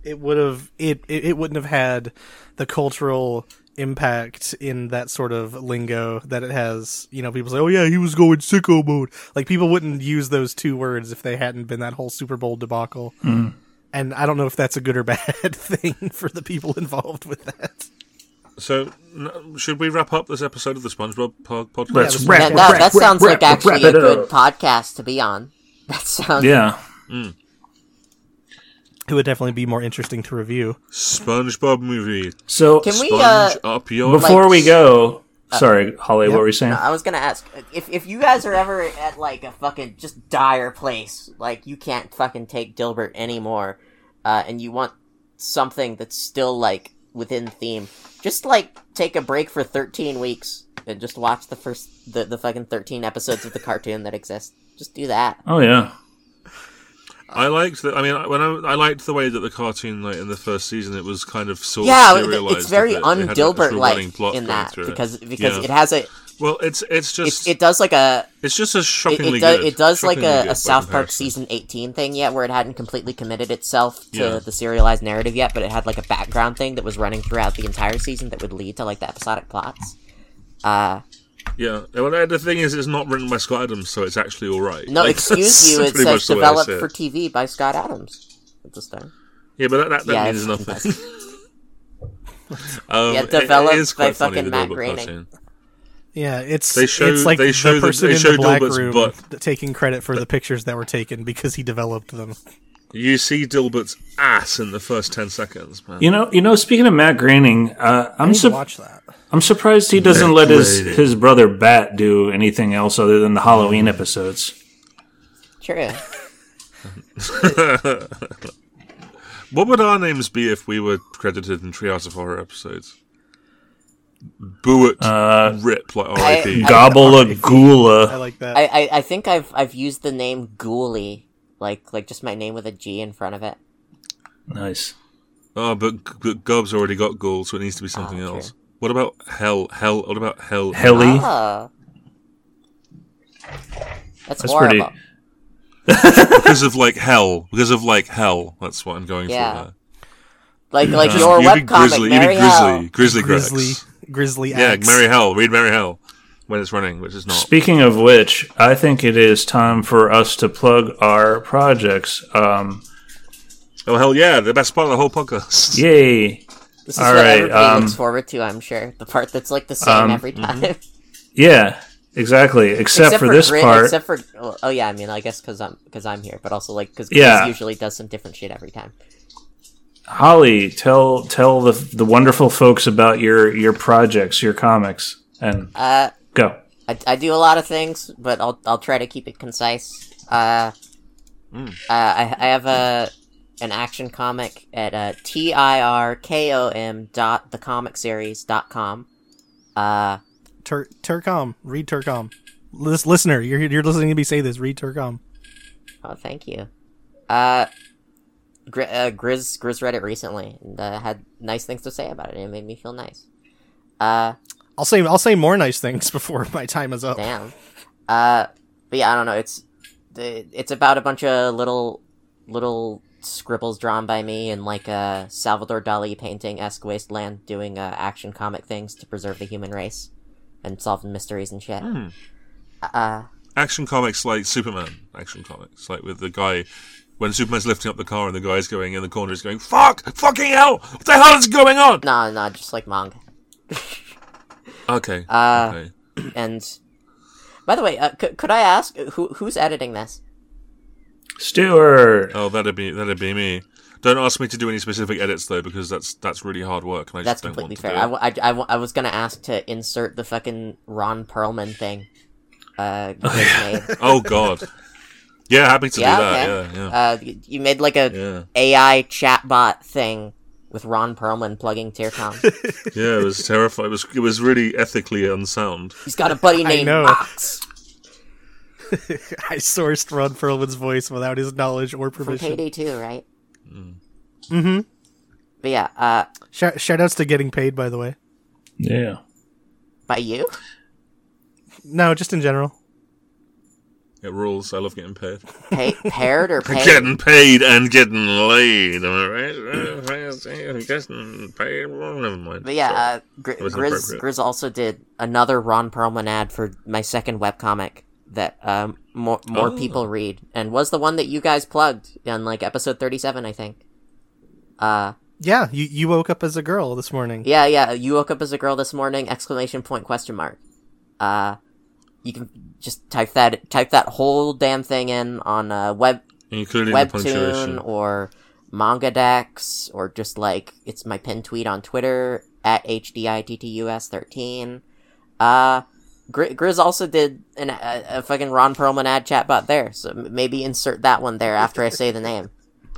Speaker 2: It would have it, it it wouldn't have had the cultural impact in that sort of lingo that it has. You know, people say, "Oh yeah, he was going sicko mode." Like people wouldn't use those two words if they hadn't been that whole Super Bowl debacle. And I don't know if that's a good or [laughs] bad thing for the people involved with that.
Speaker 3: So, n- should we wrap up this episode of the SpongeBob po- podcast?
Speaker 4: Let's
Speaker 2: this-
Speaker 4: wrap
Speaker 5: That,
Speaker 4: it,
Speaker 5: that,
Speaker 4: wrap,
Speaker 5: that
Speaker 4: wrap,
Speaker 5: sounds
Speaker 4: wrap,
Speaker 5: like
Speaker 4: wrap
Speaker 5: actually a
Speaker 4: it
Speaker 5: good
Speaker 4: up.
Speaker 5: podcast to be on. [laughs] That sounds
Speaker 4: Yeah.
Speaker 2: It would definitely be more interesting to review.
Speaker 3: SpongeBob movie.
Speaker 4: So
Speaker 5: Can we,
Speaker 3: Sponge
Speaker 5: uh,
Speaker 3: up your.
Speaker 4: before
Speaker 5: like- uh,
Speaker 4: we go, sorry, Holly, what were you saying?
Speaker 5: No, I was gonna ask if if you guys are ever at like a fucking just dire place, like you can't fucking take Dilbert anymore, uh, and you want something that's still like within theme, just like take a break for thirteen weeks and just watch the first the, the fucking thirteen episodes of the cartoon that exist. Just do that.
Speaker 4: Oh yeah.
Speaker 3: I liked the. I mean, when I, I liked the way that the cartoon, like in the first season, it was kind of sort
Speaker 5: Yeah,
Speaker 3: of serialized.
Speaker 5: it- it's very
Speaker 3: a bit. It had an actual
Speaker 5: un-Dilbert
Speaker 3: running
Speaker 5: like
Speaker 3: plot
Speaker 5: in
Speaker 3: going
Speaker 5: that
Speaker 3: through it.
Speaker 5: because because
Speaker 3: Yeah.
Speaker 5: it has a
Speaker 3: Well, it's it's
Speaker 5: it,
Speaker 3: just
Speaker 5: it does like a
Speaker 3: it's just a
Speaker 5: it,
Speaker 3: shockingly
Speaker 5: it does,
Speaker 3: good.
Speaker 5: it does like
Speaker 3: shockingly
Speaker 5: a,
Speaker 3: good by
Speaker 5: a South Park
Speaker 3: comparison.
Speaker 5: season 18 thing yet where it hadn't completely committed itself to
Speaker 3: Yeah.
Speaker 5: the serialized narrative yet, but it had like a background thing that was running throughout the entire season that would lead to like the episodic plots. Uh,
Speaker 3: Yeah. Well, the thing is, it's not written by Scott Adams, so it's actually all right.
Speaker 5: no,
Speaker 3: Like,
Speaker 5: excuse
Speaker 3: [laughs] that's
Speaker 5: you, it
Speaker 3: pretty
Speaker 5: says
Speaker 3: much the way I
Speaker 5: developed
Speaker 3: see it.
Speaker 5: for TV by Scott Adams. It's just there.
Speaker 3: Yeah, but that, that, that
Speaker 5: Yeah,
Speaker 3: means
Speaker 5: it's
Speaker 3: nothing. [laughs] um,
Speaker 5: Yeah,
Speaker 3: it-
Speaker 5: developed
Speaker 3: it is
Speaker 5: by
Speaker 3: quite funny,
Speaker 5: fucking
Speaker 3: the
Speaker 5: Matt
Speaker 3: Dilbert
Speaker 5: Groening.
Speaker 3: cartoon.
Speaker 2: Yeah, it's
Speaker 3: They show-
Speaker 2: it's like
Speaker 3: they show
Speaker 2: the
Speaker 3: the-
Speaker 2: person
Speaker 3: they
Speaker 2: in the
Speaker 3: show
Speaker 2: black
Speaker 3: Dilbert's
Speaker 2: room
Speaker 3: butt.
Speaker 2: th- taking credit for the pictures that were taken because he developed them.
Speaker 3: You see Dilbert's ass in the first ten seconds, man.
Speaker 4: You know, you know. Speaking of Matt Groening, uh, I'm
Speaker 2: I need to
Speaker 4: sur-
Speaker 2: watch that.
Speaker 4: I'm surprised he doesn't let his
Speaker 3: Groening.
Speaker 4: his brother Bat do anything else other than the Halloween episodes.
Speaker 5: True.
Speaker 3: What would our names be if we were credited in Treehouse of Horror episodes? Boo it, rip, like R.I.P.
Speaker 5: I-
Speaker 4: Gobble a
Speaker 2: I
Speaker 4: gula.
Speaker 2: like that.
Speaker 5: [laughs] I, I, I think I've I've used the name Ghoulie, like like just my name with a G in front of it.
Speaker 4: Nice.
Speaker 3: oh, but, but Gob's already got Ghoul, so it needs to be something
Speaker 5: Ah, true.
Speaker 3: else. What about Hell? Hell? What about Hell?
Speaker 4: Helly.
Speaker 5: Oh.
Speaker 4: That's
Speaker 5: That's,
Speaker 4: pretty-
Speaker 5: horrible.
Speaker 3: because of like Hell. Because of like Hell. That's what I'm going
Speaker 5: Yeah.
Speaker 3: for.
Speaker 5: Like like
Speaker 3: there.
Speaker 5: your
Speaker 3: you be
Speaker 5: webcomic,
Speaker 3: Grizzly. You
Speaker 5: Mary
Speaker 3: be
Speaker 5: Hell.
Speaker 3: Grizzly. Grizzly Grex.
Speaker 2: Grizzly Grizzly
Speaker 3: Yeah,
Speaker 2: axe.
Speaker 3: Mary Hell. Read Mary Hell when it's running, which is not.
Speaker 4: Speaking of which, I think it is time for us to plug our projects. Um,
Speaker 3: Oh hell yeah! The best part of the whole podcast.
Speaker 4: yay.
Speaker 5: This is
Speaker 4: All
Speaker 5: what
Speaker 4: right,
Speaker 5: everybody
Speaker 4: um,
Speaker 5: looks forward to, I'm sure. The part that's like the same every time.
Speaker 4: Yeah, exactly. Except, for, this
Speaker 5: Grit-
Speaker 4: part.
Speaker 5: [laughs] Except for well, oh yeah, I mean I guess because I'm because I'm here, but also like because
Speaker 4: Yeah.
Speaker 5: usually does some different shit every time.
Speaker 4: Holly, tell tell the the wonderful folks about your your projects, your comics, and
Speaker 5: Uh,
Speaker 4: go.
Speaker 5: I, I do a lot of things, but I'll I'll try to keep it concise. Uh,
Speaker 4: Hmm.
Speaker 5: uh I I have a an action comic at uh, t i r k o m dot the comic series dot com. Uh,
Speaker 2: Tur- Turcom. Read Turcom. Lis- listener, you're you're listening to me say this. Read Turcom.
Speaker 5: Oh, thank you. Uh, Gri- uh Grizz Grizz read it recently and uh, had nice things to say about it, and it made me feel nice. Uh,
Speaker 2: I'll say I'll say more nice things [laughs] before my time is up.
Speaker 5: damn. [laughs] Uh, but yeah, I don't know. It's it's about a bunch of little little scribbles drawn by me in like a Salvador Dali painting esque wasteland, doing uh, action comic things to preserve the human race and solving mysteries and shit. Uh,
Speaker 3: Action comics like Superman. Action comics like with the guy when Superman's lifting up the car and the guy's going in the corner is going fuck fucking hell what the hell is going on?
Speaker 5: no, no, just like manga.
Speaker 3: Okay.
Speaker 5: Uh,
Speaker 3: okay.
Speaker 5: And by the way, uh, c- could I ask who who's editing this?
Speaker 4: Stuart,
Speaker 3: Oh, that'd be that'd be me. Don't ask me to do any specific edits though, because that's that's really hard work. And I
Speaker 5: That's
Speaker 3: just don't
Speaker 5: completely
Speaker 3: want to
Speaker 5: fair.
Speaker 3: do
Speaker 5: I,
Speaker 3: it.
Speaker 5: w- I, I w- I was gonna ask to insert the fucking Ron Perlman thing.
Speaker 3: [laughs]
Speaker 5: Uh, you guys made.
Speaker 3: oh
Speaker 5: [laughs]
Speaker 3: god. Yeah, happy to
Speaker 5: Yeah,
Speaker 3: do that.
Speaker 5: okay.
Speaker 3: Yeah, yeah.
Speaker 5: uh, you you made like a
Speaker 3: yeah.
Speaker 5: AI chatbot thing with Ron Perlman
Speaker 3: [laughs]
Speaker 5: plugging Tearcom.
Speaker 3: Yeah, it was terrifying. It was it was really ethically unsound.
Speaker 5: He's got a buddy named
Speaker 2: know.
Speaker 3: [laughs]
Speaker 5: Ox
Speaker 2: I sourced Ron Perlman's voice without his knowledge or
Speaker 5: from
Speaker 2: permission.
Speaker 5: Payday 2, right? Mm. Mm-hmm. But yeah, uh,
Speaker 2: Shout, shout outs to getting paid, by the way.
Speaker 4: Yeah.
Speaker 5: by you?
Speaker 2: No, just in general.
Speaker 3: It rules. I love getting paid.
Speaker 5: Pay- paired
Speaker 3: [laughs]
Speaker 5: or paid?
Speaker 3: Getting paid and getting laid. Am I right? getting paid. Well, never mind.
Speaker 5: But yeah, uh, Gri-
Speaker 3: It was
Speaker 5: Grizz,
Speaker 3: inappropriate.
Speaker 5: Grizz also did another Ron Perlman ad for my second webcomic that um, more, more
Speaker 3: Oh.
Speaker 5: people read and was the one that you guys plugged in like episode 37, I think. Uh,
Speaker 2: Yeah, you, you woke up as a girl this morning.
Speaker 5: yeah, yeah, you woke up as a girl this morning, exclamation point, question mark. Uh, you can just type that, type that whole damn thing in on uh, web,
Speaker 3: including the punctuation.
Speaker 5: Webtoon or Manga Dex or just like it's my pinned tweet on Twitter at HDITTUS13. Uh, Gri- Grizz also did an, a, a fucking Ron Perlman ad chatbot there, so m- maybe insert that one there after I say the name.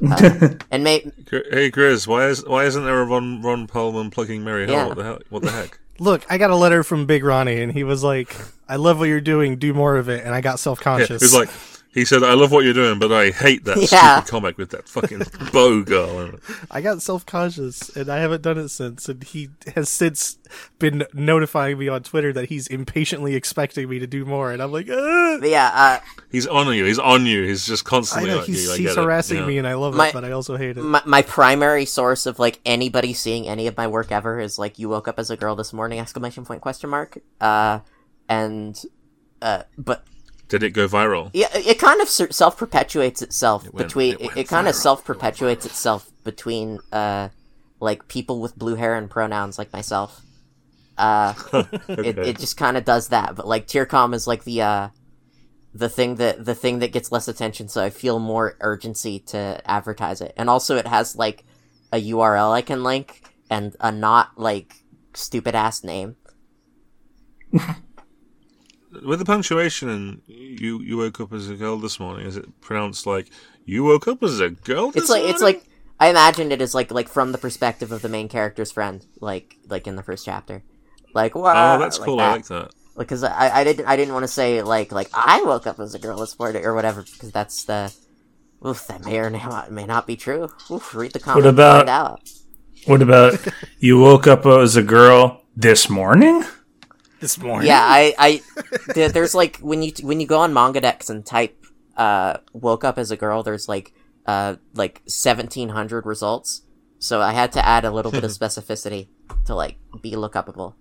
Speaker 5: Uh, and may
Speaker 3: Gr- Hey, Grizz, why is why isn't there a Ron Ron Perlman plugging Mary Hill?
Speaker 5: Yeah.
Speaker 3: What the hell? What
Speaker 2: [laughs]
Speaker 3: the heck?
Speaker 2: Look, I got a letter from Big Ronnie, and he was like, "I love what you're doing. Do more of it." And I got self
Speaker 3: Yeah,
Speaker 2: conscious.
Speaker 3: he's like. He said, "I love what you're doing, but I hate that
Speaker 5: Yeah.
Speaker 3: stupid comic with that fucking bow girl." [laughs] in it."
Speaker 2: I got self conscious, and I haven't done it since. And he has since been notifying me on Twitter that he's impatiently expecting me to do more. And I'm like, Ugh!
Speaker 5: but yeah, uh,
Speaker 3: He's on you. He's on you. He's just
Speaker 2: I
Speaker 3: constantly
Speaker 2: know
Speaker 3: at
Speaker 2: he's,
Speaker 3: you. I
Speaker 2: he's
Speaker 3: get it.
Speaker 2: harassing
Speaker 3: Yeah.
Speaker 2: me, and I love
Speaker 5: My-
Speaker 2: it, but I also hate it.
Speaker 5: my, my primary source of like anybody seeing any of my work ever is like you woke up as a girl this morning exclamation point question mark uh and uh but
Speaker 3: Did it go viral? [laughs]
Speaker 5: Yeah, it it kind of self perpetuates itself
Speaker 3: went-
Speaker 5: between.
Speaker 3: it
Speaker 5: It,
Speaker 3: went
Speaker 5: it kind
Speaker 3: viral.
Speaker 5: of self perpetuates itself between, uh, like people with blue hair and pronouns like myself. Uh, it, it just kind of does that. But like Tiercom is like the uh, the thing that the thing that gets less attention, so I feel more urgency to advertise it. And also, it has like a URL I can link and a not like stupid ass name.
Speaker 3: With the punctuation and you you woke up as a girl this morning, is it pronounced like you woke up as a girl this
Speaker 5: it's like it's
Speaker 3: morning?"
Speaker 5: like I imagined it as like like from the perspective of the main character's friend, like like in the first chapter, like wow,
Speaker 3: Oh, that's cool. I like that.
Speaker 5: because I I didn't I didn't want to say like like I woke up as a girl this morning or whatever because that's the oof that may or may not, may not be true. Oof, read the comment.
Speaker 4: about-
Speaker 5: find out.
Speaker 4: What about you woke up as a girl this morning?
Speaker 2: this morning,
Speaker 5: Yeah, I, I there- there's like when you when you go on manga decks and type uh woke up as a girl, there's like uh like seventeen hundred results. So I had to add a little bit of specificity to like be lookupable.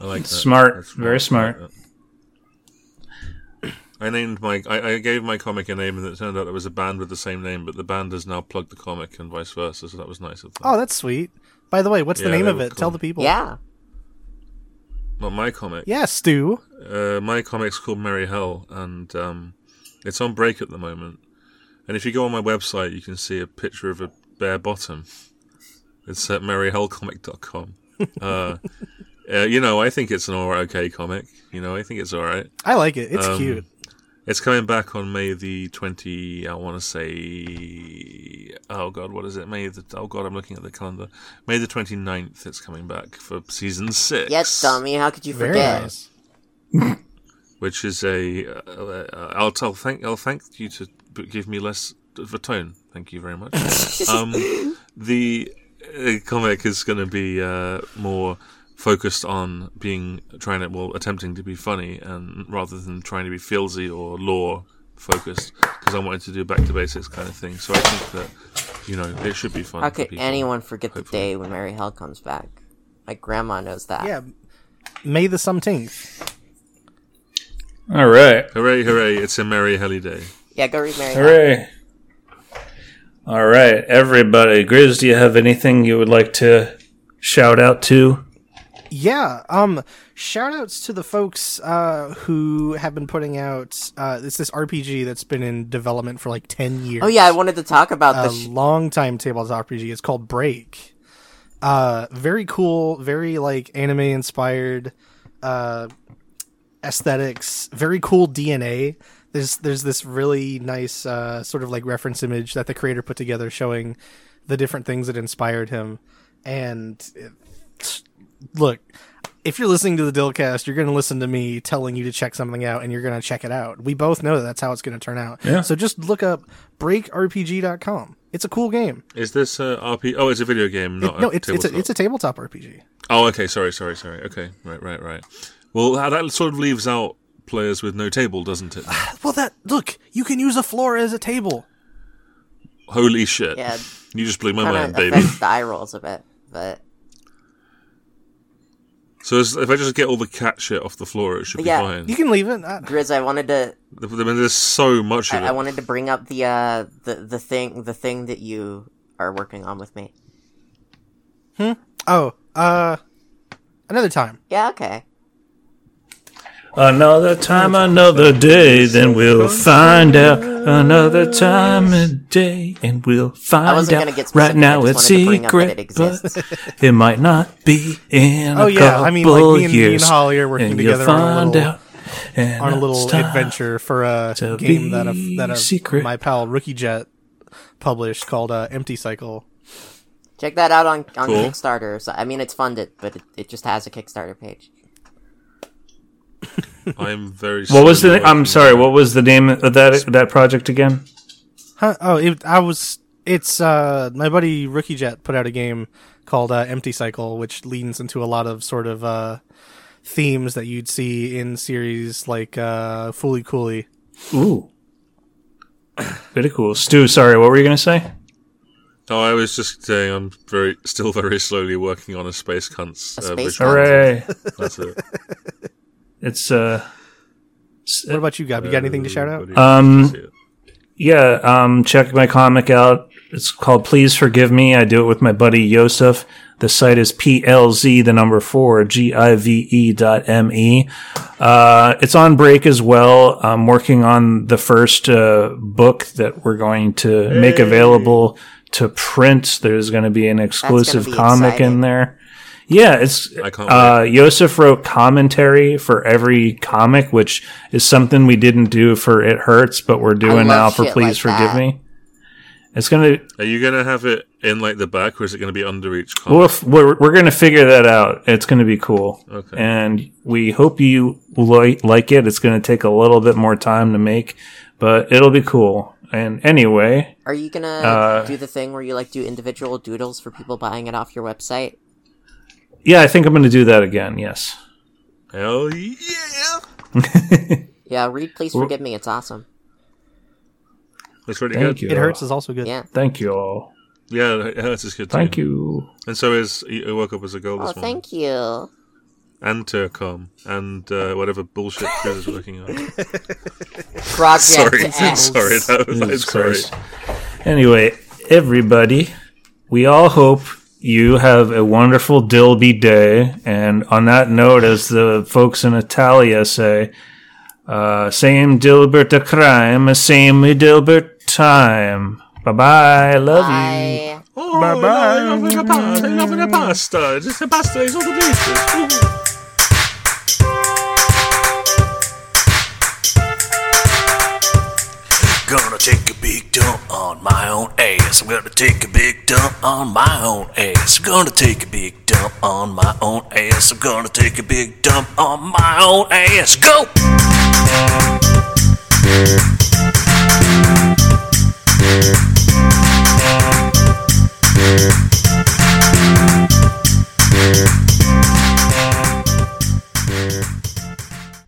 Speaker 3: I like that.
Speaker 4: Smart.
Speaker 3: That's
Speaker 4: Very
Speaker 3: I like
Speaker 4: smart.
Speaker 3: that. I named my. I, I gave my comic a name, and it turned out it was a band with the same name, but the band has now plugged the comic, and vice versa. So that was nice of them.
Speaker 2: Oh, that's sweet. By the way, what's the
Speaker 3: Yeah,
Speaker 2: name
Speaker 3: they
Speaker 2: of
Speaker 3: were
Speaker 2: it?
Speaker 3: cool.
Speaker 2: Tell the people.
Speaker 5: Yeah.
Speaker 3: Not my comic.
Speaker 2: yeah, Stu.
Speaker 3: Uh, my comic's called Merry Hell, and um, it's on break at the moment. And if you go on my website, you can see a picture of a bare bottom. It's at merryhellcomic.com. Uh, uh, you know, I think it's an alright, okay comic. You know, I think it's alright.
Speaker 2: I like it. It's
Speaker 3: Um,
Speaker 2: cute.
Speaker 3: It's coming back on May the 20, I want to say, oh god, what is it? May the, oh god, I'm looking at the calendar. May the 29th, it's coming back for season 6.
Speaker 5: Yes, dummy. How could you
Speaker 2: Very
Speaker 5: forget?
Speaker 2: nice.
Speaker 3: which is a uh, uh, I'll tell thank I'll thank you to b- give me less of a tone. Thank you very much. um, the uh, comic is going to be uh, more focused on being trying to well attempting to be funny and rather than trying to be filzy or lore focused because I wanted to do back to basics kind of thing. So I think that you know it should be fun.
Speaker 5: How
Speaker 3: for
Speaker 5: could
Speaker 3: people.
Speaker 5: anyone forget the
Speaker 3: hopefully.
Speaker 5: day when Mary Hell comes back? My grandma knows that.
Speaker 2: Yeah, May the seventeenth.
Speaker 4: All right.
Speaker 3: Hooray! Hooray! It's a merry helly day.
Speaker 5: Yeah, go read Mary Hell.
Speaker 4: Hooray. All right, everybody. Grizz, do you have anything you would like to shout out to?
Speaker 2: Yeah. Um. Shout outs to the folks uh, who have been putting out. Uh, it's this RPG that's been in development for like ten years.
Speaker 5: Oh yeah, I wanted to talk about
Speaker 2: a
Speaker 5: the sh-
Speaker 2: long time tabletop RPG. It's called Break. Uh, very cool, very like anime inspired uh, aesthetics. Very cool DNA. There's there's this really nice uh, sort of like reference image that the creator put together showing the different things that inspired him. And it- look, if you're listening to the Dillcast, you're going to listen to me telling you to check something out, and you're going to check it out. We both know that that's how it's going to turn out.
Speaker 3: Yeah.
Speaker 2: So just look up breakrpg.com. It's a cool game.
Speaker 3: Is this a RP? Oh, it's a video game,
Speaker 2: It-
Speaker 3: not
Speaker 2: no,
Speaker 3: a
Speaker 2: it's it's a,
Speaker 3: tabletop.
Speaker 2: it's a tabletop RPG.
Speaker 3: Oh, okay. Sorry, sorry, sorry. Okay, right, right, right. Well, uh, that sort of leaves out players with no table, doesn't
Speaker 5: [sighs]
Speaker 3: it?
Speaker 2: Well, that look, you can use a floor as a table.
Speaker 3: Holy shit!
Speaker 5: Yeah.
Speaker 3: You just blew my
Speaker 5: Kind
Speaker 3: mind,
Speaker 5: of
Speaker 3: baby.
Speaker 5: affects the eye rolls a bit, but
Speaker 3: So is- if I just get all the cat shit off the floor, it should be
Speaker 5: Yeah.
Speaker 3: fine.
Speaker 2: You can leave it. I,
Speaker 5: Grizz, I wanted to
Speaker 3: I mean, there's so much of
Speaker 5: I, I
Speaker 3: it.
Speaker 5: wanted to bring up the uh the the thing the thing that you are working on with me.
Speaker 2: oh, uh, another time.
Speaker 5: Yeah, okay.
Speaker 4: Another time, another day, then we'll find out. Another time a day, and we'll find
Speaker 5: I wasn't
Speaker 4: out.
Speaker 5: gonna get
Speaker 4: right
Speaker 5: specific,
Speaker 4: now,
Speaker 5: I
Speaker 4: it's
Speaker 5: just wanted to bring up that it
Speaker 4: secret,
Speaker 5: exists.
Speaker 4: but it might not be in
Speaker 2: Oh
Speaker 4: a
Speaker 2: yeah,
Speaker 4: couple
Speaker 2: I mean, like me and, me and
Speaker 4: years.
Speaker 2: Holly are working
Speaker 4: and
Speaker 2: together
Speaker 4: you'll find
Speaker 2: on a little,
Speaker 4: out. And
Speaker 2: on a little
Speaker 4: it's time
Speaker 2: adventure for a
Speaker 4: to
Speaker 2: game that a,
Speaker 4: be
Speaker 2: that a,
Speaker 4: secret.
Speaker 2: my pal Rookie Jet published called uh, Empty Cycle.
Speaker 5: [laughs] Check that out on on
Speaker 3: Cool.
Speaker 5: Kickstarter. So, I mean, it's funded, but it, it just has a Kickstarter page.
Speaker 3: I'm very.
Speaker 4: What was
Speaker 3: slowly
Speaker 4: the? I'm
Speaker 3: working
Speaker 4: sorry.
Speaker 3: on
Speaker 4: What was the name of that that project again?
Speaker 2: Huh? Oh, it, I was. It's uh, my buddy Rookie Jet put out a game called uh, Empty Cycle, which leans into a lot of sort of uh, themes that you'd see in series like uh, Fooly Cooly.
Speaker 4: Ooh, pretty cool. Stu, sorry. What were you gonna say?
Speaker 3: it. Oh, I was just saying, I'm very, still very slowly working on a space cunts.
Speaker 5: A space
Speaker 3: visual.
Speaker 5: cunt?
Speaker 4: Hooray!
Speaker 3: That's
Speaker 4: [laughs]
Speaker 3: it.
Speaker 4: it's uh, s-
Speaker 2: What about you, Gab? You got anything to shout out?
Speaker 4: Um,
Speaker 3: See it.
Speaker 4: yeah. Um, check my comic out. It's called Please Forgive Me. I do it with my buddy Yosef. The site is plz the number four g i v e dot m e. Uh, it's on break as well. I'm working on the first uh, book that we're going to make available to print. There's going to be an exclusive
Speaker 5: be
Speaker 4: comic
Speaker 5: exciting.
Speaker 4: in there. Yeah, it's
Speaker 3: I can't
Speaker 4: uh, Yosef wrote commentary for every comic, which is something we didn't do for It Hurts, but we're doing
Speaker 5: love
Speaker 4: now for
Speaker 5: shit
Speaker 4: Please
Speaker 5: like
Speaker 4: Forgive
Speaker 5: that.
Speaker 4: Me. It's gonna
Speaker 3: Are you gonna have it in like the back, or is it gonna be under each comic?
Speaker 4: we'll, f- we're we're gonna figure that out. It's gonna be cool,
Speaker 3: Okay.
Speaker 4: and we hope you li- like it. It's gonna take a little bit more time to make, but it'll be cool. And anyway,
Speaker 5: Are you gonna
Speaker 4: Uh,
Speaker 5: do the thing where you like do individual doodles for people buying it off your website?
Speaker 4: yeah, I think I'm gonna do that again. Yes.
Speaker 3: Hell yeah!
Speaker 5: Yeah, read. Please forgive me. It's awesome.
Speaker 3: That's really
Speaker 4: Thank
Speaker 3: good.
Speaker 4: you.
Speaker 2: It hurts is also good.
Speaker 5: Yeah.
Speaker 4: Thank you all.
Speaker 3: Yeah, it hurts is good.
Speaker 4: Thank
Speaker 3: too.
Speaker 4: you.
Speaker 3: And so is I woke up as a girl
Speaker 5: Oh,
Speaker 3: this morning.
Speaker 5: thank
Speaker 4: [laughs]
Speaker 5: you.
Speaker 3: and Turcom and uh, whatever bullshit Chris is working on.
Speaker 5: Project
Speaker 4: [laughs]
Speaker 3: sorry,
Speaker 5: X.
Speaker 3: sorry, that [laughs] was, I'm
Speaker 4: Jesus
Speaker 3: sorry.
Speaker 4: Christ. Anyway, everybody, we all hope you have a wonderful Dilby day. And on that note, as the folks in Italia say, uh, same Dilbert a crime, same Dilbert time. Bye bye. Love you.
Speaker 5: Bye.
Speaker 3: Oh, bye bye. Loving a pasta, loving a pasta. Just a pasta is all the delicious. Ooh.
Speaker 7: Gonna take a big dump on my own ass. I'm gonna take a big dump on my own ass. Gonna take a big dump on my own ass. I'm gonna take a big dump on my own ass. Go!